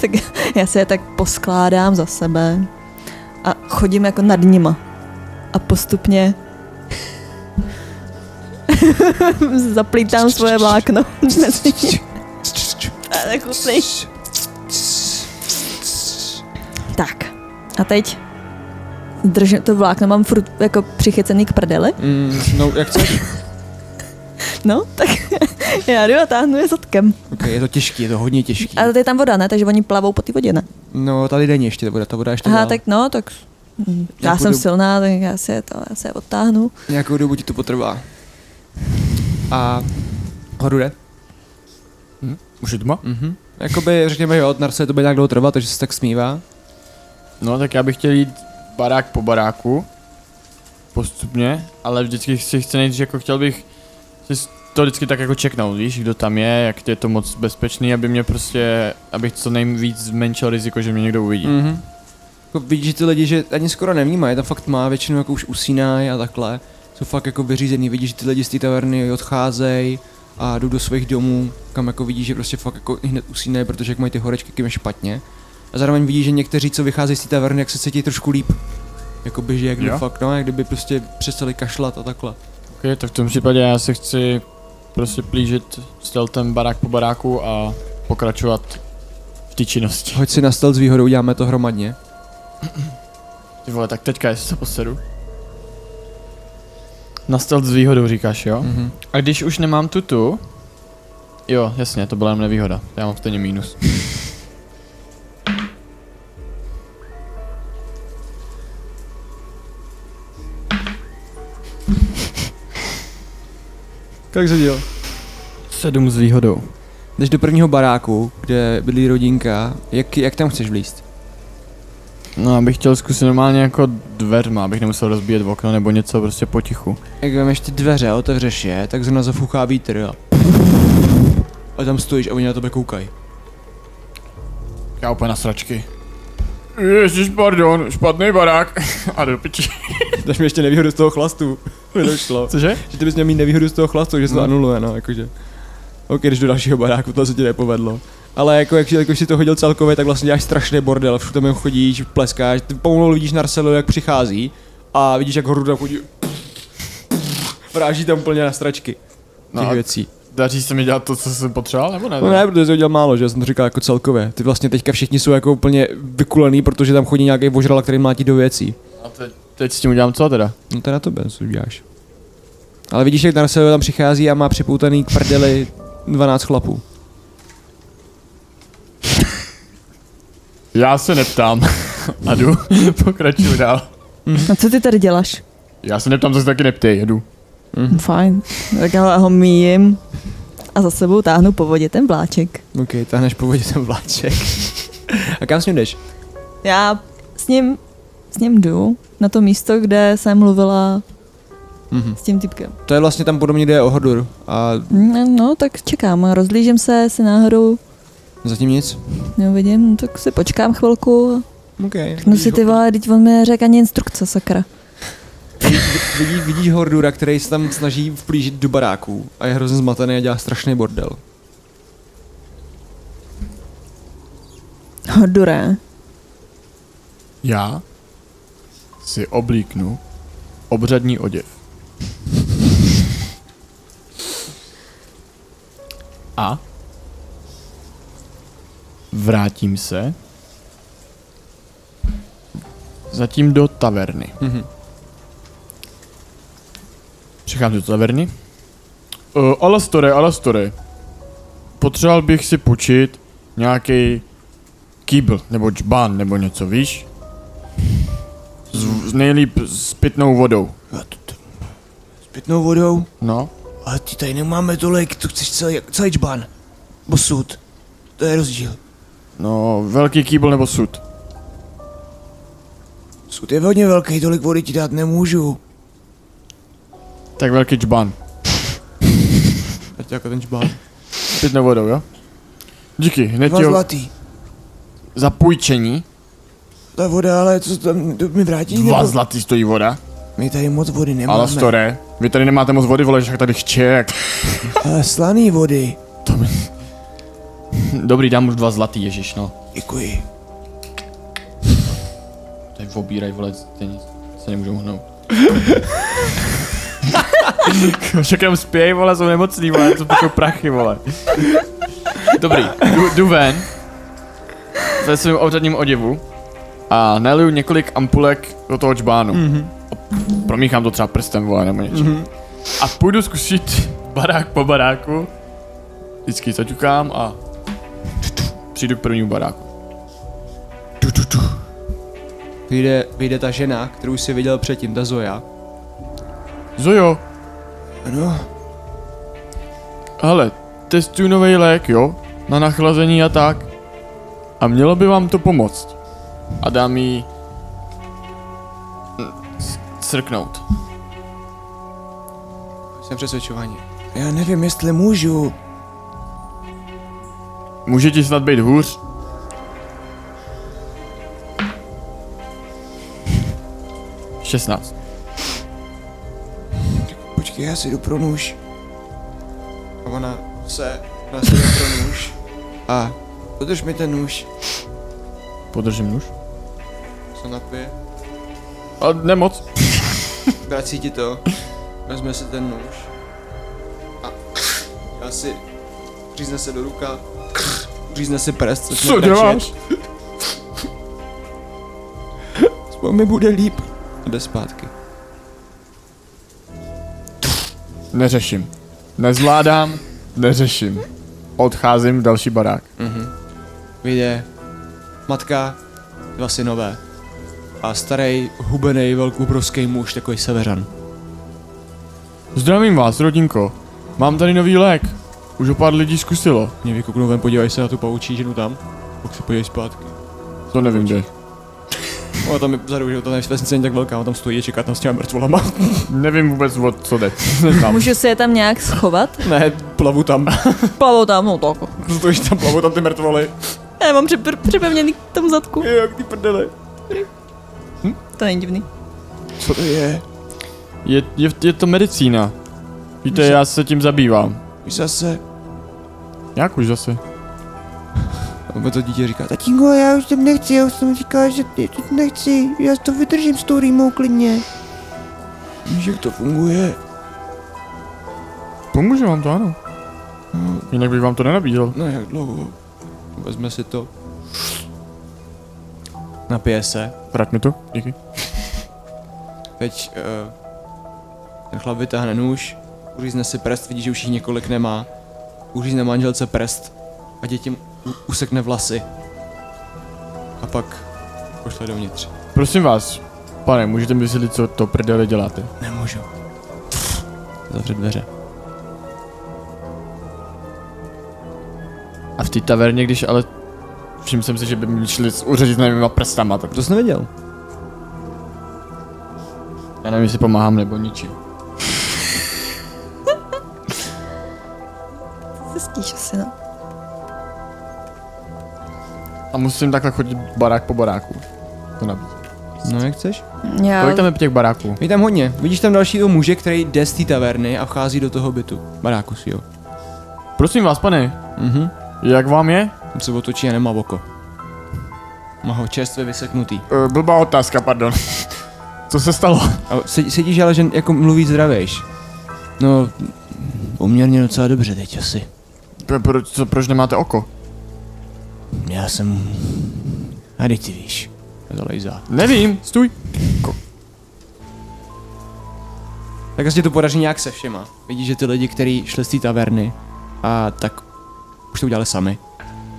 Speaker 3: tak já se je tak poskládám za sebe a chodím jako nad nima. A postupně *laughs* zaplítám svoje vlákno. *laughs* mezi
Speaker 1: *laughs*
Speaker 3: ně. a tak úplně- tak. A teď držím to vlákno, mám furt jako přichycený k prdeli.
Speaker 1: Mm, no, jak chceš?
Speaker 3: No, tak *laughs* já jdu a táhnu je zadkem.
Speaker 1: OK, je to těžký, je to hodně těžký.
Speaker 3: A tady je tam voda, ne? Takže oni plavou po té vodě, ne?
Speaker 1: No, tady není ještě ta voda, ta voda ještě
Speaker 3: Aha,
Speaker 1: dál.
Speaker 3: tak no, tak hm, já,
Speaker 1: Nějakou
Speaker 3: jsem
Speaker 1: dobu-
Speaker 3: silná, tak já se, to, já se odtáhnu.
Speaker 1: Nějakou dobu ti to potrvá. A horude?
Speaker 2: Hm? Už je tma?
Speaker 1: Mhm. Jakoby, řekněme, jo, od Narse to bude nějak dlouho trvat, takže se tak smívá.
Speaker 2: No tak já bych chtěl jít barák po baráku. Postupně, ale vždycky si chci nejdřív, jako chtěl bych si to vždycky tak jako čeknout, víš, kdo tam je, jak je to moc bezpečný, aby mě prostě, abych co nejvíc zmenšil riziko, že mě někdo uvidí. Mm.
Speaker 1: Mhm. Jako vidíš že ty lidi, že ani skoro nevnímají, tam fakt má, většinou jako už usínají a takhle. Jsou fakt jako vyřízený, vidíš, že ty lidi z té taverny odcházejí a jdou do svých domů, kam jako vidíš, že prostě fakt jako hned usínají, protože jak mají ty horečky, kým je špatně. A zároveň vidíš, že někteří, co vycházejí z té taverny, jak se cítí trošku líp. Jakoby, že jak kdyby
Speaker 2: Jo?
Speaker 1: fakt, no, jak kdyby prostě přestali kašlat a takhle.
Speaker 2: Okay, tak v tom případě já se chci prostě plížit stealthem barák po baráku a pokračovat v té činnosti.
Speaker 1: Hoď si na stealth s výhodou, uděláme to hromadně.
Speaker 2: Ty vole, tak teďka jestli se posedu. Na stealth s výhodou říkáš, jo?
Speaker 1: Mhm.
Speaker 2: A když už nemám tu tu... Jo, jasně, to byla jenom nevýhoda. Já mám stejně mínus.
Speaker 1: Jak se dělo?
Speaker 2: Sedm s výhodou.
Speaker 1: Jdeš do prvního baráku, kde bydlí rodinka. Jak, jak tam chceš vlíst?
Speaker 2: No, abych chtěl zkusit normálně jako dveřma, abych nemusel rozbíjet okno nebo něco prostě potichu.
Speaker 1: Jak vám ještě dveře, otevřeš je, tak zrovna zafuchá vítr a... A tam stojíš a oni na tebe *laughs* koukají.
Speaker 2: Já úplně na sračky. Ježíš, pardon, špatný barák. A do piči.
Speaker 1: Dáš mi ještě nevýhodu z toho chlastu. *laughs* Mi to šlo.
Speaker 2: Cože?
Speaker 1: Že ty bys měl mít nevýhodu z toho chlastu, že se to
Speaker 2: No.
Speaker 1: anuluje, no, jakože. OK, když do dalšího baráku, to se ti nepovedlo. Ale jako, jak, jak si to hodil celkově, tak vlastně děláš strašný bordel, všude tam chodíš, pleskáš, ty pomalu vidíš Narcelu, jak přichází a vidíš, jak Horuda chodí, *laughs* vráží tam úplně na stračky těch
Speaker 2: No, a
Speaker 1: věcí.
Speaker 2: daří se mi dělat to, co jsem potřeboval, nebo ne?
Speaker 1: No ne, protože jsi udělal málo, že já jsem to říkal jako celkově. Ty vlastně teďka všichni jsou jako úplně vykulený, protože tam chodí nějaký vožrala, který mlátí do věcí.
Speaker 2: A teď, teď s tím udělám co teda?
Speaker 1: No to je na tebe, co uděláš. Ale vidíš, jak Narcelo tam přichází a má připoutaný k prdeli 12 chlapů.
Speaker 2: Já se neptám. *laughs* A jdu, pokračuju dál.
Speaker 3: A No, co ty tady děláš?
Speaker 2: Já se neptám, co se taky neptej, jedu.
Speaker 3: Fajn. Tak já ho míjím a za sebou táhnu po vodě ten vláček.
Speaker 1: OK, táhneš po vodě ten vláček. a kam s ním jdeš?
Speaker 3: Já s ním, s ním jdu na to místo, kde jsem mluvila
Speaker 1: Mhm.
Speaker 3: s tím typkem.
Speaker 1: To je vlastně tam podobně, kde je Ohodur. A
Speaker 3: Mm, No, tak čekám. Rozlížím se, jestli náhodou
Speaker 1: zatím nic?
Speaker 3: neuvidím, no, tak si počkám chvilku.
Speaker 1: OK.
Speaker 3: No si ty vole, teď on mi řekl ani instrukce, sakra.
Speaker 1: Vidíš, vidíš Hordura, který se tam snaží vplížit do baráků a je hrozně zmatený a dělá strašný bordel.
Speaker 3: Hoduré.
Speaker 2: Já si oblíknu obřadní oděv. A vrátím se zatím do taverny.
Speaker 1: Mhm.
Speaker 2: Přicházím do taverny. Uh, Alastore, Alastore. Potřeboval bych si počít nějaký kýbl nebo džbán nebo něco, víš? S, s nejlíp s pitnou vodou.
Speaker 5: A to, to, s pitnou vodou?
Speaker 2: No.
Speaker 5: Ale ty tady nemáme tolik, tu chceš celý, celý čbán. Bosud. To je rozdíl.
Speaker 2: No, velký kýbl nebo sud.
Speaker 5: Sud je hodně velký, tolik vody ti dát nemůžu.
Speaker 2: Tak velký džbán.
Speaker 1: Ať jako ten čbán.
Speaker 2: S pitnou vodou, jo? Díky, hned
Speaker 5: Dva
Speaker 2: ti ho
Speaker 5: zlatý.
Speaker 2: za půjčení.
Speaker 5: Ta voda, ale co tam, to mi vrátí?
Speaker 2: Dva
Speaker 5: nebo-
Speaker 2: zlatý stojí voda.
Speaker 5: My tady moc vody nemáme.
Speaker 2: Ale store, vy tady nemáte moc vody, vole, že tak tady chček.
Speaker 5: Ale slaný vody.
Speaker 2: Dobrý, dám už dva zlatý, ježiš, no.
Speaker 5: Děkuji.
Speaker 2: Tady obíraj, vole, stejně se nemůžou hnout. *laughs* Však jenom spěj, vole, jsou nemocný, vole, to jsou prachy, vole. Dobrý, jdu, jdu ven. Ve svém obřadním oděvu. A naliju několik ampulek do toho čbánu. Mm-hmm. Promíchám to třeba prstem, vole, nebo něčím. Mm-hmm. A půjdu zkusit barák po baráku. Vždycky zaťukám a přijdu k prvnímu baráku. Tu, tu, tu.
Speaker 1: Vyjde, vyjde ta žena, kterou jsi viděl předtím, ta Zoja.
Speaker 2: Zojo,
Speaker 5: Ano,
Speaker 2: Hele, testuju nový lék, jo? Na nachlazení a tak. A mělo by vám to pomoct. A dám jí... mm, s- Srknout.
Speaker 1: Jsem přesvědčovaný.
Speaker 5: já nevím, jestli můžu.
Speaker 2: Může ti snad být hůř? Šestnáct.
Speaker 5: Počkej, já si jdu pro nůž.
Speaker 1: A ona se nasadí pro nůž.
Speaker 5: A podrž mi ten nůž.
Speaker 2: Podržím nůž.
Speaker 1: se napije,
Speaker 2: A nemoc.
Speaker 1: vrací ti to, vezme si ten nůž a já si řízne se do ruka, řízne si prst, začne
Speaker 2: Co
Speaker 1: brečet.
Speaker 2: děláš?
Speaker 1: Aspoň mi bude líp. A jde zpátky.
Speaker 2: Neřeším. Nezvládám, neřeším. Odcházím v další barák.
Speaker 1: Vyjde matka, dva synové a starý, hubený, velkoubrovský muž, takový severan.
Speaker 2: Zdravím vás, rodinko. Mám tady nový lék. Už ho pár lidí zkusilo.
Speaker 1: Mě vykuknou ven, podívej se na tu paučí ženu tam, pak se podívej zpátky.
Speaker 2: To nevím, kde.
Speaker 1: Ona tam je vzadu, že jo, ta vesnice není tak velká, ona tam stojí a čeká tam s těma mrtvolama. *laughs*
Speaker 2: Nevím vůbec, o co jde. *laughs*
Speaker 1: Neznám.
Speaker 3: Můžu se je tam nějak *laughs* schovat?
Speaker 1: Ne, plavu tam. *laughs*
Speaker 3: Plavo tam, no tako.
Speaker 1: Stojí tam, plavou tam ty mrtvoly.
Speaker 3: Já je mám připr- připevněný k tomu zadku.
Speaker 1: Jo, jak ty prdele.
Speaker 3: To není divný.
Speaker 1: Co to je?
Speaker 2: Je, je, je to medicína. Víte, já se tím zabývám.
Speaker 1: Už zase.
Speaker 2: Jak už zase?
Speaker 1: A mi to dítě říká, tati.
Speaker 7: Tingo, já už tam nechci, já už jsem říkal, že ne- nechci, já to vydržím s tou rýmou klidně.
Speaker 1: Víš, jak to funguje?
Speaker 2: Pomůže vám to, ano. Jinak bych vám to nenabízel.
Speaker 1: No jak dlouho? Vezme si to. Napije se.
Speaker 2: Vrať mi to, díky.
Speaker 1: Teď uh, ten chlap vytáhne nůž, uřízne si prst, vidí, že už jich několik nemá. Uřízne manželce prst a děti mu u- usekne vlasy. A pak pošle dovnitř.
Speaker 2: Prosím vás, pane, můžete mi vysvětlit, co to prdele děláte?
Speaker 5: Nemůžu.
Speaker 1: Zavře dveře.
Speaker 2: A v té taverně, když ale... Všiml jsem si, že by mi šli uřadit nevýma prstama, tak to...
Speaker 1: To jsi nevěděl?
Speaker 2: Já nevím, jestli pomáhám nebo ničím.
Speaker 3: Zjistíš asi, no.
Speaker 2: A musím takhle chodit barák po baráku. To nabízím.
Speaker 1: No jak chceš?
Speaker 3: Já...
Speaker 2: Kolik tam je těch baráků?
Speaker 1: Je tam hodně. Vidíš tam dalšího muže, který jde z té taverny a vchází do toho bytu. Baráku si jo.
Speaker 2: Prosím vás, pane,
Speaker 1: Mhm.
Speaker 2: jak vám je?
Speaker 1: On se otočí a nemá oko. Má ho čerstvě vyseknutý.
Speaker 2: Uh, blbá otázka, pardon. *laughs* co se stalo?
Speaker 1: A sedí- sedíš ale, že jako mluví zdravejš.
Speaker 5: No, poměrně docela dobře teď asi.
Speaker 2: Pro, proč, co, proč nemáte oko?
Speaker 5: Já jsem... A teď ty víš.
Speaker 1: Zalejzá.
Speaker 2: Nevím, stůj.
Speaker 1: Tak asi to podaří nějak se všema. Vidíš, že ty lidi, kteří šli z té taverny, a tak už to udělali sami,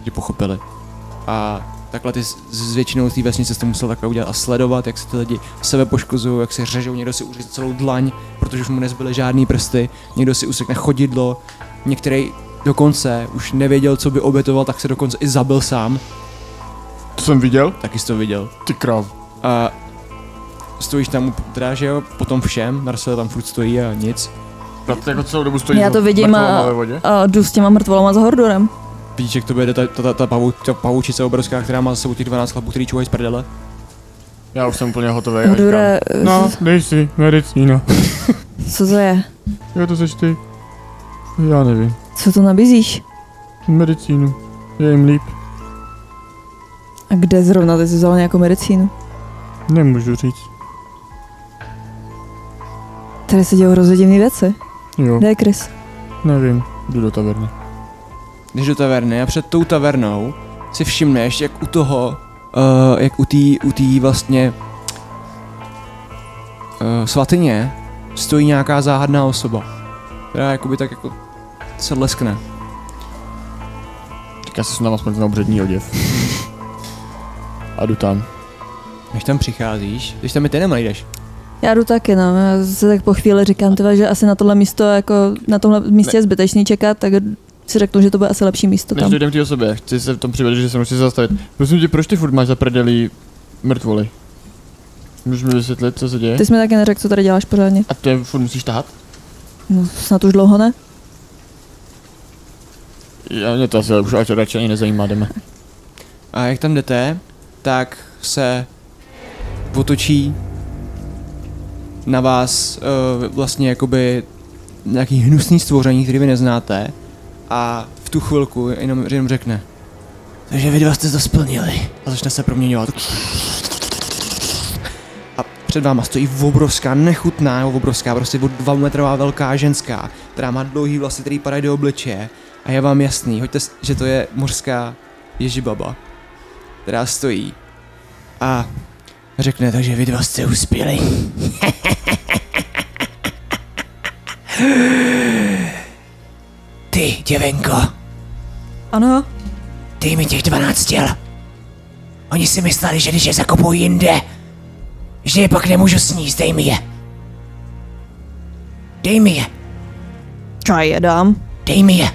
Speaker 1: že pochopili. A takhle ty s- s většinou z té vesnice jsi to musel takhle udělat a sledovat, jak se ty lidi sebe poškozují, jak se řežou, někdo si uřízl celou dlaň, protože už mu nezbyly žádný prsty, někdo si usekne chodidlo, některý dokonce už nevěděl, co by obětoval, tak se dokonce i zabil sám,
Speaker 2: To jsem viděl?
Speaker 1: taky jsi to viděl.
Speaker 2: Ty kráv.
Speaker 1: A stojíš tam, teda, že jo, potom všem, Marcel tam furt stojí a nic.
Speaker 2: Bratr jako celou dobu stojí
Speaker 3: Já to vidím
Speaker 2: mrtvou
Speaker 3: a-
Speaker 2: na vodě.
Speaker 3: A jdu s těma mrtvolama za Hordorem.
Speaker 1: Vidíš, jak to bude ta, ta, ta, ta, pavou, ta pavučice obrovská, která má za sebou těch 12 chlapů, který čuhají z prdele?
Speaker 2: Já už jsem úplně hotový. a říkám,
Speaker 3: Hordore, eh,
Speaker 2: No, dej si, medicína.
Speaker 3: co to je?
Speaker 2: Jo, to seš ty. Já nevím.
Speaker 3: Co to nabízíš?
Speaker 2: Medicínu. Je jim líp.
Speaker 3: A kde zrovna ty jsi vzal nějakou medicínu?
Speaker 2: Nemůžu říct.
Speaker 3: Tady se dějou hrozně divný věci.
Speaker 2: Jo,
Speaker 3: Kde je Chris?
Speaker 2: nevím. Jdu do taverny.
Speaker 1: Jdeš do taverny a před tou tavernou si všimneš, jak u toho, uh, jak u té u tý vlastně uh, svatyně stojí nějaká záhadná osoba, která jakoby tak jako se leskne.
Speaker 2: Tak já si sundám aspoň ten obřední
Speaker 3: *laughs*
Speaker 2: oděv. A jdu tam.
Speaker 1: Když tam přicházíš, když tam i ty nenajdeš.
Speaker 3: Já jdu taky, no. Já se tak po chvíli říkám, tyva, že asi na tohle místo, jako na tomhle místě je zbytečný čekat, tak si řeknu, že to bude asi lepší místo
Speaker 2: Než
Speaker 3: tam.
Speaker 2: dojdem k té osobě, chci se v tom přivedit, že se musí zastavit. Prosím tě, proč ty furt máš za prdelí mrtvoly? Můžeš mi vysvětlit, co se děje?
Speaker 3: Ty jsi mi taky neřekl, co tady děláš pořádně.
Speaker 2: A ty je furt musíš tahat?
Speaker 3: No, snad už dlouho ne?
Speaker 2: Já mě to asi už až radši ani nezajímá, jdeme.
Speaker 1: A jak tam jdete, tak se otočí na vás uh, vlastně jakoby nějaký hnusný stvoření, který vy neznáte a v tu chvilku jenom, jenom řekne
Speaker 5: Takže vy dva jste to splnili.
Speaker 1: a začne se proměňovat. A před váma stojí obrovská, nechutná, nebo obrovská, prostě o dva metrová velká ženská, která má dlouhý vlasy, který padají do obličeje a je vám jasný, hoďte, s- že to je mořská ježibaba, která stojí a
Speaker 5: Řekne, takže vy dva jste uspěli. *laughs* Ty, děvenko,
Speaker 3: Ano,
Speaker 5: dej mi těch 12 těl. Oni si mysleli, že když je zakopou jinde, že je pak nemůžu sníst, dej mi je. Dej mi je,
Speaker 3: čaj je dám.
Speaker 5: dej mi je.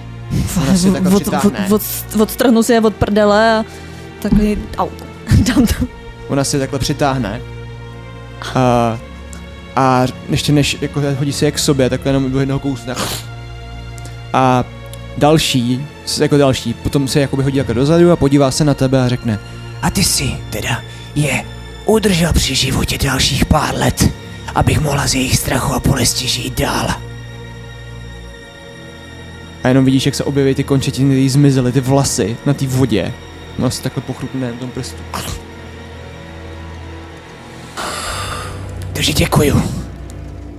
Speaker 1: Ona si takhle
Speaker 3: Od, od,
Speaker 1: přitáhne.
Speaker 3: od, odstrhnu si je od prdele a takhle, au, *laughs* dám to.
Speaker 1: Ona si takhle přitáhne. A, a ještě než jako hodí se jak k sobě, takhle jenom do jednoho kousne. A další, s- jako další, potom se jakoby hodí jako dozadu a podívá se na tebe a řekne
Speaker 5: A ty si teda je udržel při životě dalších pár let, abych mohla z jejich strachu a bolesti žít dál.
Speaker 1: a jenom vidíš, jak se objeví ty končetiny, ty jí zmizely, ty vlasy na té vodě. No se takhle pochrupne na tom prstu.
Speaker 5: Takže děkuju.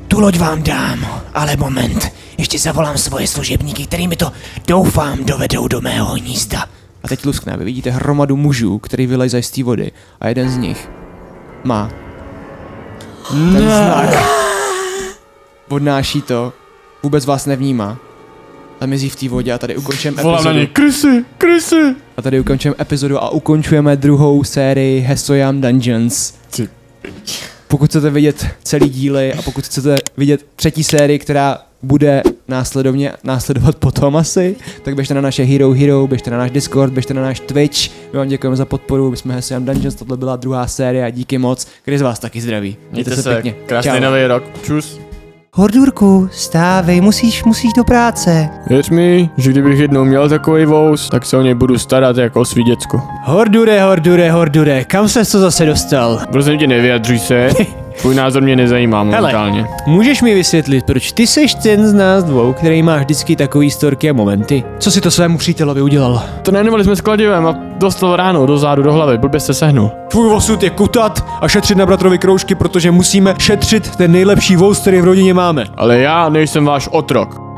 Speaker 5: Tu loď vám dám, ale moment. Ještě zavolám svoje služebníky, kterými to doufám dovedou do mého hnízda.
Speaker 1: A teď luskne, vy vidíte hromadu mužů, který vylezají z té vody a jeden z nich má ten znak. Odnáší to, vůbec vás nevnímá. A mizí v té vodě a tady ukončím
Speaker 6: Volám na
Speaker 1: epizodu.
Speaker 6: něj, Krysy, Krysy!
Speaker 1: A tady ukončujeme epizodu a ukončujeme druhou sérii Hesoyam Dungeons.
Speaker 6: Ty
Speaker 1: Pokud chcete vidět celý díly a pokud chcete vidět třetí sérii, která bude následovně následovat potom asi, tak běžte na naše Hero Hero, běžte na náš Discord, běžte na náš Twitch. My vám děkujeme za podporu, my jsme Hesoyam Dungeons, tohle byla druhá série a díky moc. Kdy z vás taky zdraví.
Speaker 6: Mějte se,
Speaker 1: pěkně.
Speaker 6: krásný
Speaker 1: Čau.
Speaker 6: nový rok, čus.
Speaker 8: Hordurku, stávej, musíš, musíš do práce.
Speaker 6: Věř mi, že kdybych jednou měl takový vous, tak se o něj budu starat jako o svý děcko.
Speaker 1: Hordure, hordure, hordure, kam ses to zase dostal?
Speaker 6: Prosím tě, nevyjadřuj *laughs* se. Tvůj názor mě nezajímá momentálně.
Speaker 1: Můžeš mi vysvětlit, proč ty seš ten z nás dvou, který má vždycky takový storky a momenty? Co si to svému přítelovi udělal?
Speaker 6: Trénovali jsme s kladivem a dostal ráno do zádu, do hlavy, blbě se sehnul.
Speaker 1: Tvůj osud je kutat a šetřit na bratrovi kroužky, protože musíme šetřit ten nejlepší vous, který v rodině máme.
Speaker 6: Ale já nejsem váš otrok.